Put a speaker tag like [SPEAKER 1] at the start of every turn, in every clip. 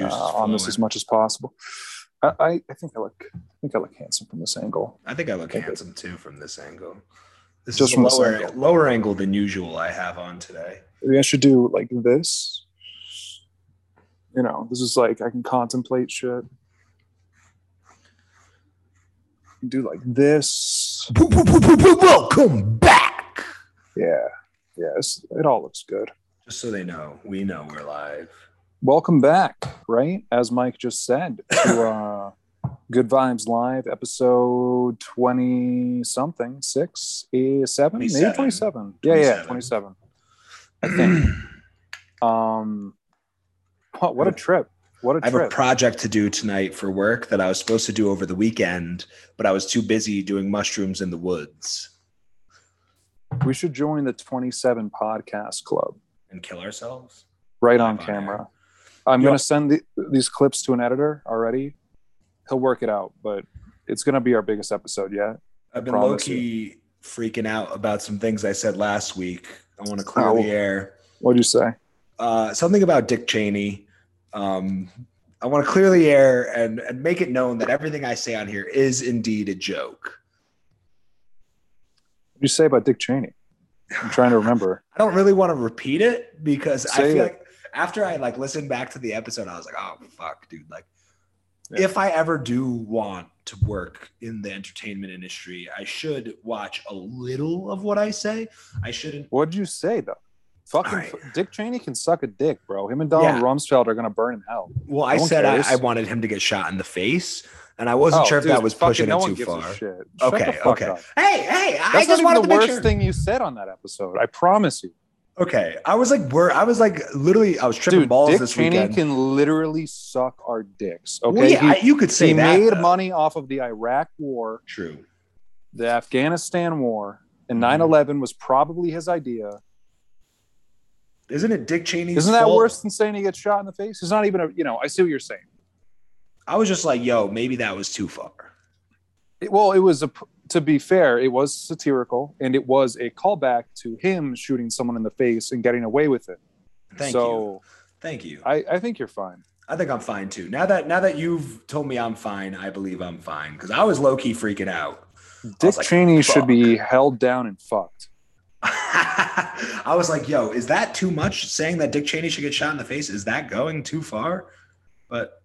[SPEAKER 1] uh, on this as much as possible. I, I, I think I look I think I look handsome from this angle.
[SPEAKER 2] I think I look
[SPEAKER 1] Okay.
[SPEAKER 2] handsome too from this angle. This
[SPEAKER 1] Just
[SPEAKER 2] is a
[SPEAKER 1] from this
[SPEAKER 2] lower
[SPEAKER 1] angle.
[SPEAKER 2] lower angle than usual I have on today.
[SPEAKER 1] Maybe I should do like this. You know, this is like I can contemplate shit. Do like this.
[SPEAKER 2] Welcome back.
[SPEAKER 1] Yeah. Yes. It all looks good.
[SPEAKER 2] Just so they know, we know we're live.
[SPEAKER 1] Welcome back, right? As Mike just said, to uh, Good Vibes Live, episode 20 something, six, eh, seven, maybe
[SPEAKER 2] 27.
[SPEAKER 1] 27. Yeah, yeah, 27. I think. Um, what, what a trip. What a
[SPEAKER 2] I have a
[SPEAKER 1] trip.
[SPEAKER 2] project to do tonight for work that I was supposed to do over the weekend, but I was too busy doing mushrooms in the woods
[SPEAKER 1] we should join the 27 podcast club
[SPEAKER 2] and kill ourselves.
[SPEAKER 1] right on
[SPEAKER 2] Live on
[SPEAKER 1] camera. I'm
[SPEAKER 2] You
[SPEAKER 1] going to send the, these clips to an editor already. He'll work it out, but it's going to be our biggest episode yet.
[SPEAKER 2] I've been low
[SPEAKER 1] promise
[SPEAKER 2] key freaking out about some things I said last week. I want to clear
[SPEAKER 1] Ow.
[SPEAKER 2] the air.
[SPEAKER 1] What'd you say?
[SPEAKER 2] Uh, something about Dick Cheney. Um, I want to clear the air and, and make it known that everything I say on here is indeed a joke.
[SPEAKER 1] What'd you say about Dick Cheney? I'm trying to remember.
[SPEAKER 2] I don't really want to repeat it because I
[SPEAKER 1] Say
[SPEAKER 2] feel
[SPEAKER 1] it.
[SPEAKER 2] like after I like listened back to the episode, I was like, oh fuck, dude. Like,
[SPEAKER 1] Yeah.
[SPEAKER 2] if I ever do want to work in the entertainment industry, I should watch a little of what I say. I shouldn't.
[SPEAKER 1] What'd you say though? Fucking
[SPEAKER 2] Alright.
[SPEAKER 1] Dick Cheney can suck a dick, bro. Him and Donald
[SPEAKER 2] Yeah.
[SPEAKER 1] Rumsfeld are gonna burn in hell.
[SPEAKER 2] Well, I
[SPEAKER 1] No one
[SPEAKER 2] said I,
[SPEAKER 1] cares.
[SPEAKER 2] I wanted him to get shot in the face, and I wasn't sure if
[SPEAKER 1] Oh, dude,
[SPEAKER 2] that was
[SPEAKER 1] fucking
[SPEAKER 2] pushing
[SPEAKER 1] no
[SPEAKER 2] it
[SPEAKER 1] one
[SPEAKER 2] too
[SPEAKER 1] gives a
[SPEAKER 2] far.
[SPEAKER 1] shit. Shut
[SPEAKER 2] Okay,
[SPEAKER 1] the fuck
[SPEAKER 2] okay.
[SPEAKER 1] up.
[SPEAKER 2] Hey, hey, I
[SPEAKER 1] That's
[SPEAKER 2] just
[SPEAKER 1] not
[SPEAKER 2] wanted to
[SPEAKER 1] even the
[SPEAKER 2] make
[SPEAKER 1] worst
[SPEAKER 2] sure.
[SPEAKER 1] thing you said on that episode. I promise you,
[SPEAKER 2] Okay, I was like, wor- I was like, literally, I was tripping
[SPEAKER 1] dude.
[SPEAKER 2] balls
[SPEAKER 1] Dick
[SPEAKER 2] this
[SPEAKER 1] Cheney
[SPEAKER 2] weekend.
[SPEAKER 1] can literally suck our dicks. Okay,
[SPEAKER 2] well, yeah,
[SPEAKER 1] he,
[SPEAKER 2] I- you could say
[SPEAKER 1] he
[SPEAKER 2] that.
[SPEAKER 1] made
[SPEAKER 2] though.
[SPEAKER 1] money off of the Iraq War,
[SPEAKER 2] True.
[SPEAKER 1] the Afghanistan War,
[SPEAKER 2] Mm-hmm.
[SPEAKER 1] and 9/11 was probably his idea.
[SPEAKER 2] Isn't it Dick Cheney's?
[SPEAKER 1] Isn't that
[SPEAKER 2] fault?
[SPEAKER 1] worse than saying he gets shot in the face? It's not even a. You know, I see what you're saying.
[SPEAKER 2] I was just like, yo, maybe that was too far.
[SPEAKER 1] It- well, it was a. p- To be fair, it was satirical and it was a callback to him shooting someone in the face and getting away with it.
[SPEAKER 2] Thank you.
[SPEAKER 1] so
[SPEAKER 2] Thank you. I,
[SPEAKER 1] I, I think you're fine.
[SPEAKER 2] think I'm fine too. Now that now that you've told me I'm fine, I believe I'm fine because I was low key freaking out.
[SPEAKER 1] Dick
[SPEAKER 2] like,
[SPEAKER 1] Cheney
[SPEAKER 2] fuck.
[SPEAKER 1] should be held down and fucked.
[SPEAKER 2] I was like, yo, is that too much? Saying that Dick Cheney should get shot in the face is that going too far? But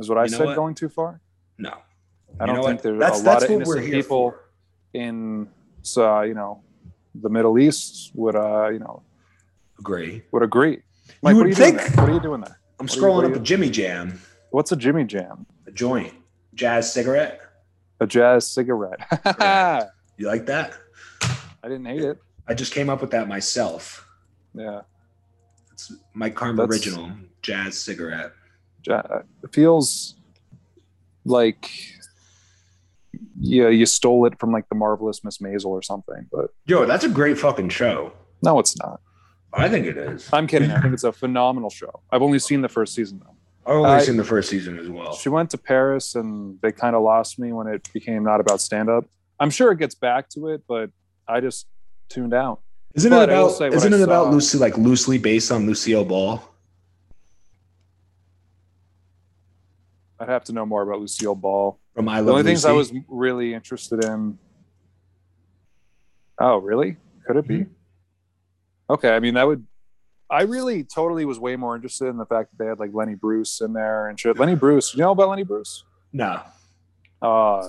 [SPEAKER 1] Is what I
[SPEAKER 2] You know
[SPEAKER 1] said
[SPEAKER 2] what?
[SPEAKER 1] going too far
[SPEAKER 2] no.
[SPEAKER 1] I
[SPEAKER 2] You
[SPEAKER 1] don't
[SPEAKER 2] know
[SPEAKER 1] think
[SPEAKER 2] what?
[SPEAKER 1] there's a
[SPEAKER 2] That's-
[SPEAKER 1] lot
[SPEAKER 2] that's
[SPEAKER 1] of
[SPEAKER 2] what we're
[SPEAKER 1] innocent
[SPEAKER 2] here
[SPEAKER 1] people
[SPEAKER 2] for.
[SPEAKER 1] in, uh, you know, the Middle East would, uh, you know,
[SPEAKER 2] Agree.
[SPEAKER 1] would agree. Like,
[SPEAKER 2] You
[SPEAKER 1] what, are
[SPEAKER 2] would
[SPEAKER 1] you doing
[SPEAKER 2] think-
[SPEAKER 1] there? what are you doing there?
[SPEAKER 2] I'm
[SPEAKER 1] What do you- what
[SPEAKER 2] scrolling
[SPEAKER 1] do
[SPEAKER 2] up
[SPEAKER 1] you-
[SPEAKER 2] a Jimmy Jam,
[SPEAKER 1] What's a Jimmy Jam?
[SPEAKER 2] a joint, jazz cigarette.
[SPEAKER 1] A jazz cigarette. I
[SPEAKER 2] Correct. You like that?
[SPEAKER 1] didn't hate it.
[SPEAKER 2] I just came up with that myself.
[SPEAKER 1] Yeah.
[SPEAKER 2] It's my Karma
[SPEAKER 1] That's-
[SPEAKER 2] original jazz cigarette.
[SPEAKER 1] Ja- it feels like yeah, you stole it from like the marvelous Miss Maisel or something, but
[SPEAKER 2] Yo, that's a great fucking show.
[SPEAKER 1] no, it's not.
[SPEAKER 2] I think it is.
[SPEAKER 1] I'm kidding. I think it's a phenomenal show. I've only seen the first season though.
[SPEAKER 2] I've only
[SPEAKER 1] I-
[SPEAKER 2] seen the first season as well.
[SPEAKER 1] She went to Paris and they kind of lost me when it became not about stand up. I'm sure it gets back to it, but I just tuned out.
[SPEAKER 2] Isn't it
[SPEAKER 1] But I will
[SPEAKER 2] about?
[SPEAKER 1] say what
[SPEAKER 2] Isn't
[SPEAKER 1] I
[SPEAKER 2] it about
[SPEAKER 1] saw-
[SPEAKER 2] Lucy? Like loosely based on Lucille Ball.
[SPEAKER 1] I'd have to know more about Lucille Ball.
[SPEAKER 2] From I
[SPEAKER 1] The
[SPEAKER 2] Love
[SPEAKER 1] only things I
[SPEAKER 2] Lucy?
[SPEAKER 1] was really interested in. Oh, really? Could it be?
[SPEAKER 2] Mm-hmm.
[SPEAKER 1] Okay, I mean that would. I really totally was way more interested in the fact that they had like Lenny Bruce in there and shit. Lenny Bruce, you know about Lenny Bruce?
[SPEAKER 2] No.
[SPEAKER 1] Uh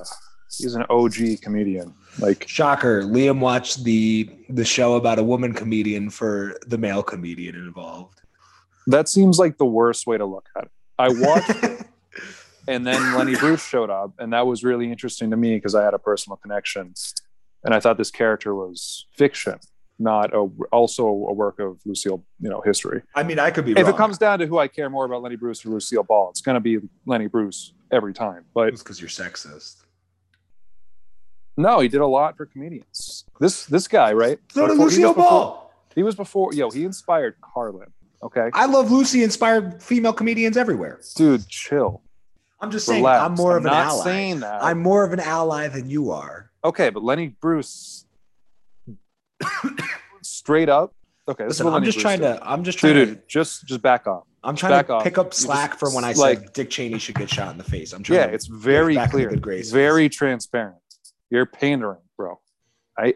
[SPEAKER 1] he's an OG comedian. Like
[SPEAKER 2] Shocker. Liam watched the the show about a woman comedian for the male comedian involved.
[SPEAKER 1] that seems like the worst way to look at it. I watched, and then Lenny Bruce showed up, and that was really interesting to me because I had a personal connection, and I thought this character was fiction, not a, also a work of Lucille, you know, history.
[SPEAKER 2] I mean, I could be
[SPEAKER 1] If
[SPEAKER 2] wrong.
[SPEAKER 1] it comes down to who I care more about, Lenny Bruce or Lucille Ball, it's going to be Lenny Bruce every time. But
[SPEAKER 2] it's because you're sexist.
[SPEAKER 1] No, he did a lot for comedians. This this guy, right?
[SPEAKER 2] So did
[SPEAKER 1] Before- he was
[SPEAKER 2] Lucille
[SPEAKER 1] before-
[SPEAKER 2] Ball.
[SPEAKER 1] He was before. Yo, he inspired Carlin. Okay,
[SPEAKER 2] I love Lucy. Inspired female comedians everywhere.
[SPEAKER 1] dude, chill.
[SPEAKER 2] I'm just saying.
[SPEAKER 1] Relax.
[SPEAKER 2] I'm more of an
[SPEAKER 1] not
[SPEAKER 2] ally.
[SPEAKER 1] saying that.
[SPEAKER 2] I'm more of an ally than you are.
[SPEAKER 1] okay, but Lenny Bruce, straight up. Okay, this is
[SPEAKER 2] Listen,
[SPEAKER 1] what
[SPEAKER 2] I'm
[SPEAKER 1] Lenny
[SPEAKER 2] just
[SPEAKER 1] Bruce
[SPEAKER 2] trying
[SPEAKER 1] did.
[SPEAKER 2] to. I'm just trying
[SPEAKER 1] Dude,
[SPEAKER 2] to.
[SPEAKER 1] dude, just just back off.
[SPEAKER 2] I'm trying
[SPEAKER 1] Back
[SPEAKER 2] to
[SPEAKER 1] off.
[SPEAKER 2] pick up
[SPEAKER 1] just-
[SPEAKER 2] slack from when I
[SPEAKER 1] like-
[SPEAKER 2] said Dick Cheney should get shot in the face. I'm trying.
[SPEAKER 1] Yeah,
[SPEAKER 2] to,
[SPEAKER 1] it's very
[SPEAKER 2] back in the
[SPEAKER 1] clear,
[SPEAKER 2] good graces.
[SPEAKER 1] very transparent. You're pandering, bro. I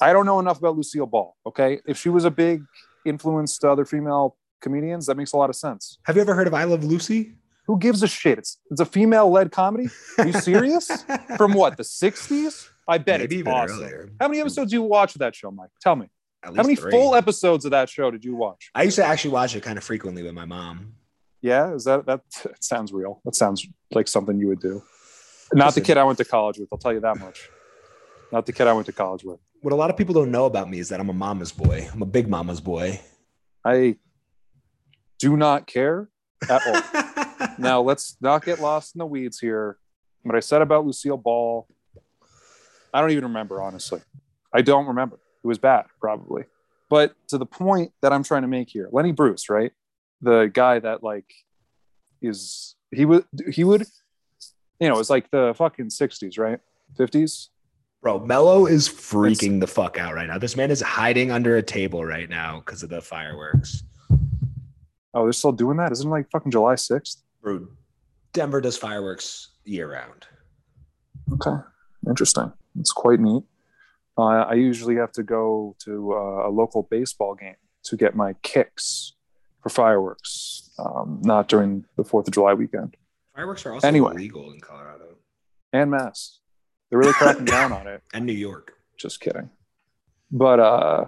[SPEAKER 1] I don't know enough about Lucille Ball. Okay, if she was a big influence to other female comedians, that makes a lot of sense.
[SPEAKER 2] Have you ever heard of I Love Lucy?
[SPEAKER 1] Who gives a shit? It's it's a female led comedy. Are you serious? From what the '60s? I bet
[SPEAKER 2] Maybe
[SPEAKER 1] it's
[SPEAKER 2] even
[SPEAKER 1] awesome.
[SPEAKER 2] earlier.
[SPEAKER 1] How many episodes do you watch of that show, Mike? Tell me.
[SPEAKER 2] At
[SPEAKER 1] How
[SPEAKER 2] least
[SPEAKER 1] many
[SPEAKER 2] three.
[SPEAKER 1] full episodes of that show did you watch?
[SPEAKER 2] I used to actually watch it kind of frequently with my mom.
[SPEAKER 1] Yeah, is that that, that sounds real? That sounds like something you would do. Not
[SPEAKER 2] Listen.
[SPEAKER 1] the kid I went to college with. I'll tell you that much. Not the kid I went to college with.
[SPEAKER 2] What a lot of people don't know about me is that I'm a mama's boy. I'm a big mama's boy.
[SPEAKER 1] I do not care at all. now let's not get lost in the weeds here. What I said about Lucille Ball, I don't even remember honestly. I don't remember. It was bad, probably. But to the point that I'm trying to make here, Lenny Bruce, right? The guy that like is he would he would you know, it's like the fucking 60s, right? 50s.
[SPEAKER 2] Bro, Mello is freaking the fuck out right now. This man is hiding under a table right now because of the fireworks.
[SPEAKER 1] Oh, they're still doing that? Isn't it like fucking July 6th?
[SPEAKER 2] Bro, Denver does fireworks year round.
[SPEAKER 1] Okay, interesting. It's quite neat. Uh, I usually have to go to uh, a local baseball game to get my kicks for fireworks, um, not during the Fourth of July weekend
[SPEAKER 2] Fireworks are also
[SPEAKER 1] Anyway.
[SPEAKER 2] illegal in Colorado
[SPEAKER 1] and Mass. They're really cracking down on it.
[SPEAKER 2] and New York.
[SPEAKER 1] Just kidding. But uh,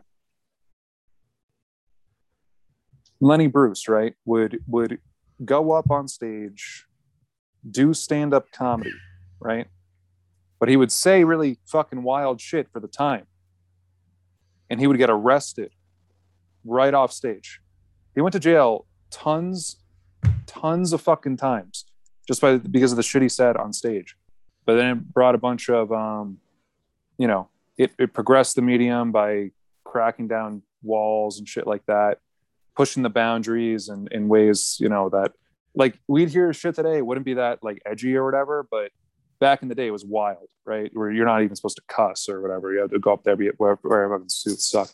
[SPEAKER 1] Lenny Bruce, right, would would go up on stage, do stand up comedy, right? But he would say really fucking wild shit for the time, and he would get arrested right off stage. He went to jail tons, tons of fucking times just by because of the shit he said on stage. But then it brought a bunch of, um, you know, it, it progressed the medium by cracking down walls and shit like that pushing the boundaries and in ways you know that like we'd hear shit today it wouldn't be that like edgy or whatever but back in the day it was wild right where you're not even supposed to cuss or whatever you have to go up there be wherever wear a fucking suit suck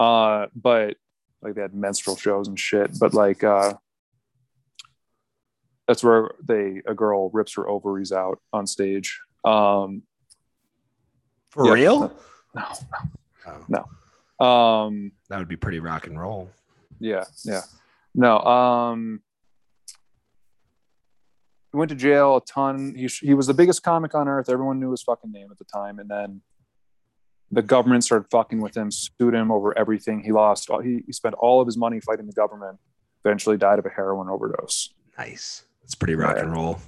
[SPEAKER 1] uh but like they had menstrual shows and shit but like uh that's where they a girl rips her ovaries out on stage um
[SPEAKER 2] For
[SPEAKER 1] Yeah.
[SPEAKER 2] real?
[SPEAKER 1] no
[SPEAKER 2] Oh,
[SPEAKER 1] um
[SPEAKER 2] that would be pretty rock and roll.
[SPEAKER 1] yeah yeah no um he went to jail a ton he, sh- he was the biggest comic on earth everyone knew his fucking name at the time and then the government started fucking with him sued him over everything he lost all, he, he spent all of his money fighting the government eventually died of a heroin overdose
[SPEAKER 2] Nice. It's pretty rock and roll.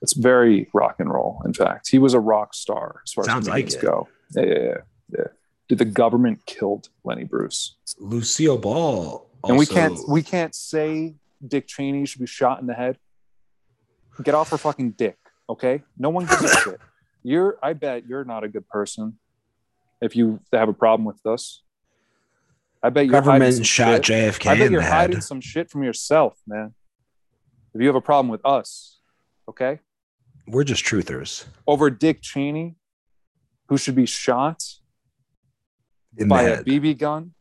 [SPEAKER 1] it's very rock and roll in fact he was a rock star as far
[SPEAKER 2] Sounds
[SPEAKER 1] as
[SPEAKER 2] like
[SPEAKER 1] comedians
[SPEAKER 2] it.
[SPEAKER 1] go yeah yeah yeah, yeah. Dude, the government killed lenny bruce
[SPEAKER 2] Lucille Ball. Also,
[SPEAKER 1] and we can't we can't say Dick Cheney should be shot in the head. Get off her fucking dick, okay? No one gives a shit. You're I bet you're not a good person if you have a problem with us. I bet you're hiding some
[SPEAKER 2] government shot
[SPEAKER 1] shit.
[SPEAKER 2] JFK
[SPEAKER 1] I bet
[SPEAKER 2] in
[SPEAKER 1] you're
[SPEAKER 2] the
[SPEAKER 1] hiding
[SPEAKER 2] head.
[SPEAKER 1] some shit from yourself, man. If you have a problem with us, okay?
[SPEAKER 2] We're just truthers
[SPEAKER 1] Over Dick Cheney, who should be shot
[SPEAKER 2] in the
[SPEAKER 1] by a
[SPEAKER 2] head.
[SPEAKER 1] BB gun.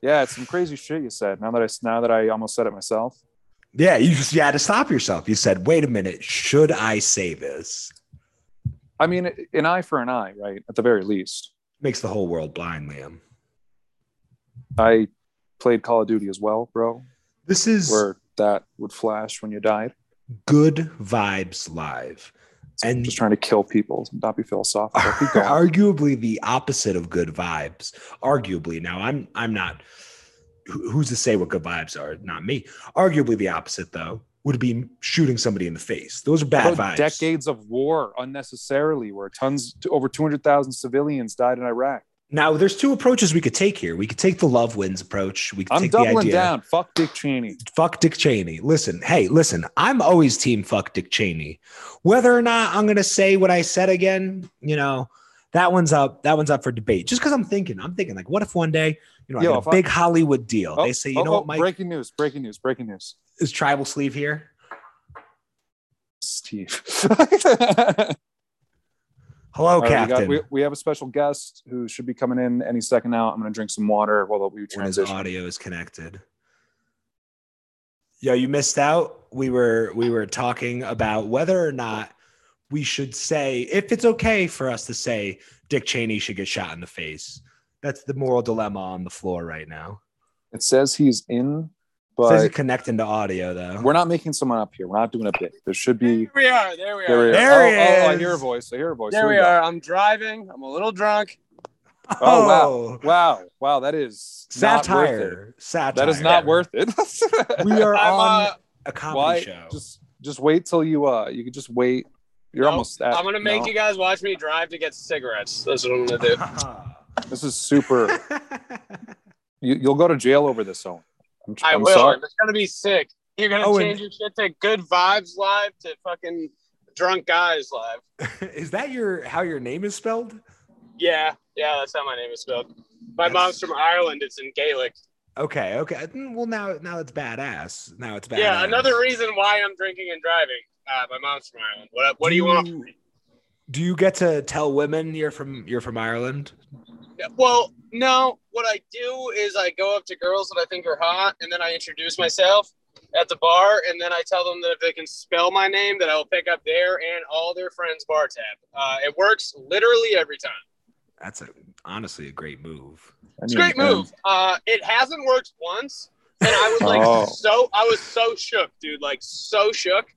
[SPEAKER 1] Yeah, it's some crazy shit you said. Now that I now that I almost said it myself.
[SPEAKER 2] yeah, you just you had to stop yourself. You said, "Wait a minute, should I say this?"
[SPEAKER 1] I mean, an eye for an eye, right? At the very least.
[SPEAKER 2] Makes the whole world blind, Liam.
[SPEAKER 1] I played Call of Duty as well, bro,
[SPEAKER 2] This is
[SPEAKER 1] where that would flash when you died.
[SPEAKER 2] good vibes live.
[SPEAKER 1] So
[SPEAKER 2] And-
[SPEAKER 1] just trying to kill people, not be philosophical. Keep going.
[SPEAKER 2] arguably the opposite of good vibes. Arguably, now I'm I'm not. who- Who's to say what good vibes are? Not me. Arguably, the opposite though would be shooting somebody in the face. Those are bad
[SPEAKER 1] Bro,
[SPEAKER 2] vibes.
[SPEAKER 1] decades of war unnecessarily, where tons, over 200,000 civilians died in Iraq.
[SPEAKER 2] Now, there's two approaches we could take here. We could take the love wins approach. We could
[SPEAKER 1] I'm
[SPEAKER 2] take the
[SPEAKER 1] doubling
[SPEAKER 2] idea.
[SPEAKER 1] down. Fuck Dick Cheney.
[SPEAKER 2] fuck Dick Cheney. Listen, hey, listen, I'm always team fuck Dick Cheney. Whether or not I'm gonna say what I said again, you know, that one's up. That one's up for debate. Just because I'm thinking, I'm thinking like, what if one day, you know,
[SPEAKER 1] Yo,
[SPEAKER 2] I
[SPEAKER 1] if
[SPEAKER 2] get a
[SPEAKER 1] I-
[SPEAKER 2] big Hollywood deal?
[SPEAKER 1] Oh,
[SPEAKER 2] they say, you
[SPEAKER 1] oh,
[SPEAKER 2] know
[SPEAKER 1] oh,
[SPEAKER 2] what, Mike
[SPEAKER 1] Breaking news, breaking news, breaking news.
[SPEAKER 2] is tribal sleeve here.
[SPEAKER 1] Steve.
[SPEAKER 2] Hello,
[SPEAKER 1] All right, we, got,
[SPEAKER 2] Oh, Captain.
[SPEAKER 1] we, we have a special guest who should be coming in any second now. I'm going to drink some water while we
[SPEAKER 2] when his
[SPEAKER 1] transition.
[SPEAKER 2] audio is connected. Yo, you missed out. We were we were talking about whether or not we should say if it's okay for us to say Dick Cheney should get shot in the face. That's the moral dilemma on the floor right now.
[SPEAKER 1] It says he's in,
[SPEAKER 2] It Says it
[SPEAKER 1] but
[SPEAKER 2] connecting to audio though.
[SPEAKER 1] we're not making someone up here. We're not doing a bit. There should be.
[SPEAKER 3] Here we are. There we are.
[SPEAKER 1] There, we are.
[SPEAKER 2] There he
[SPEAKER 1] oh, oh, I
[SPEAKER 2] is.
[SPEAKER 1] hear a voice. I hear a voice.
[SPEAKER 3] There
[SPEAKER 1] Here
[SPEAKER 3] we
[SPEAKER 1] go.
[SPEAKER 3] are. I'm driving. I'm a little drunk.
[SPEAKER 1] Oh, wow. Wow. Wow. That is not worth it.
[SPEAKER 2] satire. Satire.
[SPEAKER 1] That is not worth it.
[SPEAKER 2] We are
[SPEAKER 3] I'm,
[SPEAKER 2] on
[SPEAKER 3] uh,
[SPEAKER 2] a comedy
[SPEAKER 1] Why?
[SPEAKER 2] show.
[SPEAKER 1] Just just wait till you uh you could just wait. You're
[SPEAKER 3] No,
[SPEAKER 1] almost at
[SPEAKER 3] I'm gonna make
[SPEAKER 1] Uh, no.
[SPEAKER 3] you guys watch me drive to get cigarettes. That's what I'm gonna do.
[SPEAKER 1] This is super. you, you'll go to jail over this, Owen. I'm,
[SPEAKER 3] I
[SPEAKER 1] I'm
[SPEAKER 3] will.
[SPEAKER 1] sorry.
[SPEAKER 3] It's gonna be sick. You're gonna
[SPEAKER 2] Owen.
[SPEAKER 3] change your shit to good vibes live to fucking drunk guys live.
[SPEAKER 2] is that your how your name is spelled?
[SPEAKER 3] Yeah, yeah, that's how my name is spelled. My
[SPEAKER 2] That's-
[SPEAKER 3] mom's from Ireland. It's in Gaelic.
[SPEAKER 2] Okay, okay. Mm, Well, now now it's badass. Now it's badass.
[SPEAKER 3] Yeah, another reason why I'm drinking and driving. Uh, my mom's from Ireland. What What do you want?
[SPEAKER 2] Do you get to tell women you're from you're from Ireland?
[SPEAKER 3] Well, no. What I do is I go up to girls that I think are hot, and then I introduce myself at the bar, and then I tell them that if they can spell my name, that I will pick up their and all their friends' bar tab. Uh, it works literally every time.
[SPEAKER 2] That's a, honestly a great move.
[SPEAKER 1] I um,
[SPEAKER 3] It's a
[SPEAKER 1] knew
[SPEAKER 3] great
[SPEAKER 1] you were-
[SPEAKER 3] move. Uh, it hasn't worked once, and I was like
[SPEAKER 1] Oh.
[SPEAKER 3] so I was so shook, dude, like so shook.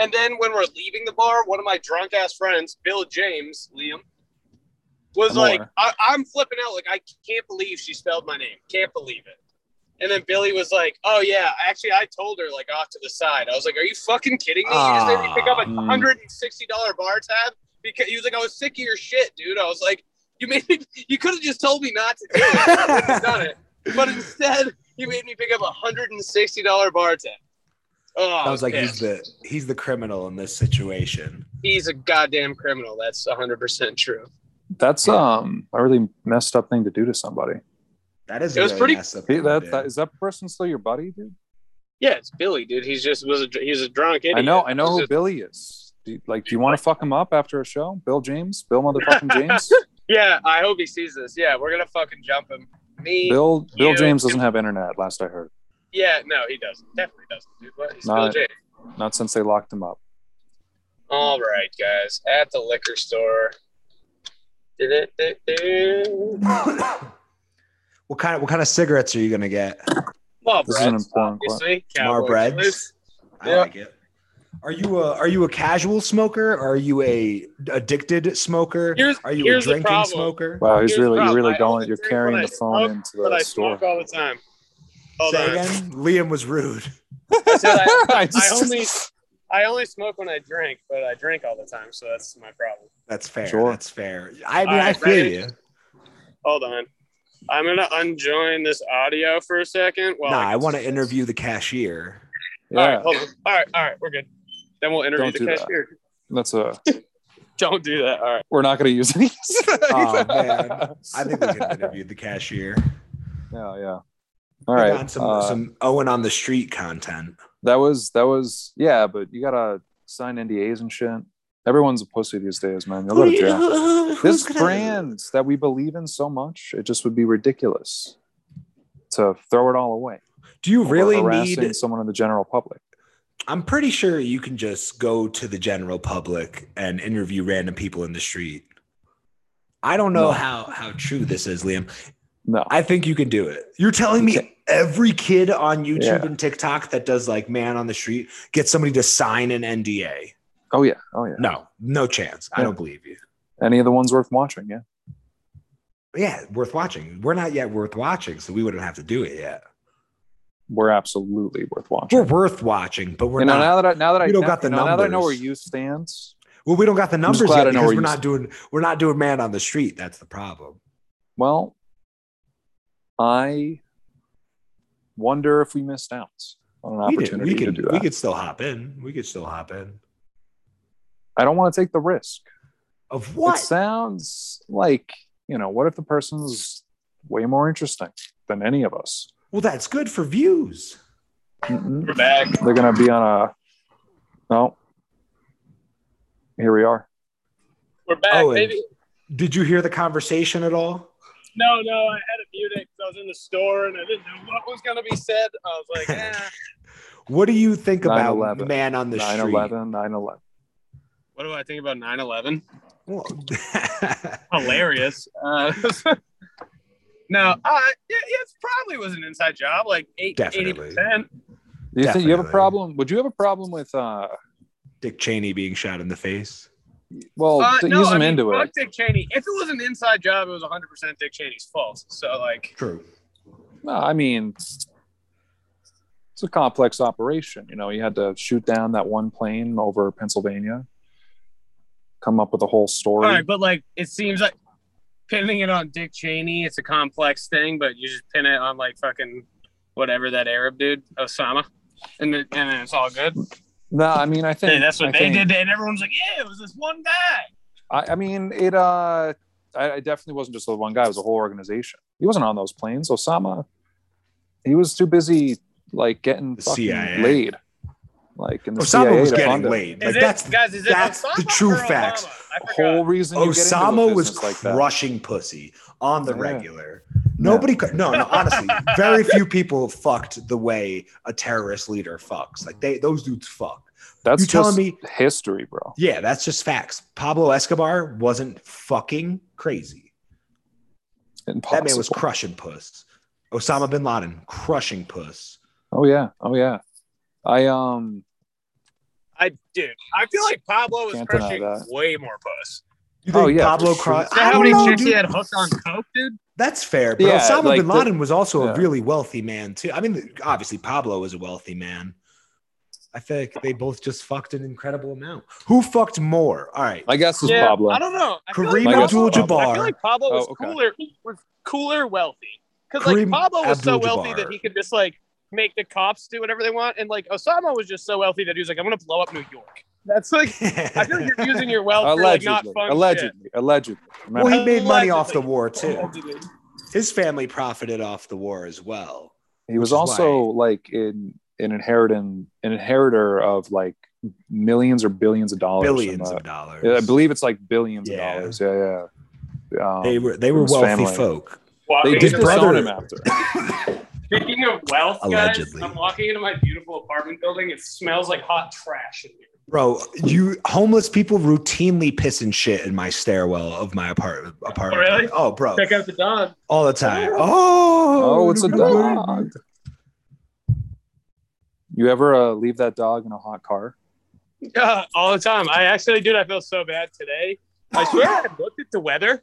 [SPEAKER 3] And then when we're leaving the bar, one of my drunk ass friends, Bill James, Liam, was
[SPEAKER 1] More.
[SPEAKER 3] like, I- "I'm flipping out, like I can't believe she spelled my name, can't believe it." And then Billy was like, "Oh yeah, actually, I told her like off to the side. I was like, "Are you fucking kidding me? You just made me pick up a
[SPEAKER 1] Ah.
[SPEAKER 3] hundred and sixty dollar bar tab because he was like, I was sick of your shit, dude. I was like, you made me. You could have just told me not to do it. I wouldn't have done it. But instead, you made me pick up a hundred and sixty dollar bar tab. Oh,
[SPEAKER 2] I was like, he's
[SPEAKER 3] pissed.
[SPEAKER 2] the he's the criminal in this situation.
[SPEAKER 3] he's a goddamn criminal. That's hundred percent true.
[SPEAKER 1] That's um a really messed up thing to do to somebody.
[SPEAKER 2] That is
[SPEAKER 3] It
[SPEAKER 2] a
[SPEAKER 3] was
[SPEAKER 2] really
[SPEAKER 3] pretty-
[SPEAKER 2] messed up
[SPEAKER 1] Hey,
[SPEAKER 2] thing to
[SPEAKER 1] that,
[SPEAKER 2] do.
[SPEAKER 1] that is that person still your buddy, dude?
[SPEAKER 3] Yeah, it's Billy, dude. He's just was a he's a drunk idiot.
[SPEAKER 1] I know. I
[SPEAKER 3] He's
[SPEAKER 1] know who
[SPEAKER 3] just-
[SPEAKER 1] Billy is. Do you, like, do you want to fuck him up after a show? Bill James, Bill motherfucking James.
[SPEAKER 3] yeah, I hope he sees this. Yeah, we're gonna fucking jump him. Me.
[SPEAKER 1] Bill Bill
[SPEAKER 3] You.
[SPEAKER 1] James doesn't have internet. Last I heard,
[SPEAKER 3] Yeah, no, he doesn't. Definitely doesn't, dude. But he's Bill
[SPEAKER 1] Not-
[SPEAKER 3] James.
[SPEAKER 1] not since they locked him up.
[SPEAKER 3] All right, guys, at the liquor store. Well,
[SPEAKER 2] what kind of what kind of cigarettes are you gonna get?
[SPEAKER 1] This is an important
[SPEAKER 3] obviously.
[SPEAKER 2] Mar
[SPEAKER 3] Cowboy
[SPEAKER 2] breads. I
[SPEAKER 3] Yeah.
[SPEAKER 2] like it. Are you a are you a casual smoker? Are you a addicted smoker?
[SPEAKER 3] Here's-
[SPEAKER 2] are you
[SPEAKER 3] here's
[SPEAKER 2] a
[SPEAKER 3] the
[SPEAKER 2] drinking
[SPEAKER 3] problem.
[SPEAKER 2] smoker?
[SPEAKER 1] Wow, he's
[SPEAKER 3] Here's the
[SPEAKER 1] really you're
[SPEAKER 3] problem.
[SPEAKER 1] really
[SPEAKER 3] I
[SPEAKER 1] going.
[SPEAKER 3] only
[SPEAKER 1] You're
[SPEAKER 3] drink
[SPEAKER 1] carrying
[SPEAKER 3] when I
[SPEAKER 1] the phone into
[SPEAKER 3] But I
[SPEAKER 1] the store.
[SPEAKER 3] smoke all the time. Hold
[SPEAKER 2] Say
[SPEAKER 3] on.
[SPEAKER 2] again. Liam was rude.
[SPEAKER 3] I said I,
[SPEAKER 1] I
[SPEAKER 3] I
[SPEAKER 1] just-
[SPEAKER 3] only I only smoke when I drink, but I drink all the time, so that's my problem.
[SPEAKER 2] That's fair.
[SPEAKER 1] Sure.
[SPEAKER 2] That's fair. I mean,
[SPEAKER 3] All
[SPEAKER 2] I
[SPEAKER 3] right,
[SPEAKER 2] feel
[SPEAKER 3] ready?
[SPEAKER 2] you.
[SPEAKER 3] Hold on. I'm gonna unjoin this audio for a second. Well,
[SPEAKER 2] nah, I want to interview the cashier.
[SPEAKER 3] All right,
[SPEAKER 1] Yeah,
[SPEAKER 3] hold on. All right, all right, we're good. Then we'll interview
[SPEAKER 1] Don't
[SPEAKER 3] the
[SPEAKER 1] do that.
[SPEAKER 3] cashier.
[SPEAKER 1] that's a.
[SPEAKER 3] Don't do that. All right.
[SPEAKER 1] We're not going to use any.
[SPEAKER 2] Oh, man. I think we could interview the cashier.
[SPEAKER 1] Yeah, yeah. All
[SPEAKER 2] Bring
[SPEAKER 1] right.
[SPEAKER 2] on some
[SPEAKER 1] uh,
[SPEAKER 2] some Owen on the street content.
[SPEAKER 1] That was that was yeah, but you gotta sign NDAs and shit. Everyone's a pussy these days, man. You'll go to jail. This brand that we believe in so much, it just would be ridiculous to throw it all away.
[SPEAKER 2] Do you
[SPEAKER 1] or
[SPEAKER 2] really
[SPEAKER 1] harassing
[SPEAKER 2] need?
[SPEAKER 1] someone in the general public?
[SPEAKER 2] I'm pretty sure you can just go to the general public and interview random people in the street. I don't know
[SPEAKER 1] No.
[SPEAKER 2] how how true this is, Liam.
[SPEAKER 1] No.
[SPEAKER 2] I think you can do it. You're telling me every kid on YouTube
[SPEAKER 1] Yeah.
[SPEAKER 2] and TikTok that does like man on the street gets somebody to sign an NDA.
[SPEAKER 1] Oh yeah. Oh yeah.
[SPEAKER 2] No, no chance. I
[SPEAKER 1] Yeah.
[SPEAKER 2] don't believe you.
[SPEAKER 1] Any of the ones worth watching, yeah.
[SPEAKER 2] Yeah, worth watching. We're not yet worth watching, so we wouldn't have to do it yet.
[SPEAKER 1] We're absolutely worth watching.
[SPEAKER 2] We're worth watching, but we're
[SPEAKER 1] you know,
[SPEAKER 2] not.
[SPEAKER 1] now that I now that I
[SPEAKER 2] We don't
[SPEAKER 1] now-
[SPEAKER 2] got the
[SPEAKER 1] you know, now that I know where
[SPEAKER 2] numbers.
[SPEAKER 1] you stands,
[SPEAKER 2] well, we don't got the numbers
[SPEAKER 1] glad I
[SPEAKER 2] yet
[SPEAKER 1] know
[SPEAKER 2] because
[SPEAKER 1] where
[SPEAKER 2] we're
[SPEAKER 1] you
[SPEAKER 2] not doing we're not doing man on the street. That's the problem.
[SPEAKER 1] well, I wonder if we missed out on an
[SPEAKER 2] We, did,
[SPEAKER 1] opportunity
[SPEAKER 2] we can
[SPEAKER 1] to do that.
[SPEAKER 2] we could still hop in. We could still hop in.
[SPEAKER 1] I don't want to take the risk.
[SPEAKER 2] Of what?
[SPEAKER 1] It sounds like, you know, what if the person's way more interesting than any of us?
[SPEAKER 2] well, that's good for views.
[SPEAKER 1] Mm-mm.
[SPEAKER 3] We're back.
[SPEAKER 1] They're going to be on a. No. Here we are.
[SPEAKER 3] We're back,
[SPEAKER 2] Owen.
[SPEAKER 3] baby.
[SPEAKER 2] Did you hear the conversation at all?
[SPEAKER 3] No, no, I had to mute it because I was in the store and I didn't know what was going to be said. I was like, eh.
[SPEAKER 2] What do you think about
[SPEAKER 1] 9/11.
[SPEAKER 2] man on the
[SPEAKER 1] Nine
[SPEAKER 2] street?
[SPEAKER 1] eleven, nine eleven.
[SPEAKER 3] What do I think about 9 11?
[SPEAKER 2] Well,
[SPEAKER 3] Hilarious. Uh, no, uh, yeah, it probably was an inside job, like eight,
[SPEAKER 2] Definitely.
[SPEAKER 3] 80%.
[SPEAKER 1] Do you think you have a
[SPEAKER 2] Definitely.
[SPEAKER 1] problem? Would you have a problem with uh
[SPEAKER 2] Dick Cheney being shot in the face.
[SPEAKER 1] well
[SPEAKER 3] Uh,
[SPEAKER 1] to ease
[SPEAKER 3] I
[SPEAKER 1] him
[SPEAKER 3] mean,
[SPEAKER 1] into
[SPEAKER 3] fuck
[SPEAKER 1] it.
[SPEAKER 3] Dick Cheney. If it was an inside job, it was 100% Dick Cheney's fault. So, like,
[SPEAKER 2] True.
[SPEAKER 1] No, I mean it's a complex operation. You know, you had to shoot down that one plane over Pennsylvania, come up with a whole story.
[SPEAKER 3] all right, but like, it seems like pinning it on Dick Cheney, it's a complex thing, but you just pin it on like fucking whatever that Arab dude, Osama, and then, and then it's all good.
[SPEAKER 1] No, I mean I think
[SPEAKER 3] Hey, that's what
[SPEAKER 1] I
[SPEAKER 3] they
[SPEAKER 1] think-
[SPEAKER 3] did, and everyone's like, yeah, it was this one guy.
[SPEAKER 1] I, I mean, it. Uh, I, I definitely wasn't just the one guy. It was a whole organization. He wasn't on those planes. Osama, he was too busy like getting
[SPEAKER 2] The
[SPEAKER 1] fucking
[SPEAKER 2] CIA.
[SPEAKER 1] laid. Like in the
[SPEAKER 2] Osama
[SPEAKER 1] CIA
[SPEAKER 2] was
[SPEAKER 1] to
[SPEAKER 2] getting
[SPEAKER 1] fund it.
[SPEAKER 2] laid.
[SPEAKER 3] Is
[SPEAKER 2] Like
[SPEAKER 3] it-
[SPEAKER 2] that's
[SPEAKER 3] guys, is it
[SPEAKER 2] that's the
[SPEAKER 3] Osama
[SPEAKER 2] true
[SPEAKER 3] or Obama?
[SPEAKER 2] facts.
[SPEAKER 3] I
[SPEAKER 1] The
[SPEAKER 3] forgot.
[SPEAKER 1] whole reason you
[SPEAKER 2] Osama
[SPEAKER 1] get into a
[SPEAKER 2] was
[SPEAKER 1] business like that.
[SPEAKER 2] crushing pussy on the
[SPEAKER 1] Yeah.
[SPEAKER 2] regular. Nobody, could, no, no, honestly, very few people fucked the way a terrorist leader fucks. Like they, those dudes fuck.
[SPEAKER 1] That's
[SPEAKER 2] you telling
[SPEAKER 1] just
[SPEAKER 2] me-
[SPEAKER 1] history, bro.
[SPEAKER 2] Yeah, that's just facts. Pablo Escobar wasn't fucking crazy.
[SPEAKER 1] Impossible.
[SPEAKER 2] That man was crushing puss. Osama bin Laden crushing puss.
[SPEAKER 1] Oh yeah. Oh yeah. I um.
[SPEAKER 3] I dude, I feel like Pablo was
[SPEAKER 1] Can't deny
[SPEAKER 3] crushing
[SPEAKER 1] that.
[SPEAKER 3] way more puss.
[SPEAKER 2] You
[SPEAKER 1] Oh, yeah,
[SPEAKER 2] Pablo
[SPEAKER 1] for sure.
[SPEAKER 2] cru-
[SPEAKER 1] Is
[SPEAKER 3] So
[SPEAKER 2] I
[SPEAKER 3] how
[SPEAKER 2] don't
[SPEAKER 3] many
[SPEAKER 2] know,
[SPEAKER 3] chicks he
[SPEAKER 2] dude.
[SPEAKER 3] had hooked on coke, dude?
[SPEAKER 2] That's fair, but
[SPEAKER 1] Yeah,
[SPEAKER 2] Osama
[SPEAKER 1] like
[SPEAKER 2] bin
[SPEAKER 1] the-
[SPEAKER 2] Laden was also
[SPEAKER 1] yeah.
[SPEAKER 2] a really wealthy man too. I mean, obviously Pablo was a wealthy man. I feel like they both just fucked an incredible amount. Who fucked more? All right,
[SPEAKER 1] I guess it's Pablo.
[SPEAKER 3] I don't know. I feel
[SPEAKER 2] Kareem
[SPEAKER 1] like-
[SPEAKER 2] Abdul-Jabbar.
[SPEAKER 3] I feel like Pablo was
[SPEAKER 1] Oh, okay.
[SPEAKER 3] cooler was cooler wealthy. Because like
[SPEAKER 2] Kareem
[SPEAKER 3] Pablo was so
[SPEAKER 2] Abdul-Jabbar.
[SPEAKER 3] wealthy that he could just like make the cops do whatever they want. And like Osama was just so wealthy that he was like, I'm gonna blow up New York. That's like I feel like you're using your wealth for like
[SPEAKER 1] allegedly,
[SPEAKER 3] not fun.
[SPEAKER 1] allegedly, allegedly.
[SPEAKER 2] well,
[SPEAKER 1] Remember,
[SPEAKER 2] he made money off the
[SPEAKER 3] Allegedly.
[SPEAKER 2] war
[SPEAKER 3] shit.
[SPEAKER 2] too. His family profited off the war as well.
[SPEAKER 1] he
[SPEAKER 2] which
[SPEAKER 1] was
[SPEAKER 2] is
[SPEAKER 1] also like in an inheriting an inheritor of like millions or billions of dollars. from
[SPEAKER 2] Billions
[SPEAKER 1] that.
[SPEAKER 2] of dollars.
[SPEAKER 1] Oh, Yeah, I believe it's like billions
[SPEAKER 2] Yeah.
[SPEAKER 1] of dollars. Yeah, yeah. Um,
[SPEAKER 2] they
[SPEAKER 1] they
[SPEAKER 2] were they were
[SPEAKER 1] his
[SPEAKER 2] wealthy
[SPEAKER 1] family.
[SPEAKER 2] folk.
[SPEAKER 3] Walking
[SPEAKER 1] did
[SPEAKER 2] his
[SPEAKER 3] into-
[SPEAKER 1] disown
[SPEAKER 2] brother-
[SPEAKER 1] him after.
[SPEAKER 3] Speaking of wealth,
[SPEAKER 2] Allegedly.
[SPEAKER 3] guys, I'm walking into my beautiful apartment building. It smells like hot trash in here.
[SPEAKER 2] Bro, you homeless people routinely piss and shit in my stairwell of my apartment. apartment.
[SPEAKER 3] really?
[SPEAKER 2] Oh, bro,
[SPEAKER 3] Check out the dog.
[SPEAKER 2] all the time. Oh,
[SPEAKER 1] Oh, it's a dog. You ever uh, leave that dog in a hot car?
[SPEAKER 3] Yeah, all the time. I actually, dude, I feel so bad today. I swear I looked at the weather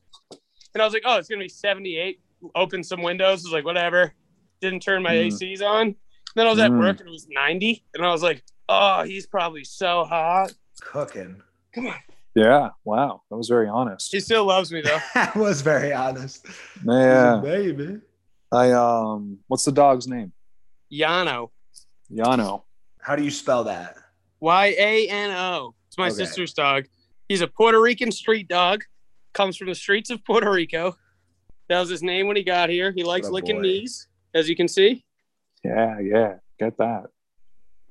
[SPEAKER 3] and I was like, oh, it's going to be 78. Opened some windows. was like, whatever. Didn't turn my
[SPEAKER 1] Mm.
[SPEAKER 3] ACs on. Then I was at
[SPEAKER 1] Mm.
[SPEAKER 3] work and it was 90. And I was like, oh, he's probably so hot.
[SPEAKER 2] Cooking.
[SPEAKER 3] Come on.
[SPEAKER 1] Yeah. Wow, that was very honest.
[SPEAKER 3] He still loves me, though.
[SPEAKER 2] That was very honest.
[SPEAKER 1] Yeah.
[SPEAKER 2] baby.
[SPEAKER 1] I um. What's the dog's name?
[SPEAKER 3] Yano.
[SPEAKER 1] Yano.
[SPEAKER 2] How do you spell that?
[SPEAKER 3] Y A N O. It's my
[SPEAKER 2] Okay.
[SPEAKER 3] sister's dog. He's a Puerto Rican street dog. Comes from the streets of Puerto Rico. That was his name when he got here. He likes
[SPEAKER 2] Atta
[SPEAKER 3] licking
[SPEAKER 2] boy.
[SPEAKER 3] knees, as you can see.
[SPEAKER 1] Yeah. Yeah. Get that.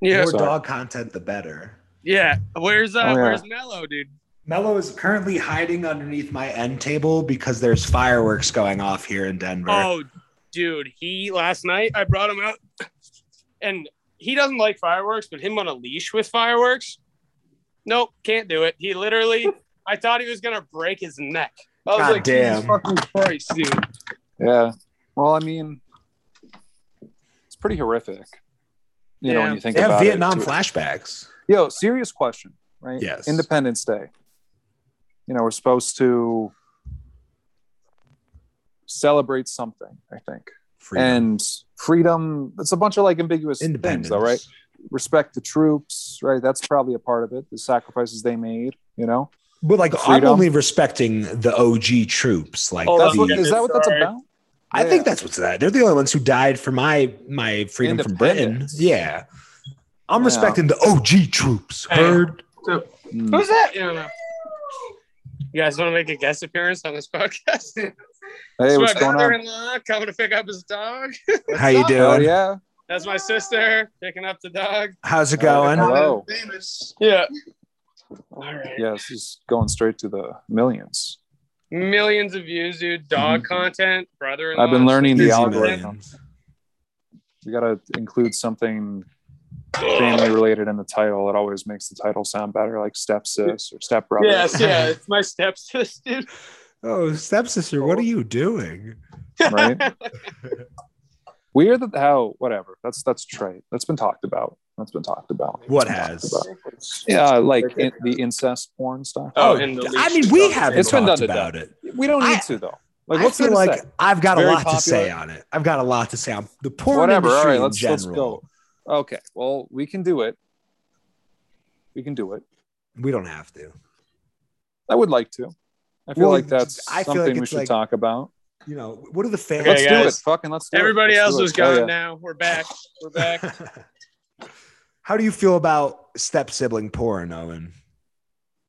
[SPEAKER 3] Yeah.
[SPEAKER 2] More
[SPEAKER 1] sorry.
[SPEAKER 2] dog content, the better.
[SPEAKER 3] Yeah. Where's uh
[SPEAKER 1] Oh, yeah.
[SPEAKER 3] where's Mello, dude?
[SPEAKER 2] Mello is currently hiding underneath my end table because there's fireworks going off here in Denver.
[SPEAKER 3] Oh dude, he last night I brought him out and he doesn't like fireworks, but him on a leash with fireworks. Nope, can't do it. He literally I thought he was gonna break his neck. I was
[SPEAKER 2] God
[SPEAKER 3] like, Jesus
[SPEAKER 2] damn.
[SPEAKER 3] fucking Christ, dude.
[SPEAKER 1] Yeah. Well, I mean, it's pretty horrific. You know,
[SPEAKER 3] Yeah.
[SPEAKER 1] when you think
[SPEAKER 2] they have
[SPEAKER 1] about
[SPEAKER 2] Vietnam
[SPEAKER 1] it. too.
[SPEAKER 2] flashbacks.
[SPEAKER 1] Yo, serious question, right?
[SPEAKER 2] Yes.
[SPEAKER 1] Independence Day. You know, we're supposed to celebrate something, I think. And freedom, it's a bunch of like ambiguous
[SPEAKER 2] Independence.
[SPEAKER 1] things, though, right? Respect the troops, right? That's probably a part of it. The sacrifices they made, you know?
[SPEAKER 2] But like, I'm
[SPEAKER 1] Freedom.
[SPEAKER 2] only respecting the OG troops. Like,
[SPEAKER 3] Oh,
[SPEAKER 1] That's
[SPEAKER 2] the-
[SPEAKER 1] what,
[SPEAKER 3] yeah,
[SPEAKER 1] is that what that's
[SPEAKER 3] sorry.
[SPEAKER 1] about?
[SPEAKER 2] I
[SPEAKER 1] Yeah.
[SPEAKER 2] think that's what's that. They're the only ones who died for my my freedom from Britain.
[SPEAKER 1] Independence.
[SPEAKER 2] Yeah, I'm
[SPEAKER 1] Yeah.
[SPEAKER 2] respecting the OG troops.
[SPEAKER 3] Hey.
[SPEAKER 2] Heard?
[SPEAKER 1] Mm.
[SPEAKER 3] Who's that? Yeah, I don't know. You guys want to make a guest appearance on this podcast?
[SPEAKER 1] Hey,
[SPEAKER 3] It's
[SPEAKER 1] what's
[SPEAKER 3] my
[SPEAKER 1] going on?
[SPEAKER 3] brother-in-law coming to pick up his dog.
[SPEAKER 2] How you doing?
[SPEAKER 1] Oh, yeah.
[SPEAKER 3] That's my sister picking up the dog.
[SPEAKER 2] How's it
[SPEAKER 1] Oh,
[SPEAKER 2] going?
[SPEAKER 1] yeah. Hello.
[SPEAKER 3] Yeah. All right.
[SPEAKER 1] Yeah, this is going straight to the millions.
[SPEAKER 3] Millions of views, dude. Dog content, brother.
[SPEAKER 1] I've been Mm-hmm. learning the
[SPEAKER 2] Easy
[SPEAKER 1] algorithm.
[SPEAKER 2] millions.
[SPEAKER 1] We got to include something family related in the title, it always makes the title sound better, like stepsis or stepbrother.
[SPEAKER 3] Yes, yeah, it's my stepsis, dude.
[SPEAKER 2] Oh, stepsister, what are you doing?
[SPEAKER 1] Right? Weird that how whatever. That's that's trite. That's been talked about. That's been talked about.
[SPEAKER 2] What
[SPEAKER 1] It's been
[SPEAKER 2] has?
[SPEAKER 1] talked about. Yeah, like in, the incest porn stuff.
[SPEAKER 3] Oh, in the
[SPEAKER 2] I
[SPEAKER 3] least
[SPEAKER 2] mean, we
[SPEAKER 3] of-
[SPEAKER 2] haven't
[SPEAKER 1] It's been
[SPEAKER 2] talked
[SPEAKER 1] done to
[SPEAKER 2] about it.
[SPEAKER 1] We don't need
[SPEAKER 2] I-
[SPEAKER 1] to though. Like,
[SPEAKER 2] I
[SPEAKER 1] what's
[SPEAKER 2] feel like I've got a
[SPEAKER 1] Very
[SPEAKER 2] lot to say
[SPEAKER 1] popular.
[SPEAKER 2] on it. I've got a lot to say on the porn
[SPEAKER 1] Whatever.
[SPEAKER 2] industry
[SPEAKER 1] All right,
[SPEAKER 2] in
[SPEAKER 1] let's- let's
[SPEAKER 2] general.
[SPEAKER 1] Okay, well, we can do it. We can do it.
[SPEAKER 2] We don't have to.
[SPEAKER 1] I would like to. I feel
[SPEAKER 2] Well,
[SPEAKER 1] like that's
[SPEAKER 2] I feel like
[SPEAKER 1] something we
[SPEAKER 2] it's
[SPEAKER 1] should
[SPEAKER 2] like-
[SPEAKER 1] talk about.
[SPEAKER 2] You know, what are the fans?
[SPEAKER 1] let's do it.
[SPEAKER 3] guys.
[SPEAKER 1] Fucking let's do
[SPEAKER 3] Everybody
[SPEAKER 1] it. Let's
[SPEAKER 3] else
[SPEAKER 1] do
[SPEAKER 3] was
[SPEAKER 1] it. Hell
[SPEAKER 3] gone
[SPEAKER 1] yeah.
[SPEAKER 3] now. We're back. We're back.
[SPEAKER 2] How do you feel about step sibling porn, Owen?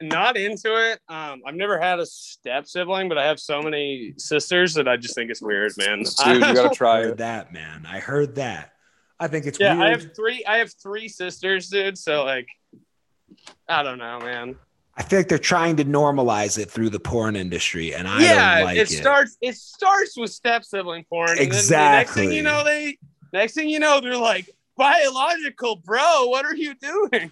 [SPEAKER 3] Not into it. Um, I've never had a step sibling, but I have so many sisters that I just think it's weird, man.
[SPEAKER 1] Dude, you gotta
[SPEAKER 2] I
[SPEAKER 1] try
[SPEAKER 2] heard
[SPEAKER 1] it.
[SPEAKER 2] that, man. I heard that. I think it's
[SPEAKER 3] yeah, I
[SPEAKER 2] weird.
[SPEAKER 3] have three. I have three sisters, dude. So like, I don't know, man.
[SPEAKER 2] I feel like they're trying to normalize it through the porn industry, and I
[SPEAKER 3] yeah,
[SPEAKER 2] don't like
[SPEAKER 3] it starts. It starts with step sibling porn. And then the next thing
[SPEAKER 2] Exactly.
[SPEAKER 3] you know, they. Next thing you know, they're like biological, bro. What are you doing?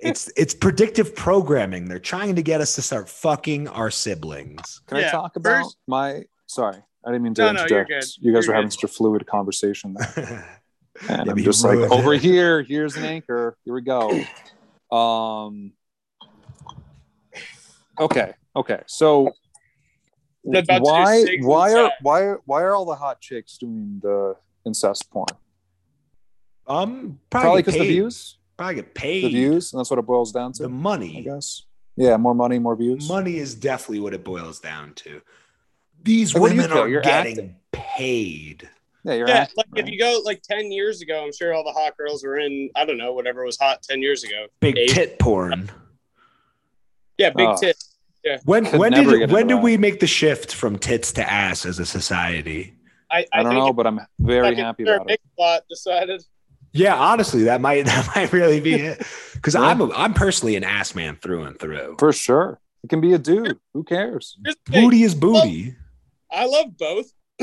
[SPEAKER 2] it's it's predictive programming. They're trying to get us to start fucking our siblings.
[SPEAKER 1] Can I
[SPEAKER 3] Yeah,
[SPEAKER 1] talk about
[SPEAKER 3] first-
[SPEAKER 1] my? Sorry, I didn't mean to
[SPEAKER 3] No, no,
[SPEAKER 1] interject.
[SPEAKER 3] you're good.
[SPEAKER 1] You guys
[SPEAKER 3] You're
[SPEAKER 1] were having
[SPEAKER 3] good.
[SPEAKER 1] such a fluid conversation, there. and
[SPEAKER 2] Yeah, but
[SPEAKER 1] I'm
[SPEAKER 2] you
[SPEAKER 1] just like,
[SPEAKER 2] ruined
[SPEAKER 1] over
[SPEAKER 2] it.
[SPEAKER 1] here, here's an anchor. Here we go. Um. Okay. Okay. So
[SPEAKER 3] They're about to do
[SPEAKER 1] why
[SPEAKER 3] six
[SPEAKER 1] why
[SPEAKER 3] inside.
[SPEAKER 1] are why are- why are all the hot chicks doing the incest porn?
[SPEAKER 2] um,
[SPEAKER 1] Probably
[SPEAKER 2] probably
[SPEAKER 1] because
[SPEAKER 2] get
[SPEAKER 1] the
[SPEAKER 2] paid.
[SPEAKER 1] views,
[SPEAKER 2] Probably get paid.
[SPEAKER 1] the views, and that's what it boils down to.
[SPEAKER 2] the
[SPEAKER 1] I
[SPEAKER 2] money.
[SPEAKER 1] guess. Yeah, more money, more views.
[SPEAKER 2] Money is definitely what it boils down to. These
[SPEAKER 1] Like, what do you
[SPEAKER 2] women
[SPEAKER 1] feel?
[SPEAKER 2] are
[SPEAKER 1] You're
[SPEAKER 2] getting paid.
[SPEAKER 1] Yeah, you're
[SPEAKER 3] Yeah,
[SPEAKER 1] acting,
[SPEAKER 3] like if
[SPEAKER 1] right?
[SPEAKER 3] you go like ten years ago, I'm sure all the hot girls were in. I don't know whatever was hot ten years ago.
[SPEAKER 2] Big
[SPEAKER 3] Eight.
[SPEAKER 2] tit porn.
[SPEAKER 3] Yeah, big
[SPEAKER 1] Oh.
[SPEAKER 3] tits.
[SPEAKER 2] When
[SPEAKER 1] Could
[SPEAKER 2] when
[SPEAKER 1] never
[SPEAKER 2] did
[SPEAKER 1] get
[SPEAKER 2] when
[SPEAKER 1] into
[SPEAKER 2] did
[SPEAKER 1] that.
[SPEAKER 2] we make the shift from tits to ass as a society?
[SPEAKER 3] I,
[SPEAKER 1] I,
[SPEAKER 3] I,
[SPEAKER 1] don't
[SPEAKER 3] think
[SPEAKER 1] know,
[SPEAKER 3] it's
[SPEAKER 1] but I'm very
[SPEAKER 3] fucking
[SPEAKER 1] happy
[SPEAKER 3] Sarah
[SPEAKER 1] about it.
[SPEAKER 3] Mix-a-Lot decided.
[SPEAKER 2] Yeah, honestly, that might that might really be it. Because
[SPEAKER 1] Yeah.
[SPEAKER 2] I'm a, I'm personally an ass man through and through.
[SPEAKER 1] For sure. It can be a dude. Who cares?
[SPEAKER 3] Here's the thing.
[SPEAKER 2] Booty is booty.
[SPEAKER 3] I love both,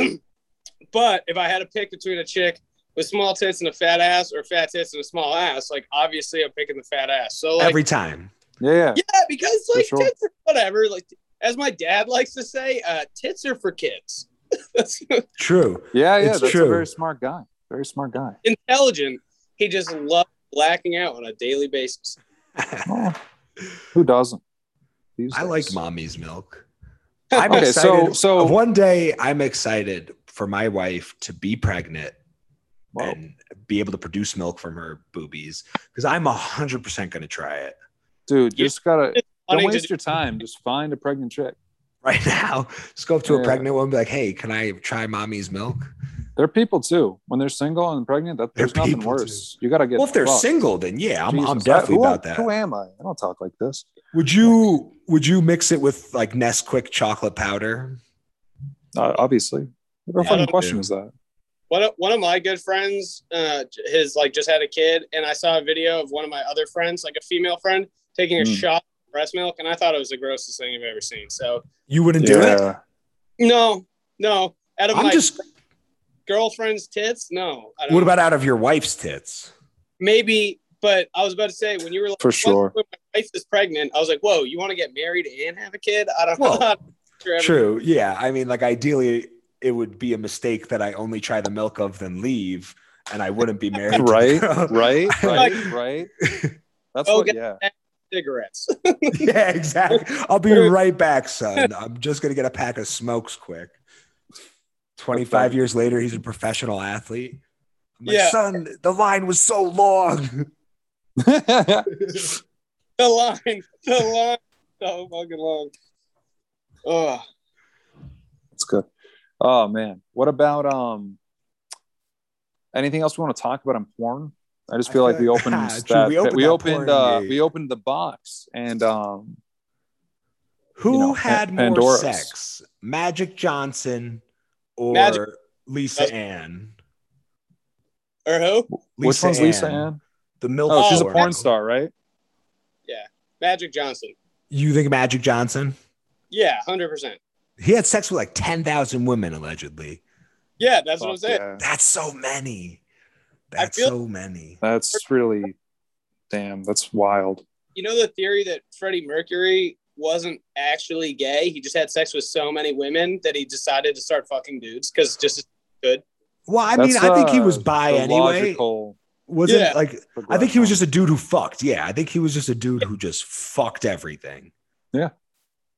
[SPEAKER 3] but if I had to pick between a chick with small tits and a fat ass, or fat tits and a small ass, like obviously I'm picking the fat ass. So like,
[SPEAKER 2] Every time.
[SPEAKER 1] Yeah, yeah.
[SPEAKER 3] yeah, because
[SPEAKER 1] For
[SPEAKER 3] like
[SPEAKER 1] sure.
[SPEAKER 3] tits are whatever. Like as my dad likes to say, uh, tits are for kids. That's
[SPEAKER 2] True.
[SPEAKER 1] Yeah, yeah.
[SPEAKER 2] It's
[SPEAKER 1] that's
[SPEAKER 2] true.
[SPEAKER 1] a very smart guy. Very smart guy.
[SPEAKER 3] intelligent. He just loves blacking out on a daily basis.
[SPEAKER 1] Well, who doesn't? These
[SPEAKER 2] I like
[SPEAKER 1] days.
[SPEAKER 2] mommy's milk. I'm
[SPEAKER 1] Okay, so
[SPEAKER 2] excited.
[SPEAKER 1] so
[SPEAKER 2] One day I'm excited for my wife to be pregnant
[SPEAKER 1] Whoa.
[SPEAKER 2] and be able to produce milk from her boobies because I'm 100% going to try it
[SPEAKER 1] dude, you
[SPEAKER 3] You-
[SPEAKER 1] just gotta don't
[SPEAKER 3] Wanting to
[SPEAKER 1] waste your time. Just find a pregnant chick.
[SPEAKER 2] right now. Just go up to a
[SPEAKER 1] Yeah.
[SPEAKER 2] pregnant woman and be like, hey, can I try mommy's milk?
[SPEAKER 1] They're people too. When they're single and pregnant, that,
[SPEAKER 2] They're
[SPEAKER 1] there's nothing
[SPEAKER 2] people,
[SPEAKER 1] worse. You gotta get
[SPEAKER 2] Well, if they're
[SPEAKER 1] fucked.
[SPEAKER 2] single, then yeah, I'm, I'm
[SPEAKER 1] Jesus,
[SPEAKER 2] definitely
[SPEAKER 1] who-
[SPEAKER 2] about that.
[SPEAKER 1] Who am I? I don't talk like this.
[SPEAKER 2] Would you would you mix it with like Nesquik chocolate powder?
[SPEAKER 1] Uh, obviously. What
[SPEAKER 2] Yeah,
[SPEAKER 1] fucking
[SPEAKER 3] I
[SPEAKER 1] question
[SPEAKER 2] do.
[SPEAKER 1] is that?
[SPEAKER 3] one of, one of my good friends uh j- his like just had a kid and i saw a video of one of my other friends like a female friend taking a
[SPEAKER 1] Mm.
[SPEAKER 3] shot of breast milk and i thought it was the grossest thing i've ever seen so
[SPEAKER 2] You wouldn't do it.
[SPEAKER 3] no no out of
[SPEAKER 2] I'm
[SPEAKER 3] my
[SPEAKER 2] just.
[SPEAKER 3] girlfriend's tits no I don't
[SPEAKER 2] What
[SPEAKER 3] know.
[SPEAKER 2] about out of your wife's tits?
[SPEAKER 3] maybe but i was about to say when you were like
[SPEAKER 1] For
[SPEAKER 3] "What?
[SPEAKER 1] sure.
[SPEAKER 3] when my wife is pregnant i was like whoa you want to get married and have a kid i don't
[SPEAKER 2] Well,
[SPEAKER 3] know Sure, every-
[SPEAKER 2] True. Yeah. I mean, like ideally, it would be a mistake that I only try the milk of, then leave, and I wouldn't be married. to the
[SPEAKER 1] Right,
[SPEAKER 2] girl.
[SPEAKER 1] right, right,
[SPEAKER 3] Like-
[SPEAKER 1] right. That's
[SPEAKER 3] Oh,
[SPEAKER 1] what.
[SPEAKER 3] get-
[SPEAKER 1] Yeah,
[SPEAKER 3] cigarettes
[SPEAKER 2] yeah. Exactly. I'll be right back, son. I'm just gonna get a pack of smokes quick. Twenty-five years later, he's a professional athlete. I'm like,
[SPEAKER 3] Yeah.
[SPEAKER 2] son, the line was so long.
[SPEAKER 3] the line the line so fucking long oh
[SPEAKER 1] that's good. Oh man, what about um? Anything else we want to talk about in porn? I just
[SPEAKER 2] I
[SPEAKER 1] feel
[SPEAKER 2] feel
[SPEAKER 1] like we
[SPEAKER 2] like-
[SPEAKER 1] opened
[SPEAKER 2] Ah, true,
[SPEAKER 1] that,
[SPEAKER 2] we
[SPEAKER 1] we
[SPEAKER 2] opened
[SPEAKER 1] opened we
[SPEAKER 2] that
[SPEAKER 1] opened
[SPEAKER 2] porn
[SPEAKER 1] uh,
[SPEAKER 2] gate.
[SPEAKER 1] we opened the box and um
[SPEAKER 2] Who
[SPEAKER 1] know,
[SPEAKER 2] had
[SPEAKER 1] Pan-
[SPEAKER 2] more
[SPEAKER 1] Pandora's.
[SPEAKER 2] sex, Magic Johnson or
[SPEAKER 3] Magic-
[SPEAKER 2] Lisa
[SPEAKER 3] Magic-
[SPEAKER 2] Ann?
[SPEAKER 3] or who
[SPEAKER 1] which one's Lisa Ann?
[SPEAKER 2] The milk.
[SPEAKER 1] Oh, she's a
[SPEAKER 2] whore.
[SPEAKER 1] porn star, right?
[SPEAKER 3] magic johnson
[SPEAKER 2] You think Magic Johnson?
[SPEAKER 3] yeah 100%
[SPEAKER 2] He had sex with like ten thousand women allegedly.
[SPEAKER 3] Yeah, that's what I'm
[SPEAKER 1] Fuck
[SPEAKER 3] saying.
[SPEAKER 1] yeah.
[SPEAKER 2] That's so many.
[SPEAKER 3] I
[SPEAKER 2] That's
[SPEAKER 3] feel-
[SPEAKER 2] so many.
[SPEAKER 1] That's really Damn, that's wild.
[SPEAKER 3] You know the theory that Freddie Mercury wasn't actually gay. He just had sex with so many women that he decided to start fucking dudes because just good.
[SPEAKER 2] Well, I mean,
[SPEAKER 1] That's,
[SPEAKER 2] I think he
[SPEAKER 1] uh,
[SPEAKER 2] was bi
[SPEAKER 1] the
[SPEAKER 2] anyway.
[SPEAKER 1] logical
[SPEAKER 2] Wasn't
[SPEAKER 3] Yeah.
[SPEAKER 2] like I think he was just a dude who fucked. Yeah, I think he was just a dude who just fucked everything.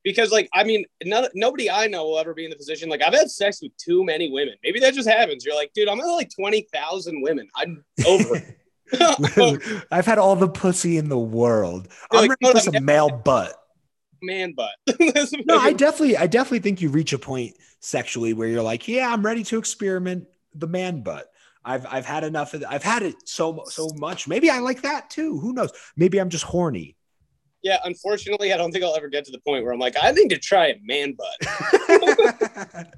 [SPEAKER 3] Because like I mean, none, nobody I know will ever be in the position like I've had sex with too many women. Maybe that just happens. You're like, dude, I'm at like twenty thousand women. I'm over. it.
[SPEAKER 2] I've had all the pussy in the world.
[SPEAKER 3] They're
[SPEAKER 2] I'm
[SPEAKER 3] like,
[SPEAKER 2] ready for
[SPEAKER 3] "No,
[SPEAKER 2] some male butt.
[SPEAKER 3] man butt.
[SPEAKER 2] No, I definitely, I definitely think you reach a point sexually where you're like, yeah, I'm ready to experiment the man butt. I've, I've had enough of. th- I've had it so, so much. Maybe I like that too. Who knows? Maybe I'm just horny.
[SPEAKER 3] yeah, unfortunately, I don't think I'll ever get to the point where I'm like, I need to try a man butt.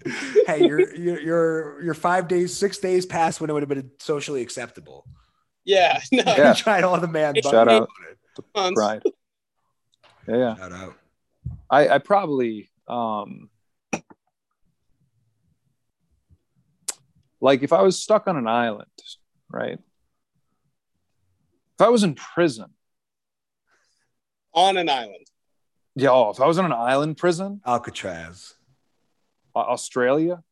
[SPEAKER 2] hey, you're, you're, you're, you're five days, six days past when it would have been socially acceptable.
[SPEAKER 3] Yeah, no,
[SPEAKER 1] Yeah.
[SPEAKER 2] You tried all the man butt.
[SPEAKER 1] Shout out.
[SPEAKER 3] months.
[SPEAKER 1] right. Yeah, yeah.
[SPEAKER 2] Shout out.
[SPEAKER 1] I, I probably um like if I was stuck on an island, right? If I was in prison,
[SPEAKER 3] on an island.
[SPEAKER 1] yeah, oh, if I was on an island prison,
[SPEAKER 2] Alcatraz.
[SPEAKER 1] A- Australia,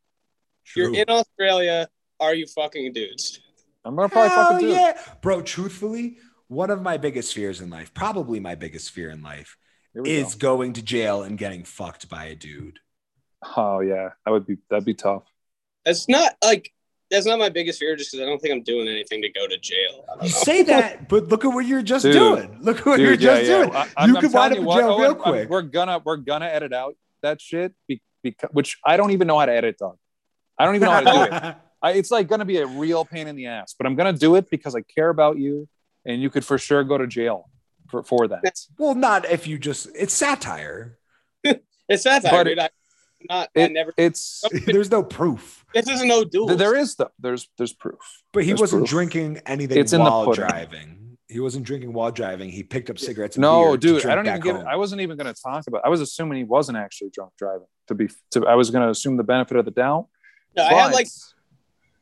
[SPEAKER 2] True.
[SPEAKER 3] You're in Australia. Are you fucking dudes?
[SPEAKER 1] I'm gonna probably
[SPEAKER 2] Hell
[SPEAKER 1] fucking do. it.
[SPEAKER 2] yeah. Bro, truthfully, one of my biggest fears in life, probably my biggest fear in life,
[SPEAKER 1] Here we
[SPEAKER 2] is going to jail and getting fucked by a dude.
[SPEAKER 1] go. Oh yeah, that would be that'd be tough.
[SPEAKER 3] That's not like that's not my biggest fear, just because I don't think I'm doing anything to go to jail. I don't
[SPEAKER 2] You
[SPEAKER 3] know.
[SPEAKER 2] say that, but look at what you're just
[SPEAKER 1] Dude.
[SPEAKER 2] doing. Look at what you're
[SPEAKER 1] Dude, yeah,
[SPEAKER 2] just
[SPEAKER 1] yeah.
[SPEAKER 2] doing.
[SPEAKER 1] I,
[SPEAKER 2] you
[SPEAKER 1] I'm
[SPEAKER 2] could wind
[SPEAKER 1] telling
[SPEAKER 2] up in
[SPEAKER 1] you what, oh,
[SPEAKER 2] jail real
[SPEAKER 1] Owen, I'm-
[SPEAKER 2] quick.
[SPEAKER 1] we're gonna we're gonna edit out that shit, be, beca- which I don't even know how to edit though. I don't even know how to do it. I, it's like going to be a real pain in the ass, but I'm going to do it because I care about you, and you could for sure go to jail for, for that.
[SPEAKER 2] well, not if you just, it's satire.
[SPEAKER 3] It's not
[SPEAKER 1] But
[SPEAKER 3] that, dude. I, I'm not. I never.
[SPEAKER 1] It's
[SPEAKER 2] There's no proof.
[SPEAKER 3] This is no duel.
[SPEAKER 1] th- there is though. There's there's proof.
[SPEAKER 2] But he
[SPEAKER 1] There's
[SPEAKER 2] wasn't
[SPEAKER 1] proof.
[SPEAKER 2] drinking anything
[SPEAKER 1] It's in the
[SPEAKER 2] while
[SPEAKER 1] pudding.
[SPEAKER 2] driving. He wasn't drinking while driving. He picked up cigarettes. And
[SPEAKER 1] No,
[SPEAKER 2] beer to
[SPEAKER 1] dude,
[SPEAKER 2] drink
[SPEAKER 1] I don't even
[SPEAKER 2] back
[SPEAKER 1] give.
[SPEAKER 2] home.
[SPEAKER 1] I wasn't even going to talk about. I was assuming he wasn't actually drunk driving. To be, to, I was going to assume the benefit of the doubt.
[SPEAKER 3] No, I had
[SPEAKER 1] but-
[SPEAKER 3] like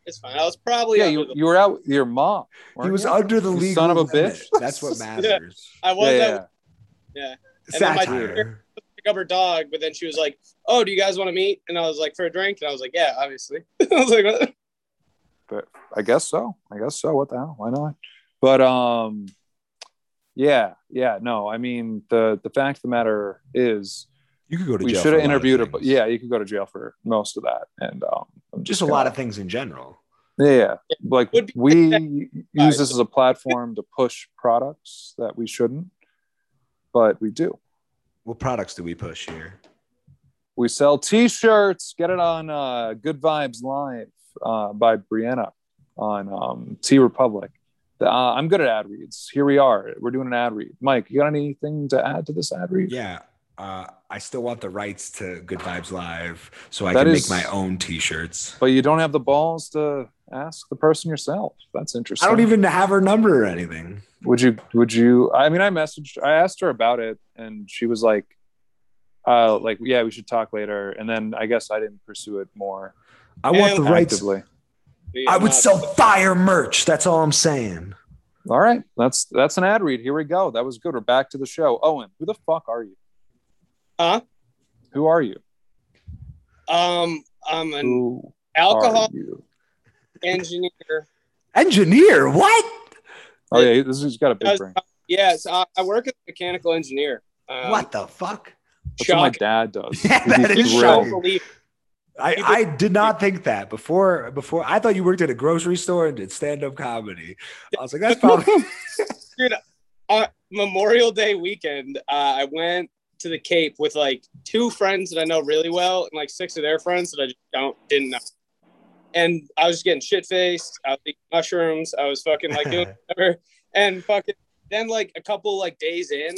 [SPEAKER 3] it's fine. I was probably.
[SPEAKER 1] yeah,
[SPEAKER 3] under
[SPEAKER 1] you,
[SPEAKER 3] the-
[SPEAKER 1] you were out with your mom.
[SPEAKER 2] he
[SPEAKER 1] weren't
[SPEAKER 2] was
[SPEAKER 1] you?
[SPEAKER 2] under the
[SPEAKER 1] You
[SPEAKER 2] legal
[SPEAKER 1] son of a
[SPEAKER 2] limit.
[SPEAKER 1] bitch.
[SPEAKER 2] That's what matters.
[SPEAKER 3] I was
[SPEAKER 1] yeah,
[SPEAKER 3] yeah.
[SPEAKER 1] yeah.
[SPEAKER 3] And then my
[SPEAKER 2] Satire.
[SPEAKER 3] pick up her dog, but then she was like, "Oh, do you guys want to meet?" And I was like, "For a drink?" And I was like, "Yeah, obviously." I was like, what?
[SPEAKER 1] I guess so. I guess so. What the hell? Why not? But um, yeah, yeah. No, I mean the the fact of the matter is,
[SPEAKER 2] You could go to
[SPEAKER 1] we
[SPEAKER 2] jail.
[SPEAKER 1] should
[SPEAKER 2] for a
[SPEAKER 1] have
[SPEAKER 2] lot of
[SPEAKER 1] interviewed her, but
[SPEAKER 2] things.
[SPEAKER 1] yeah, you could go to jail for most of that, and um, I'm
[SPEAKER 2] just,
[SPEAKER 1] just,
[SPEAKER 2] a
[SPEAKER 1] gonna-
[SPEAKER 2] lot of things in general.
[SPEAKER 1] yeah, like
[SPEAKER 3] Would be-
[SPEAKER 1] we use this as a platform to push products that we shouldn't, but we do.
[SPEAKER 2] What products do we push here?
[SPEAKER 1] We sell T-shirts. Get it on uh, Good Vibes Live uh, by Brianna on um, T Republic. Uh, I'm good at ad reads. Here we are. We're doing an ad read. Mike, you got anything to add to this ad read?
[SPEAKER 2] Yeah, uh, I still want the rights to Good Vibes Live, so I
[SPEAKER 1] That
[SPEAKER 2] can
[SPEAKER 1] is-
[SPEAKER 2] make my own T-shirts.
[SPEAKER 1] But you don't have the balls to ask the person yourself. That's
[SPEAKER 2] I
[SPEAKER 1] interesting.
[SPEAKER 2] don't even have her number or anything.
[SPEAKER 1] would you would you i mean i messaged i asked her about it and she was like uh like yeah we should talk later and then i guess i didn't pursue it more
[SPEAKER 2] I want
[SPEAKER 3] Yeah,
[SPEAKER 2] the rights.
[SPEAKER 1] actively
[SPEAKER 3] We
[SPEAKER 2] I
[SPEAKER 3] are
[SPEAKER 2] would
[SPEAKER 3] not-
[SPEAKER 2] sell fire merch. That's all I'm saying.
[SPEAKER 1] all right that's that's an ad read here we go that was good we're back to the show owen who the fuck are you
[SPEAKER 3] Huh?
[SPEAKER 1] who are you
[SPEAKER 3] Um, I'm an
[SPEAKER 1] who
[SPEAKER 3] alcohol
[SPEAKER 1] are you
[SPEAKER 3] engineer.
[SPEAKER 2] Engineer, what?
[SPEAKER 1] oh yeah this has got a big brain
[SPEAKER 3] Yes, I I work as a mechanical engineer. Um,
[SPEAKER 2] what the fuck?
[SPEAKER 1] that's what my
[SPEAKER 3] Shock.
[SPEAKER 1] dad does
[SPEAKER 2] Yeah,
[SPEAKER 1] He'd be
[SPEAKER 2] that is
[SPEAKER 1] thrilled.
[SPEAKER 3] Don't
[SPEAKER 2] shocking.
[SPEAKER 3] believe.
[SPEAKER 2] I,
[SPEAKER 3] People-
[SPEAKER 2] I did not think that before. Before I thought you worked at a grocery store and did stand up comedy. I was like, that's probably
[SPEAKER 3] uh, Memorial Day weekend, uh, I went to the Cape with like two friends that I know really well, and like six of their friends that I just don't didn't know. And I was just getting shit faced. I was eating mushrooms. I was fucking like doing whatever. And fucking then like a couple like days in,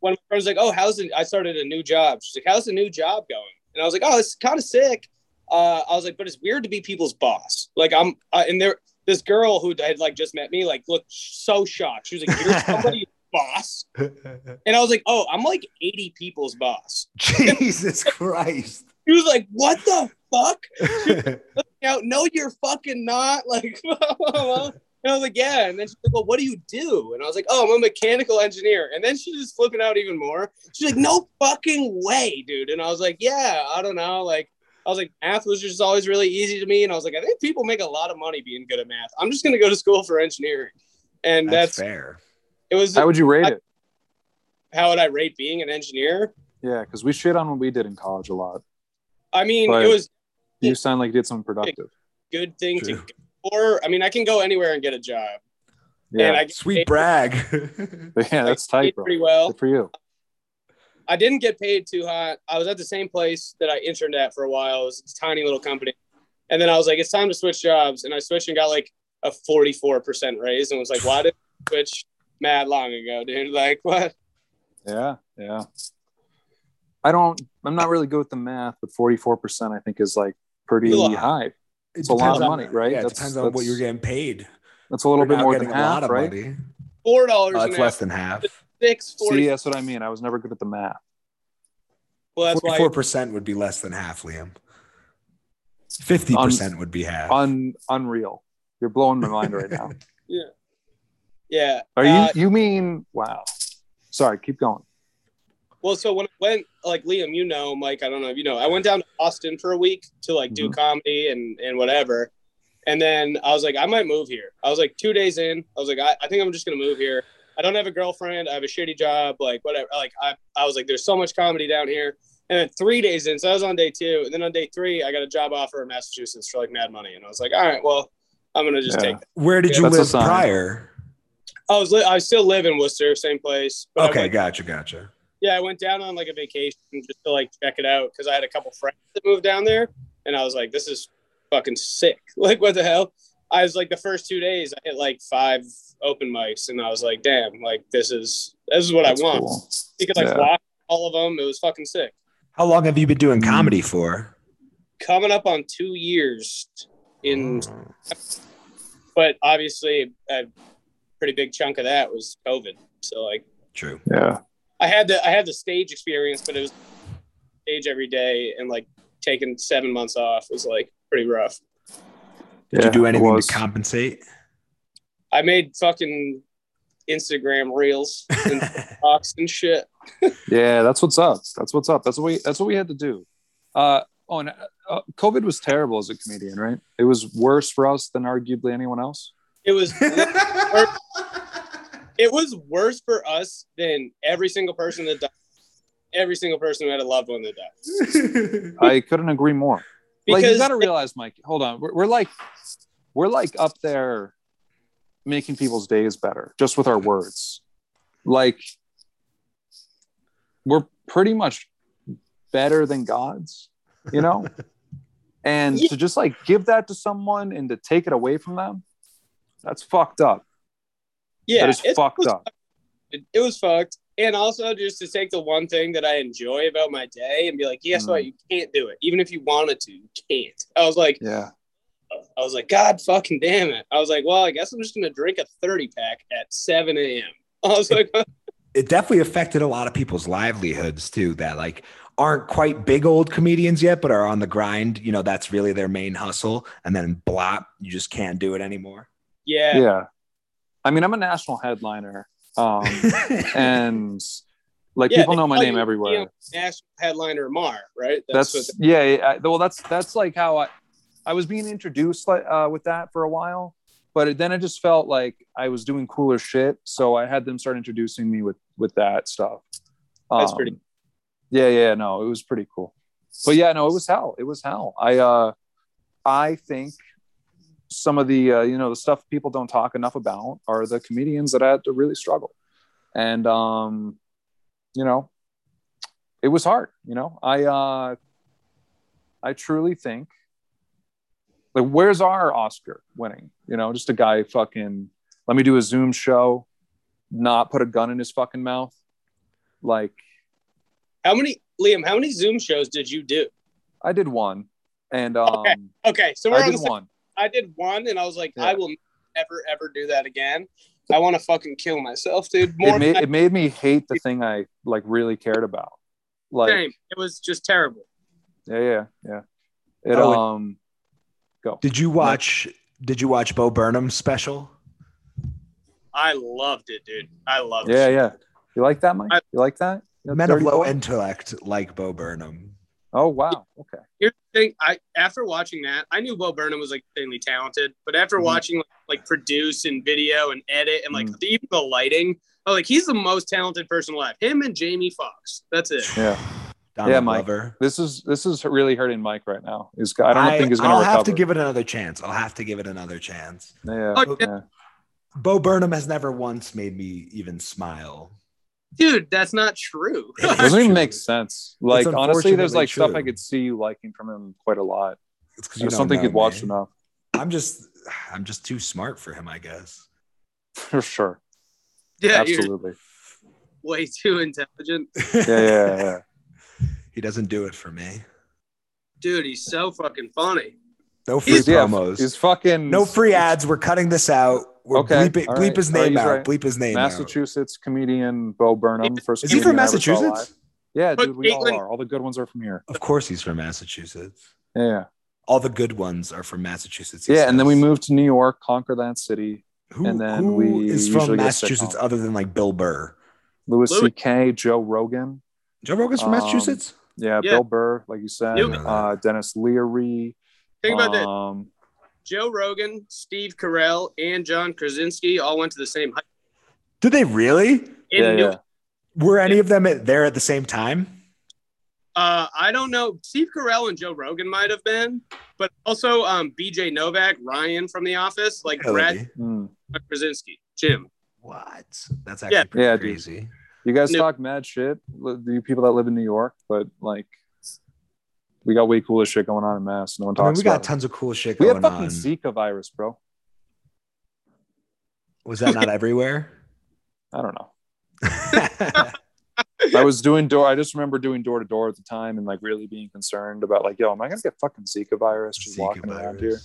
[SPEAKER 3] one of my friends was like, "Oh, how's it?" I started a new job. She's like, "How's the new job going?" And I was like, "Oh, it's kind of sick." Uh, I was like, "But it's weird to be people's boss." Like I'm, uh, and there, this girl who had like just met me, like looked so shocked. She was like, "You're somebody's boss," and I was like, "Oh, I'm like 80 people's boss."
[SPEAKER 2] Jesus Christ.
[SPEAKER 3] She was like, "What the fuck?" You know, no, you're fucking not. Like, I And I was like, yeah. And then she's like, well, what do you do? And I was like, oh, I'm a mechanical engineer. And then she just flipping out even more. She's like, no fucking way, dude. And I was like, yeah, I don't know. Like, I was like, math was just always really easy to me. And I was like, I think people make a lot of money being good at math. I'm just going to go to school for engineering. And
[SPEAKER 2] That's
[SPEAKER 3] that's,
[SPEAKER 2] fair.
[SPEAKER 3] it was
[SPEAKER 1] How would you rate
[SPEAKER 3] I-
[SPEAKER 1] it?
[SPEAKER 3] how would I rate being an engineer?
[SPEAKER 1] Yeah, because we shit on what we did in college a lot.
[SPEAKER 3] I mean,
[SPEAKER 1] Right.
[SPEAKER 3] it was
[SPEAKER 1] You sound like you did something productive.
[SPEAKER 3] a good thing to
[SPEAKER 2] True.
[SPEAKER 3] go for. I mean, I can go anywhere and get a job. And
[SPEAKER 1] Yeah,
[SPEAKER 3] I get
[SPEAKER 2] Sweet
[SPEAKER 3] paid-
[SPEAKER 2] brag.
[SPEAKER 1] yeah, that's tight,
[SPEAKER 3] paid
[SPEAKER 1] bro.
[SPEAKER 3] pretty well.
[SPEAKER 1] Good for you.
[SPEAKER 3] I didn't get paid too hot. I was at the same place that I interned at for a while. It was a tiny little company. And then I was like, it's time to switch jobs. And I switched and got like a 44% raise and was like, why did I switch mad long ago, dude? Like, what?
[SPEAKER 1] Yeah, yeah. I don't. I'm not really good with the math, but 44 percent I think is like pretty
[SPEAKER 3] It's a lot.
[SPEAKER 1] high.
[SPEAKER 2] It's
[SPEAKER 1] a lot of money, right?
[SPEAKER 2] Yeah, it
[SPEAKER 1] That's-
[SPEAKER 2] depends on what
[SPEAKER 1] that's-
[SPEAKER 2] you're getting paid.
[SPEAKER 1] That's a little
[SPEAKER 2] You're
[SPEAKER 1] bit
[SPEAKER 2] now
[SPEAKER 1] more than
[SPEAKER 2] getting a lot
[SPEAKER 1] half,
[SPEAKER 2] of
[SPEAKER 1] right?
[SPEAKER 2] money.
[SPEAKER 3] Four dollars
[SPEAKER 2] Uh,
[SPEAKER 3] an
[SPEAKER 2] it's
[SPEAKER 3] hour,
[SPEAKER 2] less than half.
[SPEAKER 3] six
[SPEAKER 1] See,
[SPEAKER 3] forty.
[SPEAKER 1] that's what I mean. I was never good at the math.
[SPEAKER 3] Well, that's why
[SPEAKER 2] Forty-four percent would be less than half, Liam. Fifty percent would be half.
[SPEAKER 1] Un, unreal. You're blowing my mind right now.
[SPEAKER 3] yeah.
[SPEAKER 1] Are you?
[SPEAKER 3] Uh,
[SPEAKER 1] you mean? Wow. Sorry. Keep going.
[SPEAKER 3] Well, so when I went, like Liam, you know, Mike, I don't know if you know, I went down to Austin for a week to like do comedy and and whatever. And then I was like, I might move here. I was like two days in. I was like, I, I think I'm just gonna move here. I don't have a girlfriend. I have a shitty job. Like whatever. Like I, I was like, there's so much comedy down here. And then three days in, so I was on day two. And then on day three, I got a job offer in Massachusetts for like mad money. And I was like, all right, well, I'm gonna just
[SPEAKER 1] Yeah.
[SPEAKER 3] take. That.
[SPEAKER 2] Where did
[SPEAKER 3] Yeah,
[SPEAKER 2] you
[SPEAKER 1] that's a
[SPEAKER 2] live
[SPEAKER 1] sign.
[SPEAKER 2] prior?
[SPEAKER 3] I was li- I still live in Worcester, same place. but I
[SPEAKER 2] Okay,
[SPEAKER 3] went-
[SPEAKER 2] gotcha, gotcha.
[SPEAKER 3] Yeah, I went down on like a vacation just to like check it out because I had a couple friends that moved down there, and I was like, "This is fucking sick! Like, what the hell?" I was like, the first two days, I hit like five open mics, and I was like, "Damn! Like, this is this is what
[SPEAKER 1] That's
[SPEAKER 3] I want."
[SPEAKER 1] cool.
[SPEAKER 3] You could like
[SPEAKER 1] Yeah.
[SPEAKER 3] watch all of them. It was fucking sick.
[SPEAKER 2] How long have you been doing comedy for?
[SPEAKER 3] Coming up on two years in,
[SPEAKER 1] Mm.
[SPEAKER 3] but obviously a pretty big chunk of that was COVID. So like,
[SPEAKER 2] True.
[SPEAKER 1] Yeah.
[SPEAKER 3] I had the I had the stage experience, but it was stage every day and like taking seven months off was like pretty rough.
[SPEAKER 2] Did
[SPEAKER 1] yeah,
[SPEAKER 2] you do
[SPEAKER 1] it
[SPEAKER 2] anything
[SPEAKER 1] was.
[SPEAKER 2] to compensate?
[SPEAKER 3] I made fucking Instagram reels and talks and shit.
[SPEAKER 1] Yeah, that's what's up. That's what's up. That's what we. That's what we had to do. Uh, oh, and uh, COVID was terrible as a comedian, right? It was worse for us than arguably anyone else.
[SPEAKER 3] It was it was worse for us than every single person that died. Every single person who had a loved one that died.
[SPEAKER 1] I couldn't agree more. like you
[SPEAKER 3] Because
[SPEAKER 1] got to realize, Mike. Hold on, we're, we're like we're like up there making people's days better just with our words. Like we're pretty much better than gods, you know. and to just like give that to someone and to take it away from them, that's fucked up.
[SPEAKER 3] yeah,
[SPEAKER 1] that is
[SPEAKER 3] it
[SPEAKER 1] fucked
[SPEAKER 3] was-
[SPEAKER 1] up.
[SPEAKER 3] It, it was fucked. And also just to take the one thing that I enjoy about my day and be like,
[SPEAKER 1] Mm-hmm.
[SPEAKER 3] guess what? You can't do it. Even if you wanted to, you can't. I was like,
[SPEAKER 1] Yeah,
[SPEAKER 3] I was like, God fucking damn it. I was like, well, I guess I'm just going to drink a 30 pack at 7 a.m. I was like,
[SPEAKER 2] it definitely affected a lot of people's livelihoods too that like aren't quite big old comedians yet but are on the grind you know that's really their main hustle and then blop you just can't do it anymore
[SPEAKER 3] yeah,
[SPEAKER 1] yeah. I mean, I'm a national headliner, um, and like
[SPEAKER 3] Yeah,
[SPEAKER 1] people
[SPEAKER 3] they
[SPEAKER 1] know my
[SPEAKER 3] call
[SPEAKER 1] name
[SPEAKER 3] you, you
[SPEAKER 1] everywhere.
[SPEAKER 3] know, national headliner Mar, right?
[SPEAKER 1] that's, yeah, yeah I- well that's that's like how i i was being introduced like uh, with that for a while but it, then it just felt like i was doing cooler shit so i had them start introducing me with with that stuff Um,
[SPEAKER 3] That's pretty-
[SPEAKER 1] yeah yeah no it was pretty cool but yeah no it was hell it was hell i uh i think some of the uh, you know the stuff people don't talk enough about are the comedians that had to really struggle and um you know it was hard you know i uh i truly think like where's our oscar winning you know just a guy fucking let me do a zoom show not put a gun in his fucking mouth like
[SPEAKER 3] how many, Liam, how many Zoom shows did you do?
[SPEAKER 1] i did one and um
[SPEAKER 3] Okay, Okay, so we're
[SPEAKER 1] i
[SPEAKER 3] on
[SPEAKER 1] did
[SPEAKER 3] the same-
[SPEAKER 1] one
[SPEAKER 3] I did one and I was like,
[SPEAKER 1] Yeah.
[SPEAKER 3] I will never, ever do that again. I want to fucking kill myself, dude. More
[SPEAKER 1] it
[SPEAKER 3] than
[SPEAKER 1] made,
[SPEAKER 3] I-
[SPEAKER 1] it made me hate the thing i like really cared about like
[SPEAKER 3] same. It was just terrible.
[SPEAKER 1] yeah yeah yeah it
[SPEAKER 2] I would-
[SPEAKER 1] um
[SPEAKER 2] did you watch did you watch bo burnham's special
[SPEAKER 3] I loved it, dude. I loved
[SPEAKER 1] Yeah,
[SPEAKER 3] it.
[SPEAKER 1] yeah. You like that, Mike?
[SPEAKER 3] I-
[SPEAKER 1] You like that? You like
[SPEAKER 2] Men of
[SPEAKER 1] 30
[SPEAKER 2] low
[SPEAKER 1] points?
[SPEAKER 2] intellect like Bo Burnham.
[SPEAKER 1] Oh wow. Okay.
[SPEAKER 3] Here's the thing. I after watching that, I knew Bo Burnham was like insanely talented, but after
[SPEAKER 1] Mhm.
[SPEAKER 3] watching like, produce and video and edit and like
[SPEAKER 1] Mhm.
[SPEAKER 3] the, even the lighting, I was like, he's the most talented person alive. Him and Jamie Foxx. That's it.
[SPEAKER 1] Yeah.
[SPEAKER 2] Donald
[SPEAKER 1] Yeah, Mike.
[SPEAKER 2] Glover.
[SPEAKER 1] This is this is really hurting Mike right now. He's I don't think he's
[SPEAKER 2] I'll
[SPEAKER 1] gonna recover.
[SPEAKER 2] have to give it another chance. I'll have to give it another chance.
[SPEAKER 1] yeah.
[SPEAKER 3] Oh,
[SPEAKER 1] yeah.
[SPEAKER 2] Bo Burnham has never once made me even smile.
[SPEAKER 3] Dude, that's not true.
[SPEAKER 1] It doesn't even
[SPEAKER 2] True.
[SPEAKER 1] make sense. Like honestly, there's
[SPEAKER 2] unfortunately
[SPEAKER 1] like stuff I
[SPEAKER 2] true.
[SPEAKER 1] could see you liking from him quite a lot.
[SPEAKER 2] It's because
[SPEAKER 1] I just don't think you'd
[SPEAKER 2] enough.
[SPEAKER 1] watch enough.
[SPEAKER 2] I'm just, I'm just too smart for him, I guess.
[SPEAKER 1] For sure.
[SPEAKER 3] yeah, you're
[SPEAKER 1] Absolutely.
[SPEAKER 3] way too intelligent.
[SPEAKER 1] Yeah, yeah, yeah.
[SPEAKER 2] he doesn't do it for me.
[SPEAKER 3] Dude, he's so fucking funny.
[SPEAKER 2] No free
[SPEAKER 1] He's- yeah,
[SPEAKER 2] promos.
[SPEAKER 1] He's fucking
[SPEAKER 2] no free ads. We're cutting this out. We're
[SPEAKER 1] Okay,
[SPEAKER 2] bleep, it,
[SPEAKER 1] all
[SPEAKER 2] bleep
[SPEAKER 1] right,
[SPEAKER 2] his
[SPEAKER 1] all right,
[SPEAKER 2] name
[SPEAKER 1] he's
[SPEAKER 2] out.
[SPEAKER 1] right.
[SPEAKER 2] Bleep his name out.
[SPEAKER 1] Massachusetts comedian Bo Burnham. First
[SPEAKER 2] Is he
[SPEAKER 1] comedian
[SPEAKER 2] from
[SPEAKER 1] I ever saw
[SPEAKER 2] Massachusetts?
[SPEAKER 1] live. Yeah,
[SPEAKER 3] But
[SPEAKER 1] dude, we all
[SPEAKER 3] Caitlin-
[SPEAKER 1] are. All the good ones are from here.
[SPEAKER 2] Of course, he's from Massachusetts.
[SPEAKER 1] Yeah,
[SPEAKER 2] All the good ones are from Massachusetts. he
[SPEAKER 1] yeah, and then we
[SPEAKER 2] says.
[SPEAKER 1] moved to New York, conquer that city.
[SPEAKER 2] Who,
[SPEAKER 1] and then
[SPEAKER 2] who
[SPEAKER 1] we
[SPEAKER 2] is from
[SPEAKER 1] usually get
[SPEAKER 2] Massachusetts
[SPEAKER 1] sitcom.
[SPEAKER 2] other than like Bill Burr?
[SPEAKER 1] Louis
[SPEAKER 3] Louis-
[SPEAKER 1] C.K., Joe Rogan,
[SPEAKER 2] Joe Rogan's from
[SPEAKER 1] Um,
[SPEAKER 2] Massachusetts.
[SPEAKER 1] yeah,
[SPEAKER 3] Yeah.
[SPEAKER 1] Bill Burr, like you said,
[SPEAKER 3] Yep.
[SPEAKER 1] uh, Dennis Leary.
[SPEAKER 3] Think about that.
[SPEAKER 1] um,
[SPEAKER 3] Joe Rogan, Steve Carell, and John Krasinski all went to the same high
[SPEAKER 2] Did they really?
[SPEAKER 3] in
[SPEAKER 1] Yeah,
[SPEAKER 3] New-
[SPEAKER 1] yeah.
[SPEAKER 2] Were any of them at, there at the same time?
[SPEAKER 3] Uh, I don't know. Steve Carell and Joe Rogan might have been, but also um, BJ Novak, Ryan from The Office, like Brad
[SPEAKER 2] Really?
[SPEAKER 1] mm.
[SPEAKER 3] Krasinski, Jim.
[SPEAKER 2] What? That's actually
[SPEAKER 3] Yeah.
[SPEAKER 2] pretty
[SPEAKER 1] Yeah, dude.
[SPEAKER 2] crazy.
[SPEAKER 1] You guys
[SPEAKER 3] No.
[SPEAKER 1] talk mad shit, li- you people that live in New York, but like, we got way cooler shit going on in Mass. No one
[SPEAKER 2] I mean,
[SPEAKER 1] talks
[SPEAKER 2] we got
[SPEAKER 1] about. it.
[SPEAKER 2] tons of cool shit
[SPEAKER 1] we
[SPEAKER 2] going
[SPEAKER 1] had fucking
[SPEAKER 2] on.
[SPEAKER 1] Zika virus, bro.
[SPEAKER 2] Was that not everywhere?
[SPEAKER 1] I don't know.
[SPEAKER 2] That's
[SPEAKER 1] I was doing door. I just remember doing door to door at the time and like really being concerned about like, yo, am I gonna get fucking Zika virus just walking around here?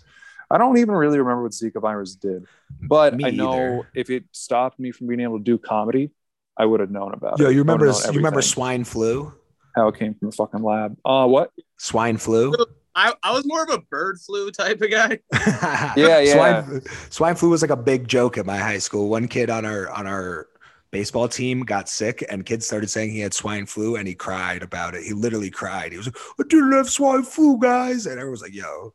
[SPEAKER 1] I don't even really remember what Zika virus did, but
[SPEAKER 2] Me
[SPEAKER 1] I know
[SPEAKER 2] either.
[SPEAKER 1] if it stopped me from being able to do comedy, I would have known about
[SPEAKER 2] Yo,
[SPEAKER 1] it.
[SPEAKER 2] you
[SPEAKER 1] I would
[SPEAKER 2] remember
[SPEAKER 1] have known
[SPEAKER 2] you remember
[SPEAKER 1] uh, everything,
[SPEAKER 2] swine flu?
[SPEAKER 1] how it came from the fucking lab? Uh, what?
[SPEAKER 2] Swine flu?
[SPEAKER 3] I, I was more of a bird flu type of guy.
[SPEAKER 1] Yeah, yeah.
[SPEAKER 2] Swine, swine flu was like a big joke at my high school. One kid on our on our baseball team got sick, and kids started saying he had swine flu, and he cried about it. He literally cried. He was like, "I didn't have swine flu, guys," and everyone was like, "Yo,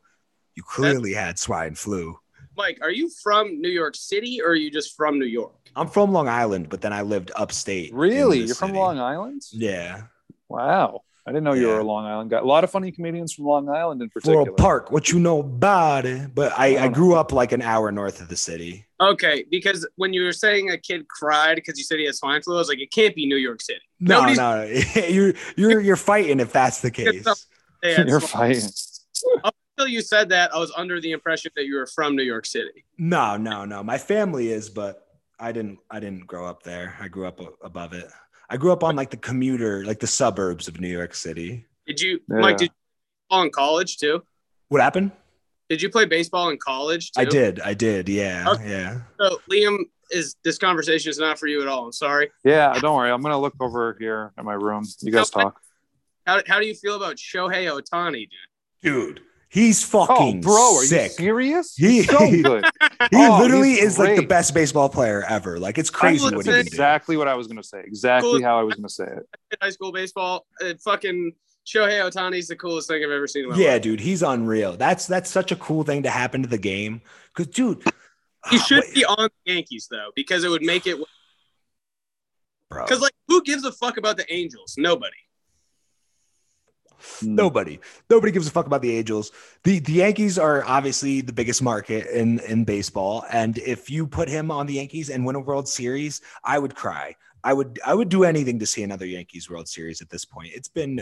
[SPEAKER 2] you clearly had swine flu."
[SPEAKER 3] Mike, are you from New York City or are you just from New York?
[SPEAKER 2] I'm from Long Island, but then I lived upstate. in
[SPEAKER 1] Really?
[SPEAKER 2] the
[SPEAKER 1] You're from
[SPEAKER 2] city.
[SPEAKER 1] Long Island?
[SPEAKER 2] Yeah.
[SPEAKER 1] Wow. I didn't know you
[SPEAKER 2] Yeah.
[SPEAKER 1] were a Long Island guy. A lot of funny comedians from Long Island in particular. Uh-huh.
[SPEAKER 2] Floral Park. What you know about it? But
[SPEAKER 1] I
[SPEAKER 2] I, I
[SPEAKER 1] don't
[SPEAKER 2] grew up like an hour north of the city.
[SPEAKER 3] Okay, because when you were saying a kid cried because you said he had swine flu, I was like, it can't be New York City.
[SPEAKER 2] No,
[SPEAKER 3] Nobody's-
[SPEAKER 2] no, you're you're you're fighting if that's the case.
[SPEAKER 3] They had
[SPEAKER 1] You're
[SPEAKER 3] swine-
[SPEAKER 1] fighting.
[SPEAKER 3] Until you said that, I was under the impression that you were from New York City.
[SPEAKER 2] No, no, no. My family is, but I didn't. I didn't grow up there. I grew up a- above it. I grew up on like the commuter, like the suburbs of New York City.
[SPEAKER 3] Did you,
[SPEAKER 1] Yeah.
[SPEAKER 3] Mike, did you play in college too?
[SPEAKER 2] What happened?
[SPEAKER 3] Did you play baseball in college? Too?
[SPEAKER 2] I did. I did. Yeah,
[SPEAKER 3] Okay.
[SPEAKER 2] yeah.
[SPEAKER 3] So Liam is this conversation is not for you at all. I'm sorry.
[SPEAKER 1] Yeah, don't worry. I'm gonna look over here at my room. You guys
[SPEAKER 3] No, I-
[SPEAKER 1] talk.
[SPEAKER 3] How, how do you feel about Shohei Otani, dude?
[SPEAKER 2] Dude, he's fucking
[SPEAKER 1] Oh, bro, are
[SPEAKER 2] sick.
[SPEAKER 1] you serious?
[SPEAKER 2] He-
[SPEAKER 1] He's so good.
[SPEAKER 2] he
[SPEAKER 1] Oh,
[SPEAKER 2] literally
[SPEAKER 1] he's
[SPEAKER 2] is like the
[SPEAKER 1] great.
[SPEAKER 2] best baseball player ever. Like it's crazy
[SPEAKER 3] would
[SPEAKER 2] what he
[SPEAKER 1] That's
[SPEAKER 2] can
[SPEAKER 3] say-
[SPEAKER 2] do.
[SPEAKER 1] exactly what I was gonna say. Exactly
[SPEAKER 3] Cool.
[SPEAKER 1] how I was gonna say it.
[SPEAKER 3] In high school baseball, uh, fucking Shohei Otani's the coolest thing I've ever seen in my
[SPEAKER 2] Yeah,
[SPEAKER 3] life.
[SPEAKER 2] dude, he's unreal. That's that's such a cool thing to happen to the game. Cause, dude,
[SPEAKER 3] He
[SPEAKER 2] ah,
[SPEAKER 3] should
[SPEAKER 2] wait,
[SPEAKER 3] be on the Yankees though, because it would make it
[SPEAKER 2] bro.
[SPEAKER 3] because like who gives a fuck about the Angels? Nobody.
[SPEAKER 1] Mm.
[SPEAKER 2] Nobody, nobody gives a fuck about the Angels. the The Yankees are obviously the biggest market in in baseball, and if you put him on the Yankees and win a World Series, I would cry. I would I would do anything to see another Yankees World Series at this point. It's been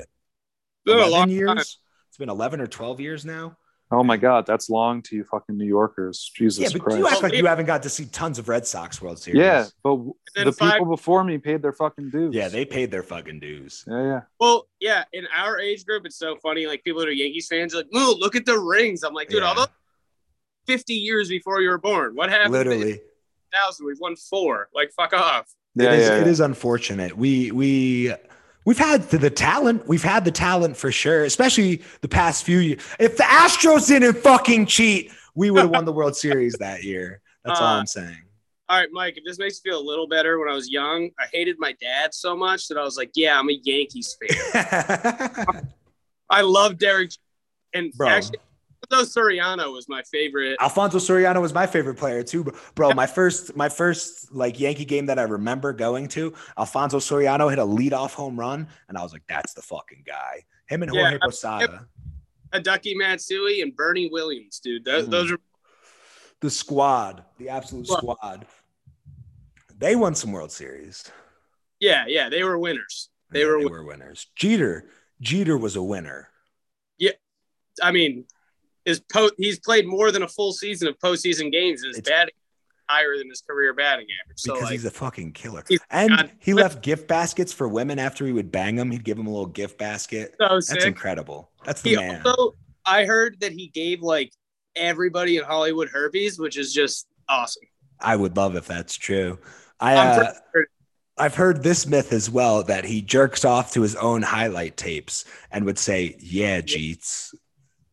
[SPEAKER 3] Been a
[SPEAKER 2] eleven
[SPEAKER 3] long
[SPEAKER 2] years.
[SPEAKER 3] time.
[SPEAKER 2] It's been eleven or twelve years now.
[SPEAKER 1] Oh my god, that's long to you fucking New Yorkers. Jesus
[SPEAKER 2] yeah, but
[SPEAKER 1] Christ.
[SPEAKER 2] you act
[SPEAKER 3] Oh,
[SPEAKER 2] like you haven't got to see tons of Red Sox World Series.
[SPEAKER 1] yeah, but w-
[SPEAKER 3] then
[SPEAKER 1] the
[SPEAKER 3] five-
[SPEAKER 1] people before me paid their fucking dues.
[SPEAKER 2] yeah, they paid their fucking dues.
[SPEAKER 1] Yeah, yeah.
[SPEAKER 3] Well, yeah, in our age group, it's so funny. Like people that are Yankees fans are like, "No, look at the rings." I'm like, dude,
[SPEAKER 2] Yeah.
[SPEAKER 3] all those fifty years before you were born. What happened?
[SPEAKER 2] Literally,
[SPEAKER 3] thousand. We've won four. Like fuck off.
[SPEAKER 1] Yeah,
[SPEAKER 2] it is
[SPEAKER 1] yeah,
[SPEAKER 2] it
[SPEAKER 1] yeah.
[SPEAKER 2] is unfortunate. We we we've had the, the talent. We've had the talent for sure, especially the past few years. If the Astros didn't fucking cheat, we would have won the World Series that year. That's all
[SPEAKER 3] Uh,
[SPEAKER 2] I'm saying.
[SPEAKER 3] all right, Mike, if this makes you feel a little better, when I was young, I hated my dad so much that I was like, yeah, I'm a Yankees fan. I love Derek. Jeter. And
[SPEAKER 2] Bro.
[SPEAKER 3] actually, though Soriano was my favorite.
[SPEAKER 2] Alfonso Soriano was my favorite player too, bro. bro. My first, my first like Yankee game that I remember going to, Alfonso Soriano hit a leadoff home run, and I was like, "That's the fucking guy." Him and
[SPEAKER 3] Yeah,
[SPEAKER 2] Jorge Posada,
[SPEAKER 3] A Ducky Matsui and Bernie Williams, dude. Those,
[SPEAKER 2] Mhm.
[SPEAKER 3] those are
[SPEAKER 2] the squad, the absolute squad. They won some World Series.
[SPEAKER 3] yeah, yeah, they were winners. They
[SPEAKER 2] Yeah,
[SPEAKER 3] were
[SPEAKER 2] they
[SPEAKER 3] win-
[SPEAKER 2] were winners. Jeter, Jeter was a winner.
[SPEAKER 3] I mean, his po- he's played more than a full season of postseason games, and his
[SPEAKER 2] It's-
[SPEAKER 3] batting higher than his career batting average. So
[SPEAKER 2] because
[SPEAKER 3] like,
[SPEAKER 2] he's a fucking killer.
[SPEAKER 3] he's
[SPEAKER 2] And
[SPEAKER 3] God.
[SPEAKER 2] he left gift baskets for women after he would bang them. He'd give them a little gift basket.
[SPEAKER 3] so
[SPEAKER 2] That's
[SPEAKER 3] sick.
[SPEAKER 2] incredible. That's the
[SPEAKER 3] He
[SPEAKER 2] man.
[SPEAKER 3] also, I heard that he gave like everybody in Hollywood herpes, which is just awesome.
[SPEAKER 2] I would love if that's true. I
[SPEAKER 3] I'm
[SPEAKER 2] uh,
[SPEAKER 3] pretty-
[SPEAKER 2] I've heard this myth as well that he jerks off to his own highlight tapes and would say, "Yeah, Jeets."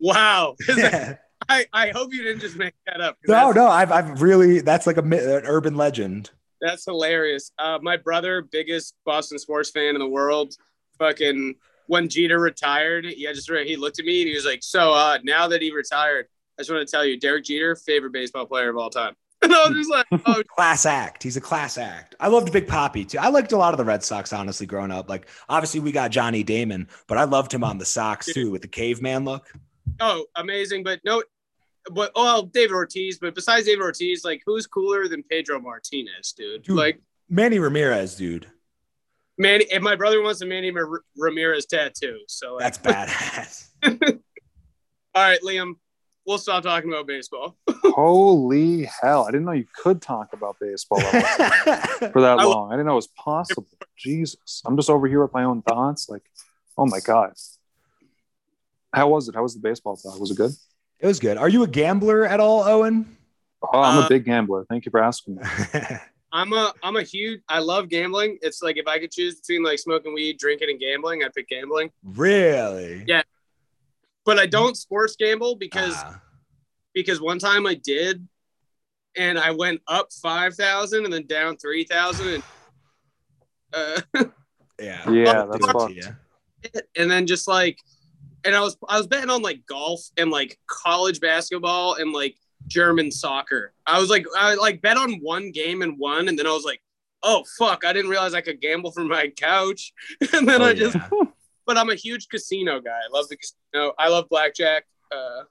[SPEAKER 3] Wow.
[SPEAKER 2] no,
[SPEAKER 3] I, I hope you didn't just make that up. 'cause that's,
[SPEAKER 2] no, I've I've really that's like a myth, an urban legend.
[SPEAKER 3] that's hilarious. Uh, my brother, biggest Boston sports fan in the world, fucking when Jeter retired, yeah, just re- he looked at me and he was like, "So uh, now that he retired, I just want to tell you, Derek Jeter, favorite baseball player of all time." And I was just like, "Oh,
[SPEAKER 2] Class act. He's a class act. I loved Big Poppy too. I liked a lot of the Red Sox, honestly, growing up. Like, obviously, we got Johnny Damon, but I loved him on the Sox too with the caveman look.
[SPEAKER 3] oh, amazing!" But no, but oh, David Ortiz. But besides David Ortiz, like, who's cooler than Pedro Martinez, dude?
[SPEAKER 2] Dude.
[SPEAKER 3] Like,
[SPEAKER 2] Manny Ramirez, dude.
[SPEAKER 3] Manny, and my brother wants a Manny Mar- Ramirez tattoo. So, like,
[SPEAKER 2] That's badass.
[SPEAKER 3] all right, Liam, we'll stop talking about baseball.
[SPEAKER 1] Holy hell! I didn't know you could talk about baseball for that
[SPEAKER 3] I will-
[SPEAKER 1] long. I didn't know it was possible. Jesus, I'm just over here with my own thoughts. Like, oh my god, how was it? How was the baseball talk? Was it good?
[SPEAKER 2] it was good. Are you a gambler at all, Owen?
[SPEAKER 1] Oh, I'm a
[SPEAKER 3] Uh,
[SPEAKER 1] big gambler. Thank you for asking. Me.
[SPEAKER 3] I'm a I'm a huge I love gambling. It's like if I could choose between like smoking weed, drinking, and gambling, I pick gambling.
[SPEAKER 2] really?
[SPEAKER 3] Yeah, But I don't sports gamble because
[SPEAKER 2] Ah.
[SPEAKER 3] because one time I did, and I went up five thousand and then down three thousand, and uh,
[SPEAKER 2] yeah.
[SPEAKER 1] Yeah,
[SPEAKER 2] I'll
[SPEAKER 1] that's
[SPEAKER 2] do it to
[SPEAKER 1] fucked.
[SPEAKER 2] ya.
[SPEAKER 3] and then just like, and I was I was betting on like golf and like college basketball and like German soccer. I was like I like bet on one game and won, and then I was like, oh fuck, I didn't realize I could gamble from my couch, and then
[SPEAKER 2] Oh,
[SPEAKER 3] I just.
[SPEAKER 2] yeah.
[SPEAKER 3] but I'm a huge casino guy. I love the casino. I love blackjack. Uh,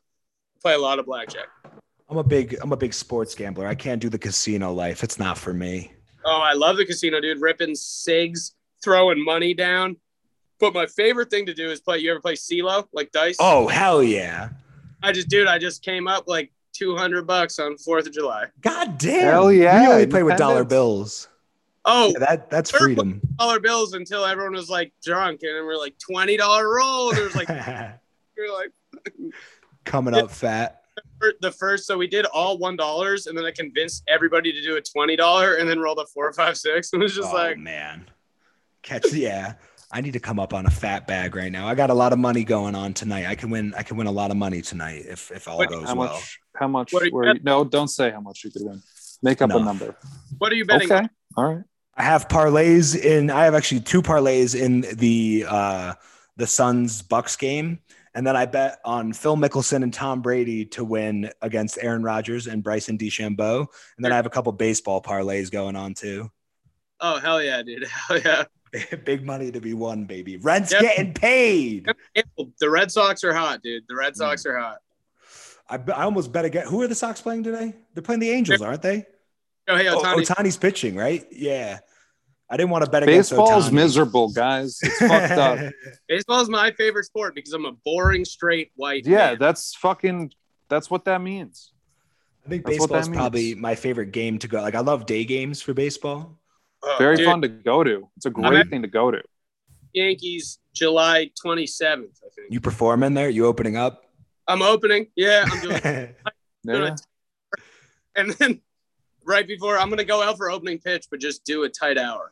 [SPEAKER 3] play a lot of blackjack.
[SPEAKER 2] I'm a big I'm a big sports gambler. I can't do the casino life. It's not for me.
[SPEAKER 3] Oh, I love the casino, dude. Ripping cigs, throwing money down. But my favorite thing to do is play. You ever play CeeLo, like dice?
[SPEAKER 2] Oh hell yeah.
[SPEAKER 3] I just, dude, I just came up like 200 bucks on 4th of July.
[SPEAKER 2] God damn.
[SPEAKER 1] Hell yeah,
[SPEAKER 2] We only play with dollar
[SPEAKER 1] independence.
[SPEAKER 2] bills.
[SPEAKER 3] Oh,
[SPEAKER 2] Yeah, that that's freedom.
[SPEAKER 3] dollar bills until everyone was like drunk and then we're like $20 roll. And there's like, you're like,
[SPEAKER 2] coming up fat.
[SPEAKER 3] fir- the first, so we did all one dollars, and then I convinced everybody to do a twenty dollar, and then rolled a four, five, six, and it was just
[SPEAKER 2] oh
[SPEAKER 3] like,
[SPEAKER 2] man. Catch yeah. I need to come up on a fat bag right now. I got a lot of money going on tonight. I can win I can win a lot of money tonight if if all
[SPEAKER 3] Wait,
[SPEAKER 2] goes
[SPEAKER 1] How
[SPEAKER 2] well.
[SPEAKER 1] much? How much?
[SPEAKER 3] What are you
[SPEAKER 1] Were you, no, don't say how much you could win. Make up
[SPEAKER 2] No.
[SPEAKER 1] a number.
[SPEAKER 3] "What are you betting?"
[SPEAKER 1] Okay. All right.
[SPEAKER 2] I have parlays in. I have actually two parlays in the uh, the Suns Bucks game, and then I bet on Phil Mickelson and Tom Brady to win against Aaron Rodgers and Bryson DeChambeau, and then I have a couple baseball parlays going on too.
[SPEAKER 3] Oh hell yeah, dude! Hell yeah!
[SPEAKER 2] Big money to be won, baby. Rent's
[SPEAKER 3] Yep.
[SPEAKER 2] getting paid.
[SPEAKER 3] The Red Sox are hot, dude. The Red Sox
[SPEAKER 1] Mm.
[SPEAKER 3] are hot.
[SPEAKER 2] I, be- I almost bet again. Who are the Sox playing today? They're playing the Angels, aren't they?
[SPEAKER 3] Oh hey,
[SPEAKER 2] Oh,
[SPEAKER 3] Otani.
[SPEAKER 2] Otani's pitching, right? Yeah. I didn't want to bet against
[SPEAKER 1] Baseball's
[SPEAKER 2] Ohtani.
[SPEAKER 1] miserable, guys. It's fucked up.
[SPEAKER 3] Baseball is my favorite sport because I'm a boring, straight white.
[SPEAKER 1] Yeah,
[SPEAKER 3] man.
[SPEAKER 1] that's fucking. That's what that means.
[SPEAKER 2] I think
[SPEAKER 1] That's what
[SPEAKER 2] baseball's
[SPEAKER 1] that
[SPEAKER 2] probably
[SPEAKER 1] means.
[SPEAKER 2] my favorite game to go. Like I love day games for baseball.
[SPEAKER 3] Oh,
[SPEAKER 1] Very
[SPEAKER 3] dude,
[SPEAKER 1] fun to go to. It's a great
[SPEAKER 3] at-
[SPEAKER 1] thing to go to.
[SPEAKER 3] Yankees, July 27th. I think
[SPEAKER 2] You perform in there. You opening up.
[SPEAKER 3] I'm opening. Yeah, I'm doing.
[SPEAKER 2] That's
[SPEAKER 1] Yeah.
[SPEAKER 3] and then right before I'm gonna go out for opening pitch, but just do a tight hour.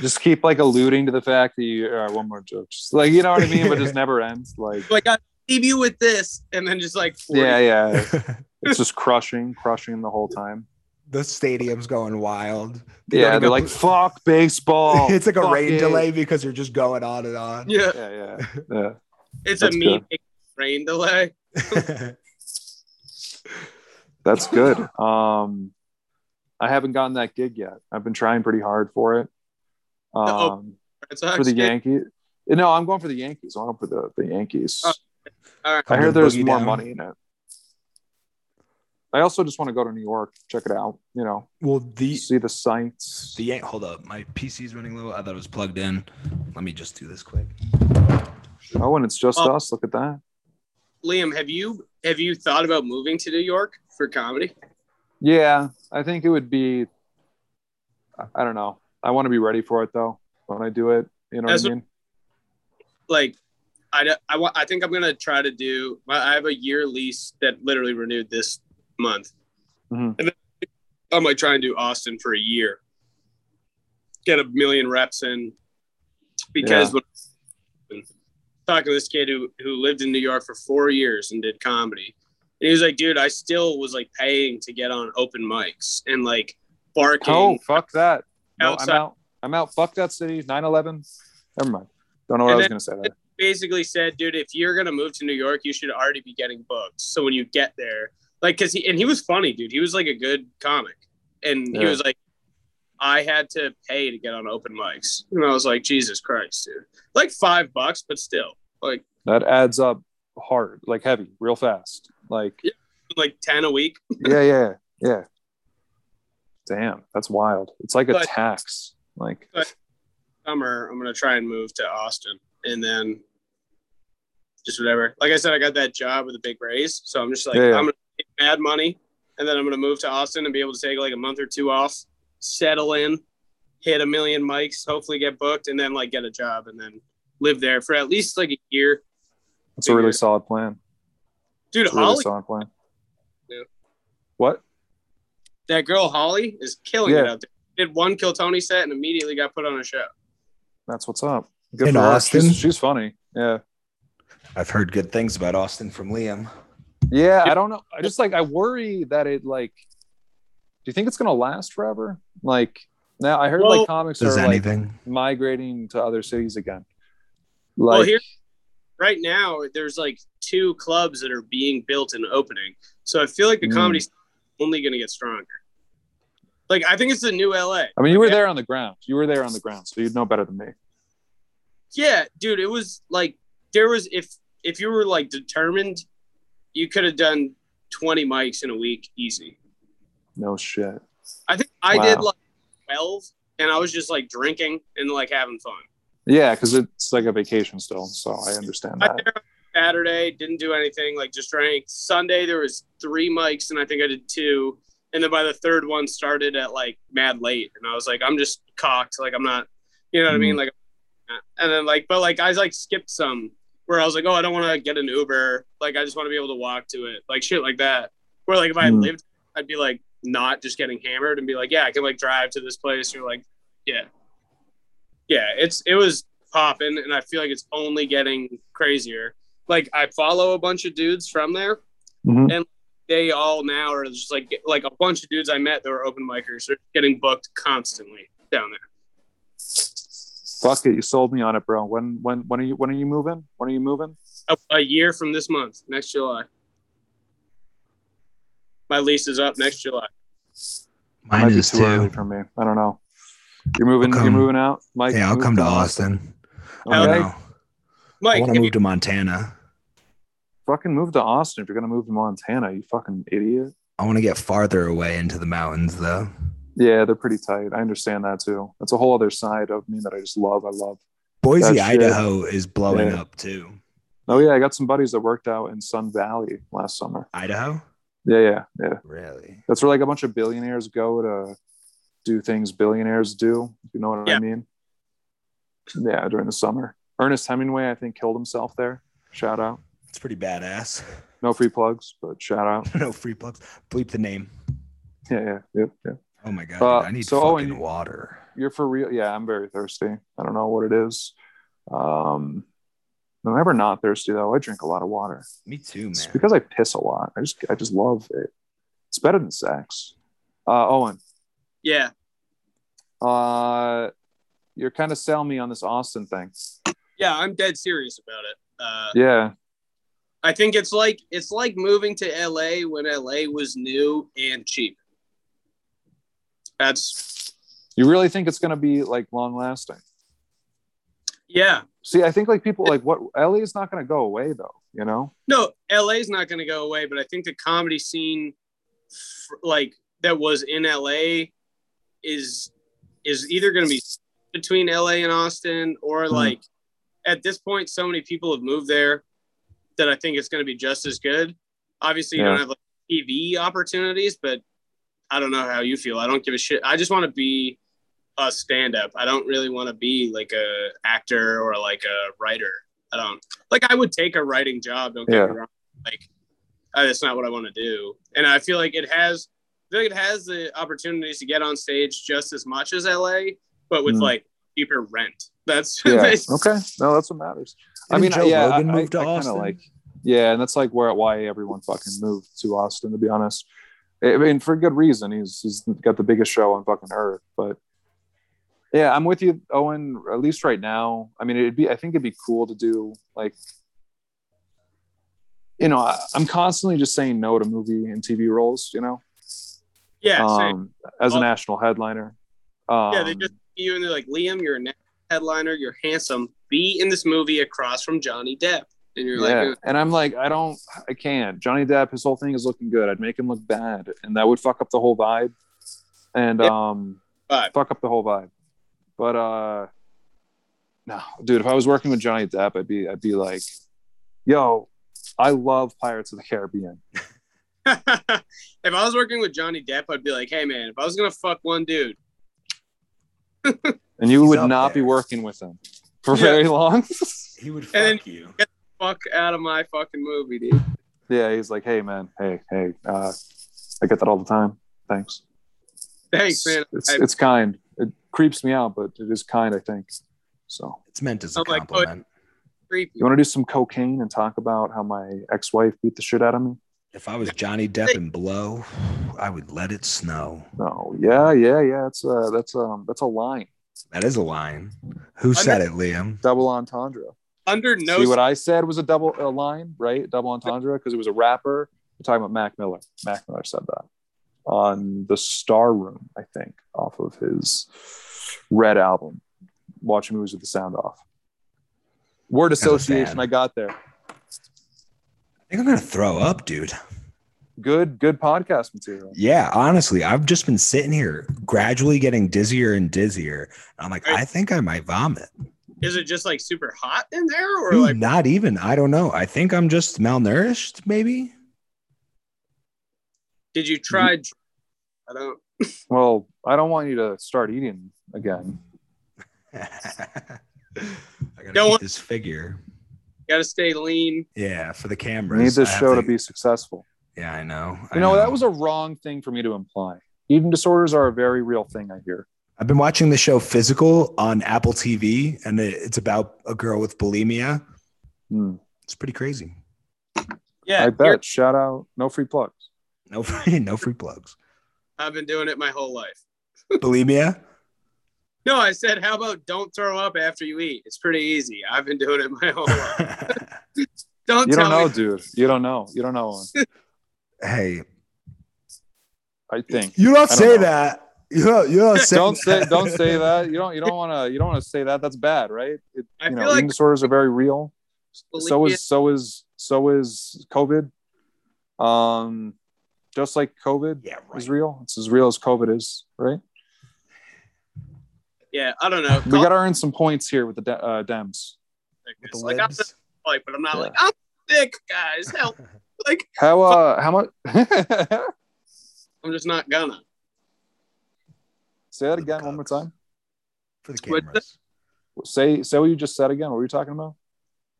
[SPEAKER 1] Just keep like alluding to the fact that you are one more joke. Just, like you know what I mean, but just never ends. Like
[SPEAKER 3] Like I leave you with this, and then just like 40.
[SPEAKER 1] yeah, yeah. It's just crushing, crushing the whole time.
[SPEAKER 2] The stadium's going wild. They
[SPEAKER 1] Yeah,
[SPEAKER 2] gotta
[SPEAKER 1] they're
[SPEAKER 2] go-
[SPEAKER 1] like, fuck baseball.
[SPEAKER 2] it's like a
[SPEAKER 1] Fuck
[SPEAKER 2] rain
[SPEAKER 1] it."
[SPEAKER 2] delay because you're just going on and on.
[SPEAKER 3] Yeah,
[SPEAKER 1] Yeah, yeah, yeah.
[SPEAKER 3] it's
[SPEAKER 1] That's
[SPEAKER 3] a mean rain delay.
[SPEAKER 1] That's good. Um, I haven't gotten that gig yet. I've been trying pretty hard for it.
[SPEAKER 3] oh,
[SPEAKER 1] Um,
[SPEAKER 3] Red Sox
[SPEAKER 1] for the
[SPEAKER 3] game.
[SPEAKER 1] Yankees. No, I'm going for the Yankees. I'm going for the, the Yankees.
[SPEAKER 3] Oh, all right.
[SPEAKER 1] I hear
[SPEAKER 2] Coming
[SPEAKER 1] there's
[SPEAKER 2] Uh, boogie
[SPEAKER 1] more
[SPEAKER 2] down.
[SPEAKER 1] money in it. I also just want to go to New York, check it out. You know,
[SPEAKER 2] Well, the
[SPEAKER 1] see the sights.
[SPEAKER 2] the Yan- hold up, my PC's running low. I thought it was plugged in. Let me just do this quick.
[SPEAKER 1] oh, and it's just
[SPEAKER 2] Uh,
[SPEAKER 3] Oh.
[SPEAKER 1] us. Look at that.
[SPEAKER 3] Liam, have you have you thought about moving to New York for comedy?
[SPEAKER 1] Yeah, I think it would be. I- I don't know. I want to be ready for it though when I do it. You know
[SPEAKER 3] As
[SPEAKER 1] what I mean?
[SPEAKER 3] Like, I don't- I, wa- I think I'm gonna try to do. I I have a year lease that literally renewed this month,
[SPEAKER 1] Mhm.
[SPEAKER 3] and then I'm like trying to do Austin for a year, get a million reps in, because when talking to this kid who who lived in New York for four years and did comedy, and he was like, "Dude, I still was like paying to get on open mics and like barking."
[SPEAKER 1] Oh, fuck that. No, I'm
[SPEAKER 3] Outside.
[SPEAKER 1] out. I'm out. Fuck that city. 9/11. Never mind. Don't know what
[SPEAKER 3] And
[SPEAKER 1] I was
[SPEAKER 3] then-
[SPEAKER 1] gonna say there.
[SPEAKER 3] basically said, dude, if you're gonna move to New York, you should already be getting booked. So when you get there, like, cause he and he was funny, dude. He was like a good comic, and he
[SPEAKER 1] Yeah.
[SPEAKER 3] was like, I had to pay to get on open mics, and I was like, Jesus Christ, dude, like five bucks, but still, like,
[SPEAKER 1] That adds up hard, like heavy, real fast. Like
[SPEAKER 3] like ten a week.
[SPEAKER 1] yeah, yeah, yeah. Damn, that's wild. It's like a
[SPEAKER 3] But-
[SPEAKER 1] tax. Like
[SPEAKER 3] Summer, I'm gonna try and move to Austin, and then just whatever. Like I said, I got that job with a big raise, so I'm just like,
[SPEAKER 1] Yeah, yeah.
[SPEAKER 3] I'm gonna make mad money, and then I'm gonna move to Austin and be able to take like a month or two off, settle in, hit a million mics, hopefully get booked, and then like get a job, and then live there for at least like a year.
[SPEAKER 1] that's a really
[SPEAKER 3] Yeah.
[SPEAKER 1] solid plan.
[SPEAKER 3] Dude,
[SPEAKER 1] It's a really
[SPEAKER 3] Holly,
[SPEAKER 1] solid plan.
[SPEAKER 3] Yeah.
[SPEAKER 1] What?
[SPEAKER 3] that girl Holly is killing it
[SPEAKER 1] Yeah.
[SPEAKER 3] out there. Did one Kill Tony set and immediately got put on a show.
[SPEAKER 1] That's what's up. Good
[SPEAKER 2] In
[SPEAKER 1] for her.
[SPEAKER 2] Austin?
[SPEAKER 1] She's, she's funny. Yeah.
[SPEAKER 2] I've heard good things about Austin from Liam.
[SPEAKER 1] Yeah, I don't know. I just like I worry that it like. Do you think it's gonna last forever? Like now, I heard
[SPEAKER 3] Well,
[SPEAKER 1] like comics are
[SPEAKER 2] Does
[SPEAKER 1] like
[SPEAKER 2] anything?
[SPEAKER 1] migrating to other cities again. Like,
[SPEAKER 3] Well, here- right now there's like two clubs that are being built and opening. So I feel like the
[SPEAKER 1] Mm.
[SPEAKER 3] comedy's only going to get stronger. Like I think it's the new LA.
[SPEAKER 1] I mean, you were there on the ground. You were there on the ground, so you'd know better than me.
[SPEAKER 3] Yeah, dude, it was like there was if if you were like determined, you could have done 20 mics in a week easy.
[SPEAKER 1] No shit.
[SPEAKER 3] I think I did
[SPEAKER 1] Wow.
[SPEAKER 3] like 12 and I was just like drinking and like having fun.
[SPEAKER 1] Yeah, because it's like a vacation still, so I understand
[SPEAKER 3] I
[SPEAKER 1] that.
[SPEAKER 3] there on Saturday, didn't do anything, like just drank. Sunday there was three mics and I think I did two. And then by the third one started at like mad late. And I was like, I'm just cocked. Like I'm not you know what I mean? Like and then like but like I like skipped some where I was like, Oh, I don't wanna get an Uber. Like I just wanna be able to walk to it. Like shit like that. Where like if I had
[SPEAKER 1] Mm.
[SPEAKER 3] lived I'd be like not just getting hammered and be like, Yeah, I can like drive to this place or like yeah. Yeah, it's it was popping and I feel like it's only getting crazier. Like I follow a bunch of dudes from there.
[SPEAKER 1] Mhm.
[SPEAKER 3] They all now are just like like a bunch of dudes I met that were open micers are getting booked constantly down there.
[SPEAKER 1] Fuck it, you sold me on it, bro. When when when are you when are you moving? When are you moving?
[SPEAKER 3] A, a year from this month, next July. My lease is up next July.
[SPEAKER 1] Might be too early for me. I don't know. You're moving.
[SPEAKER 2] I'll
[SPEAKER 1] You're
[SPEAKER 2] come.
[SPEAKER 1] moving out, Mike.
[SPEAKER 2] Yeah, I'll
[SPEAKER 1] Move
[SPEAKER 2] come to Austin.
[SPEAKER 1] Okay.
[SPEAKER 2] You
[SPEAKER 3] Hey.
[SPEAKER 2] know, I
[SPEAKER 3] Mike,
[SPEAKER 2] want to
[SPEAKER 3] if you,
[SPEAKER 2] move to Montana.
[SPEAKER 1] Fucking move to Austin if you're gonna move to Montana. You fucking idiot.
[SPEAKER 2] I want to get farther away into the mountains, though.
[SPEAKER 1] Yeah, they're pretty tight. I understand that too. That's a whole other side of me that I just love. I love.
[SPEAKER 2] Boise,
[SPEAKER 1] That shit.
[SPEAKER 2] Idaho is blowing
[SPEAKER 1] Yeah.
[SPEAKER 2] up too.
[SPEAKER 1] Oh yeah, I got some buddies that worked out in Sun Valley last summer.
[SPEAKER 2] Idaho?
[SPEAKER 1] Yeah, yeah, yeah.
[SPEAKER 2] Really?
[SPEAKER 1] That's where like a bunch of billionaires go to do things billionaires do. if You know what I
[SPEAKER 3] Yeah.
[SPEAKER 1] mean? Yeah, during the summer. Ernest Hemingway, I think, killed himself there. Shout out.
[SPEAKER 2] It's pretty badass.
[SPEAKER 1] No free plugs, but shout out.
[SPEAKER 2] no free plugs. Bleep the name.
[SPEAKER 1] Yeah, yeah, yeah, yeah.
[SPEAKER 2] Oh my god,
[SPEAKER 1] Uh,
[SPEAKER 2] dude, I need
[SPEAKER 1] so, oh, and
[SPEAKER 2] fucking
[SPEAKER 1] you-
[SPEAKER 2] water.
[SPEAKER 1] You're for real. Yeah, I'm very thirsty. I don't know what it is. Um, I'm never not thirsty though. I drink a lot of water.
[SPEAKER 2] Me too,
[SPEAKER 1] It's because I piss a lot. I just I just love it. It's better than sex. Uh, Owen,
[SPEAKER 3] Yeah.
[SPEAKER 1] uh, you're kind of selling me on this Austin thing.
[SPEAKER 3] Yeah, I'm dead serious about it. Uh,
[SPEAKER 1] Yeah,
[SPEAKER 3] I think it's like it's like moving to LA when LA was new and cheap. That's
[SPEAKER 1] you really think it's gonna be like long lasting?
[SPEAKER 3] yeah.
[SPEAKER 1] See, I think like people like what LA is not gonna go away though. You know,
[SPEAKER 3] No, LA's not going to go away, but I think the comedy scene f- like that was in LA is is either going to be between LA and Austin or
[SPEAKER 1] Hmm.
[SPEAKER 3] like at this point so many people have moved there that I think it's going to be just as good. Obviously, you
[SPEAKER 1] Yeah.
[SPEAKER 3] don't have like TV opportunities, but I don't know how you feel. I don't give a shit. I just want to be a stand up. I don't really want to be like a actor or like a writer. I don't like I would take a writing job, don't get
[SPEAKER 1] Yeah.
[SPEAKER 3] me wrong. Like I, that's not what I want to do. And I feel like it has I feel like it has the opportunities to get on stage just as much as LA, but with
[SPEAKER 1] Mm.
[SPEAKER 3] like cheaper rent. That's
[SPEAKER 1] yeah.
[SPEAKER 3] that's-
[SPEAKER 1] okay, no, that's what matters. I mean,
[SPEAKER 2] Joe
[SPEAKER 1] yeah,
[SPEAKER 2] Rogan
[SPEAKER 1] I-
[SPEAKER 2] moved
[SPEAKER 1] I- I
[SPEAKER 2] to
[SPEAKER 1] kinda
[SPEAKER 2] Austin.
[SPEAKER 1] like- Yeah, and that's like where why everyone fucking moved to Austin, to be honest. I mean, for good reason. He's he's got the biggest show on fucking earth. But yeah, I'm with you, Owen. At least right now, I mean, it'd be I think it'd be cool to do like, you know, I, I'm constantly just saying no to movie and TV roles. You know,
[SPEAKER 3] yeah, same.
[SPEAKER 1] um, as a
[SPEAKER 3] Oh.
[SPEAKER 1] national headliner. Um,
[SPEAKER 3] Yeah, they just- you and they're like, Liam, you're a na- headliner, you're handsome. Be in this movie across from Johnny Depp. And you're
[SPEAKER 1] yeah.
[SPEAKER 3] like,
[SPEAKER 1] and I'm like, I don't, I can't. Johnny Depp, his whole thing is looking good. I'd make him look bad, and that would fuck up the whole vibe, and um,
[SPEAKER 3] Vibe.
[SPEAKER 1] fuck up the whole vibe. But uh, no, dude, if I was working with Johnny Depp, I'd be, I'd be like, yo, I love Pirates of the Caribbean.
[SPEAKER 3] if I was working with Johnny Depp, I'd be like, hey man, if I was gonna fuck one dude,
[SPEAKER 1] And you
[SPEAKER 2] He's
[SPEAKER 1] would
[SPEAKER 2] up
[SPEAKER 1] not
[SPEAKER 2] there.
[SPEAKER 1] be working with him for
[SPEAKER 3] Yeah.
[SPEAKER 1] very long.
[SPEAKER 2] He would fuck
[SPEAKER 3] then-
[SPEAKER 2] you.
[SPEAKER 3] fuck out of my fucking movie, dude.
[SPEAKER 1] yeah, he's like, hey, man, hey, hey, uh, I get that all the time. Thanks.
[SPEAKER 3] Thanks, man.
[SPEAKER 1] It's,
[SPEAKER 3] I-
[SPEAKER 1] it's kind. It creeps me out, but it is kind, I think. So,
[SPEAKER 2] It's meant as a
[SPEAKER 3] I'm like, oh,
[SPEAKER 2] compliment.
[SPEAKER 3] Creepy.
[SPEAKER 1] you want to do some cocaine and talk about how my ex wife beat the shit out of me?
[SPEAKER 2] if I was Johnny Depp and Blow, I would let it snow.
[SPEAKER 1] No. Yeah, yeah, yeah. It's uh, that's um, that's a line.
[SPEAKER 2] That is a line. Who said it, Liam?
[SPEAKER 1] Double entendre.
[SPEAKER 3] Under no
[SPEAKER 1] See what I said was a double a line, right? Double entendre because it was a rapper. We're talking about Mac Miller. Mac Miller said that on the Star Room, I think, off of his Red album. Watching movies with the sound off. Word
[SPEAKER 2] Kinda
[SPEAKER 1] association.
[SPEAKER 2] sad.
[SPEAKER 1] I got there.
[SPEAKER 2] I think I'm gonna throw up, dude.
[SPEAKER 1] Good, good podcast material.
[SPEAKER 2] Yeah, honestly, I've just been sitting here gradually getting dizzier and dizzier. I'm like, I think I might vomit.
[SPEAKER 3] is it just like super hot in there
[SPEAKER 1] Hmm.
[SPEAKER 3] or
[SPEAKER 2] Dude,
[SPEAKER 3] like
[SPEAKER 2] not even. I don't know. I think I'm just malnourished, maybe.
[SPEAKER 3] did you
[SPEAKER 1] Mm-hmm.
[SPEAKER 3] try dr- I don't
[SPEAKER 1] Well, I don't want you to start eating again.
[SPEAKER 2] I gotta
[SPEAKER 3] Don't
[SPEAKER 2] keep
[SPEAKER 3] want-
[SPEAKER 2] this figure.
[SPEAKER 3] gotta stay lean.
[SPEAKER 2] Yeah, for the
[SPEAKER 1] We
[SPEAKER 2] cameras.
[SPEAKER 1] need this
[SPEAKER 2] I have
[SPEAKER 1] show to be successful.
[SPEAKER 2] Yeah, I know. I
[SPEAKER 1] You know, that was a wrong thing for me to imply. Eating disorders are a very real thing, I hear.
[SPEAKER 2] I've been watching the show Physical on Apple TV, and it- it's about a girl with bulimia.
[SPEAKER 1] Hmm.
[SPEAKER 2] It's pretty crazy.
[SPEAKER 3] Yeah,
[SPEAKER 1] I
[SPEAKER 3] you're-
[SPEAKER 1] bet. Shout out. No free plugs.
[SPEAKER 2] No free, no free plugs.
[SPEAKER 3] I've been doing it my whole life.
[SPEAKER 2] bulimia.
[SPEAKER 3] No, I said, how about don't throw up after you eat? It's pretty easy. I've been doing it my whole life. Don't
[SPEAKER 1] You
[SPEAKER 3] tell
[SPEAKER 1] don't know,
[SPEAKER 3] me.
[SPEAKER 1] dude. You don't know. You don't know.
[SPEAKER 2] hey,
[SPEAKER 1] I think.
[SPEAKER 2] you don't
[SPEAKER 1] don't
[SPEAKER 2] say
[SPEAKER 1] know.
[SPEAKER 2] that. You don't, you don't say.
[SPEAKER 1] Don't say
[SPEAKER 2] that.
[SPEAKER 1] don't say that. You don't you don't want to you don't want to say that. That's bad, right? It,
[SPEAKER 3] I
[SPEAKER 1] you know,
[SPEAKER 3] feel like
[SPEAKER 1] eating disorders are very real. So
[SPEAKER 3] bulimia-
[SPEAKER 1] is so is so is COVID. Um just like COVID
[SPEAKER 2] Yeah,
[SPEAKER 1] is real. It's as real as COVID is, right?
[SPEAKER 3] yeah, I don't know.
[SPEAKER 1] We got to earn some points here with the de- uh, Dems.
[SPEAKER 3] It's like, I'm just like, but I'm not like, I'm thick, guys. Help. like,
[SPEAKER 1] How uh how much?
[SPEAKER 3] I'm just not gonna.
[SPEAKER 1] say that again one more time.
[SPEAKER 2] for the
[SPEAKER 3] What's
[SPEAKER 2] cameras.
[SPEAKER 1] Say say what you just said again. What were you talking about?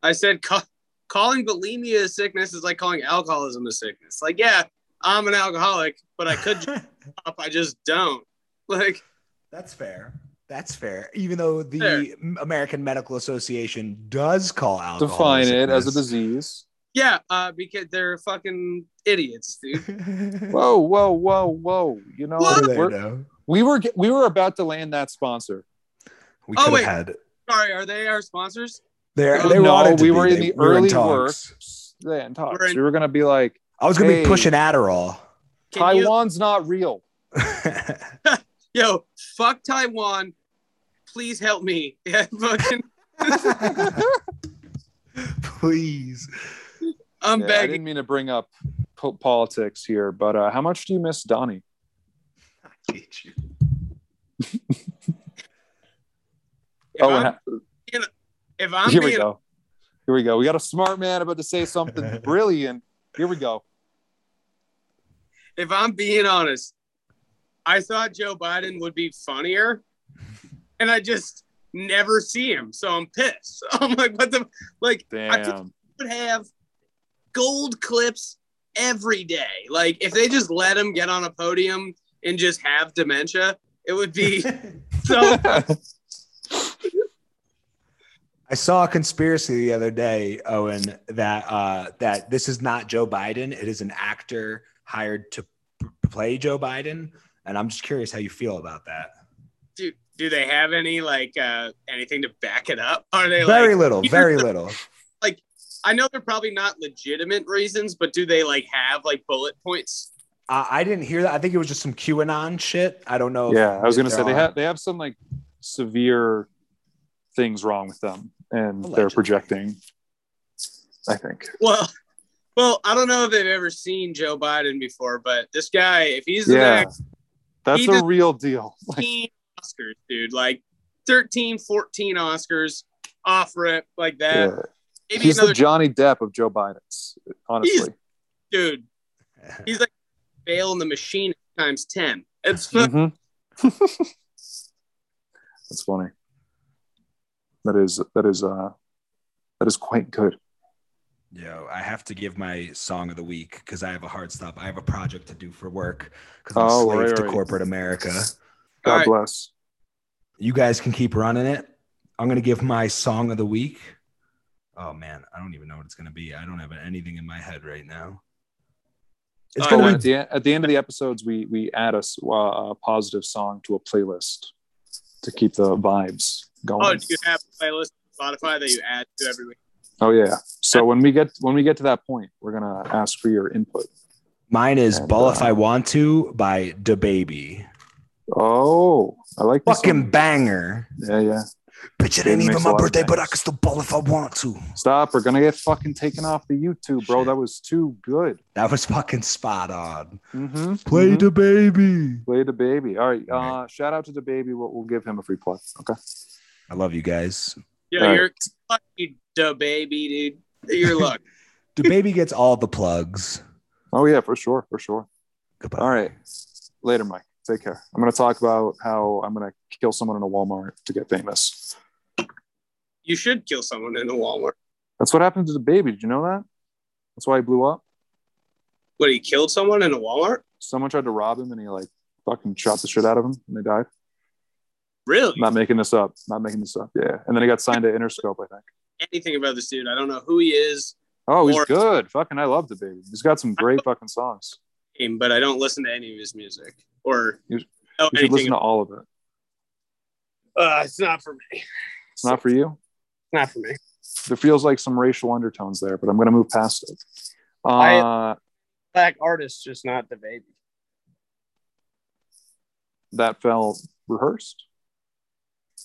[SPEAKER 3] I said, ca- calling bulimia a sickness is like calling alcoholism a sickness. Like, yeah, I'm an alcoholic, but I could stop. I just don't. Like,
[SPEAKER 2] That's fair. That's fair. Even though the
[SPEAKER 3] Fair.
[SPEAKER 2] American Medical Association does call alcohol
[SPEAKER 1] Define it as a
[SPEAKER 2] sickness.
[SPEAKER 1] disease.
[SPEAKER 3] Yeah, uh, because they're fucking idiots, dude.
[SPEAKER 1] Whoa, whoa, whoa, whoa! You know,
[SPEAKER 3] What?
[SPEAKER 2] There you
[SPEAKER 1] we're,
[SPEAKER 2] go.
[SPEAKER 1] we were ge- we were about to land that sponsor.
[SPEAKER 2] We
[SPEAKER 3] Oh,
[SPEAKER 2] could
[SPEAKER 3] wait.
[SPEAKER 2] have had
[SPEAKER 3] Sorry, are they our sponsors?
[SPEAKER 2] there.
[SPEAKER 3] Oh,
[SPEAKER 2] They
[SPEAKER 1] no,
[SPEAKER 2] wanted to
[SPEAKER 1] we
[SPEAKER 2] be.
[SPEAKER 1] were in
[SPEAKER 2] They
[SPEAKER 1] the early
[SPEAKER 2] talks.
[SPEAKER 1] works. Yeah, in talks.
[SPEAKER 3] We're in-
[SPEAKER 1] we were gonna be like,
[SPEAKER 2] I was gonna
[SPEAKER 1] Hey.
[SPEAKER 2] be pushing Adderall.
[SPEAKER 3] Can you-
[SPEAKER 1] Taiwan's not real.
[SPEAKER 3] yo, fuck Taiwan. Please help me. Yeah, fucking,
[SPEAKER 2] Please.
[SPEAKER 3] I'm
[SPEAKER 1] Yeah, I
[SPEAKER 3] begging.
[SPEAKER 1] didn't mean to bring up po- politics here, but uh, how much do you miss Donnie?
[SPEAKER 2] I hate you.
[SPEAKER 3] If,
[SPEAKER 1] oh, and
[SPEAKER 3] I'm,
[SPEAKER 1] ha-
[SPEAKER 3] if I'm
[SPEAKER 1] here
[SPEAKER 3] being
[SPEAKER 1] we go. Here we go. We got a smart man about to say something brilliant. Here we go.
[SPEAKER 3] if I'm being honest, I thought Joe Biden would be funnier, and I just never see him, so I'm pissed. I'm like, what the like? I
[SPEAKER 1] Damn.
[SPEAKER 3] would have gold clips every day. Like if they just let him get on a podium and just have dementia, it would be so.
[SPEAKER 2] I saw a conspiracy the other day, Owen, that uh, that this is not Joe Biden. It is an actor hired to p- play Joe Biden, and I'm just curious how you feel about that.
[SPEAKER 3] Do, do they have any like uh, anything to back it up? Are they like?
[SPEAKER 2] Very little, very little.
[SPEAKER 3] I know they're probably not legitimate reasons, but do they like have like bullet points?
[SPEAKER 2] I, I didn't hear that. I think it was just some QAnon shit. I don't know. if-
[SPEAKER 1] yeah, I was
[SPEAKER 2] if
[SPEAKER 1] gonna say
[SPEAKER 2] there
[SPEAKER 1] they
[SPEAKER 2] are.
[SPEAKER 1] have they have some like severe things wrong with them, and they're
[SPEAKER 2] Allegedly.
[SPEAKER 1] projecting. I think.
[SPEAKER 3] Well, well, I don't know if they've ever seen Joe Biden before, but this guy, if he's the
[SPEAKER 1] Yeah,
[SPEAKER 3] next
[SPEAKER 1] that's
[SPEAKER 3] He
[SPEAKER 1] a
[SPEAKER 3] just-
[SPEAKER 1] real deal.
[SPEAKER 3] 15 Oscars, dude, like 13, 14 Oscars off rip like that.
[SPEAKER 1] Yeah.
[SPEAKER 3] Maybe
[SPEAKER 1] He's
[SPEAKER 3] another
[SPEAKER 1] the Johnny Depp of Joe Biden's. Honestly,
[SPEAKER 3] dude, bail in the machine times 10. It's
[SPEAKER 1] Mhm. that's funny. That is that is uh that is quite good.
[SPEAKER 2] Yo, I have to give my song of the week because I have a hard stop. I have a project to do for work because I'm
[SPEAKER 1] Oh,
[SPEAKER 2] a slave
[SPEAKER 1] right,
[SPEAKER 2] to
[SPEAKER 1] right.
[SPEAKER 2] corporate America.
[SPEAKER 1] God
[SPEAKER 3] All right.
[SPEAKER 1] bless.
[SPEAKER 2] You guys can keep running it. I'm gonna give my song of the week. Oh man, I don't even know what it's gonna be. I don't have anything in my head right now. It's
[SPEAKER 3] Oh,
[SPEAKER 1] Oh,
[SPEAKER 2] gonna
[SPEAKER 1] at,
[SPEAKER 2] be
[SPEAKER 1] the, at the end of the episodes, we we add a, s- uh, a positive song to a playlist to keep the vibes going.
[SPEAKER 3] oh, do you have a playlist on Spotify that you add to every week?
[SPEAKER 1] Oh, yeah. So when we get when we get to that point, we're gonna ask for your input.
[SPEAKER 2] mine is
[SPEAKER 1] And,
[SPEAKER 2] "Ball
[SPEAKER 1] uh,
[SPEAKER 2] If I Want To" by Da Baby.
[SPEAKER 1] Oh, I like this
[SPEAKER 2] Fucking
[SPEAKER 1] one.
[SPEAKER 2] banger.
[SPEAKER 1] yeah, yeah.
[SPEAKER 2] Bitch, it
[SPEAKER 1] Baby
[SPEAKER 2] ain't even
[SPEAKER 1] makes a
[SPEAKER 2] my
[SPEAKER 1] lot of
[SPEAKER 2] birthday, but I
[SPEAKER 1] bangers.
[SPEAKER 2] can still ball if I want to.
[SPEAKER 1] Stop. We're gonna get fucking taken off the YouTube, bro.
[SPEAKER 2] Shit.
[SPEAKER 1] That was too good.
[SPEAKER 2] That was fucking spot on.
[SPEAKER 1] Mm-hmm.
[SPEAKER 2] the baby.
[SPEAKER 1] play the baby. All right. Uh,
[SPEAKER 2] Alright.
[SPEAKER 1] shout out to the baby. What we'll give him a free plug. Okay.
[SPEAKER 2] I love you guys.
[SPEAKER 3] Yeah,
[SPEAKER 1] All right.
[SPEAKER 3] you're lucky, duh, baby, dude. You're lucky.
[SPEAKER 2] The baby gets all the plugs.
[SPEAKER 1] Oh yeah, for sure, for sure.
[SPEAKER 2] Goodbye.
[SPEAKER 1] All right. Later, Mike. Take care. I'm gonna talk about how I'm gonna kill someone in a Walmart to get famous.
[SPEAKER 3] you should kill someone in a Walmart.
[SPEAKER 1] That's what happened to the baby. Did you know that? That's why he blew up.
[SPEAKER 3] What, he killed someone in a Walmart?
[SPEAKER 1] Someone tried to rob him and he like fucking shot the shit out of him and they died.
[SPEAKER 3] Really?
[SPEAKER 1] Not making this up. Not making this up. Yeah. And then he got signed to Interscope, I think.
[SPEAKER 3] Anything about this dude. I don't know who he is,
[SPEAKER 1] Oh, he's
[SPEAKER 3] Or-
[SPEAKER 1] good. Fucking I love the baby. He's got some great fucking songs.
[SPEAKER 3] but I don't listen to any of his music or
[SPEAKER 1] You- You
[SPEAKER 3] know
[SPEAKER 1] should
[SPEAKER 3] anything.
[SPEAKER 1] listen to all of it.
[SPEAKER 3] uh, it's not for me.
[SPEAKER 1] It's not for you.
[SPEAKER 3] Not for me.
[SPEAKER 1] There feels like some racial undertones there, but I'm gonna move past it. Uh,
[SPEAKER 3] I- Black artist, just not the baby.
[SPEAKER 1] that felt rehearsed.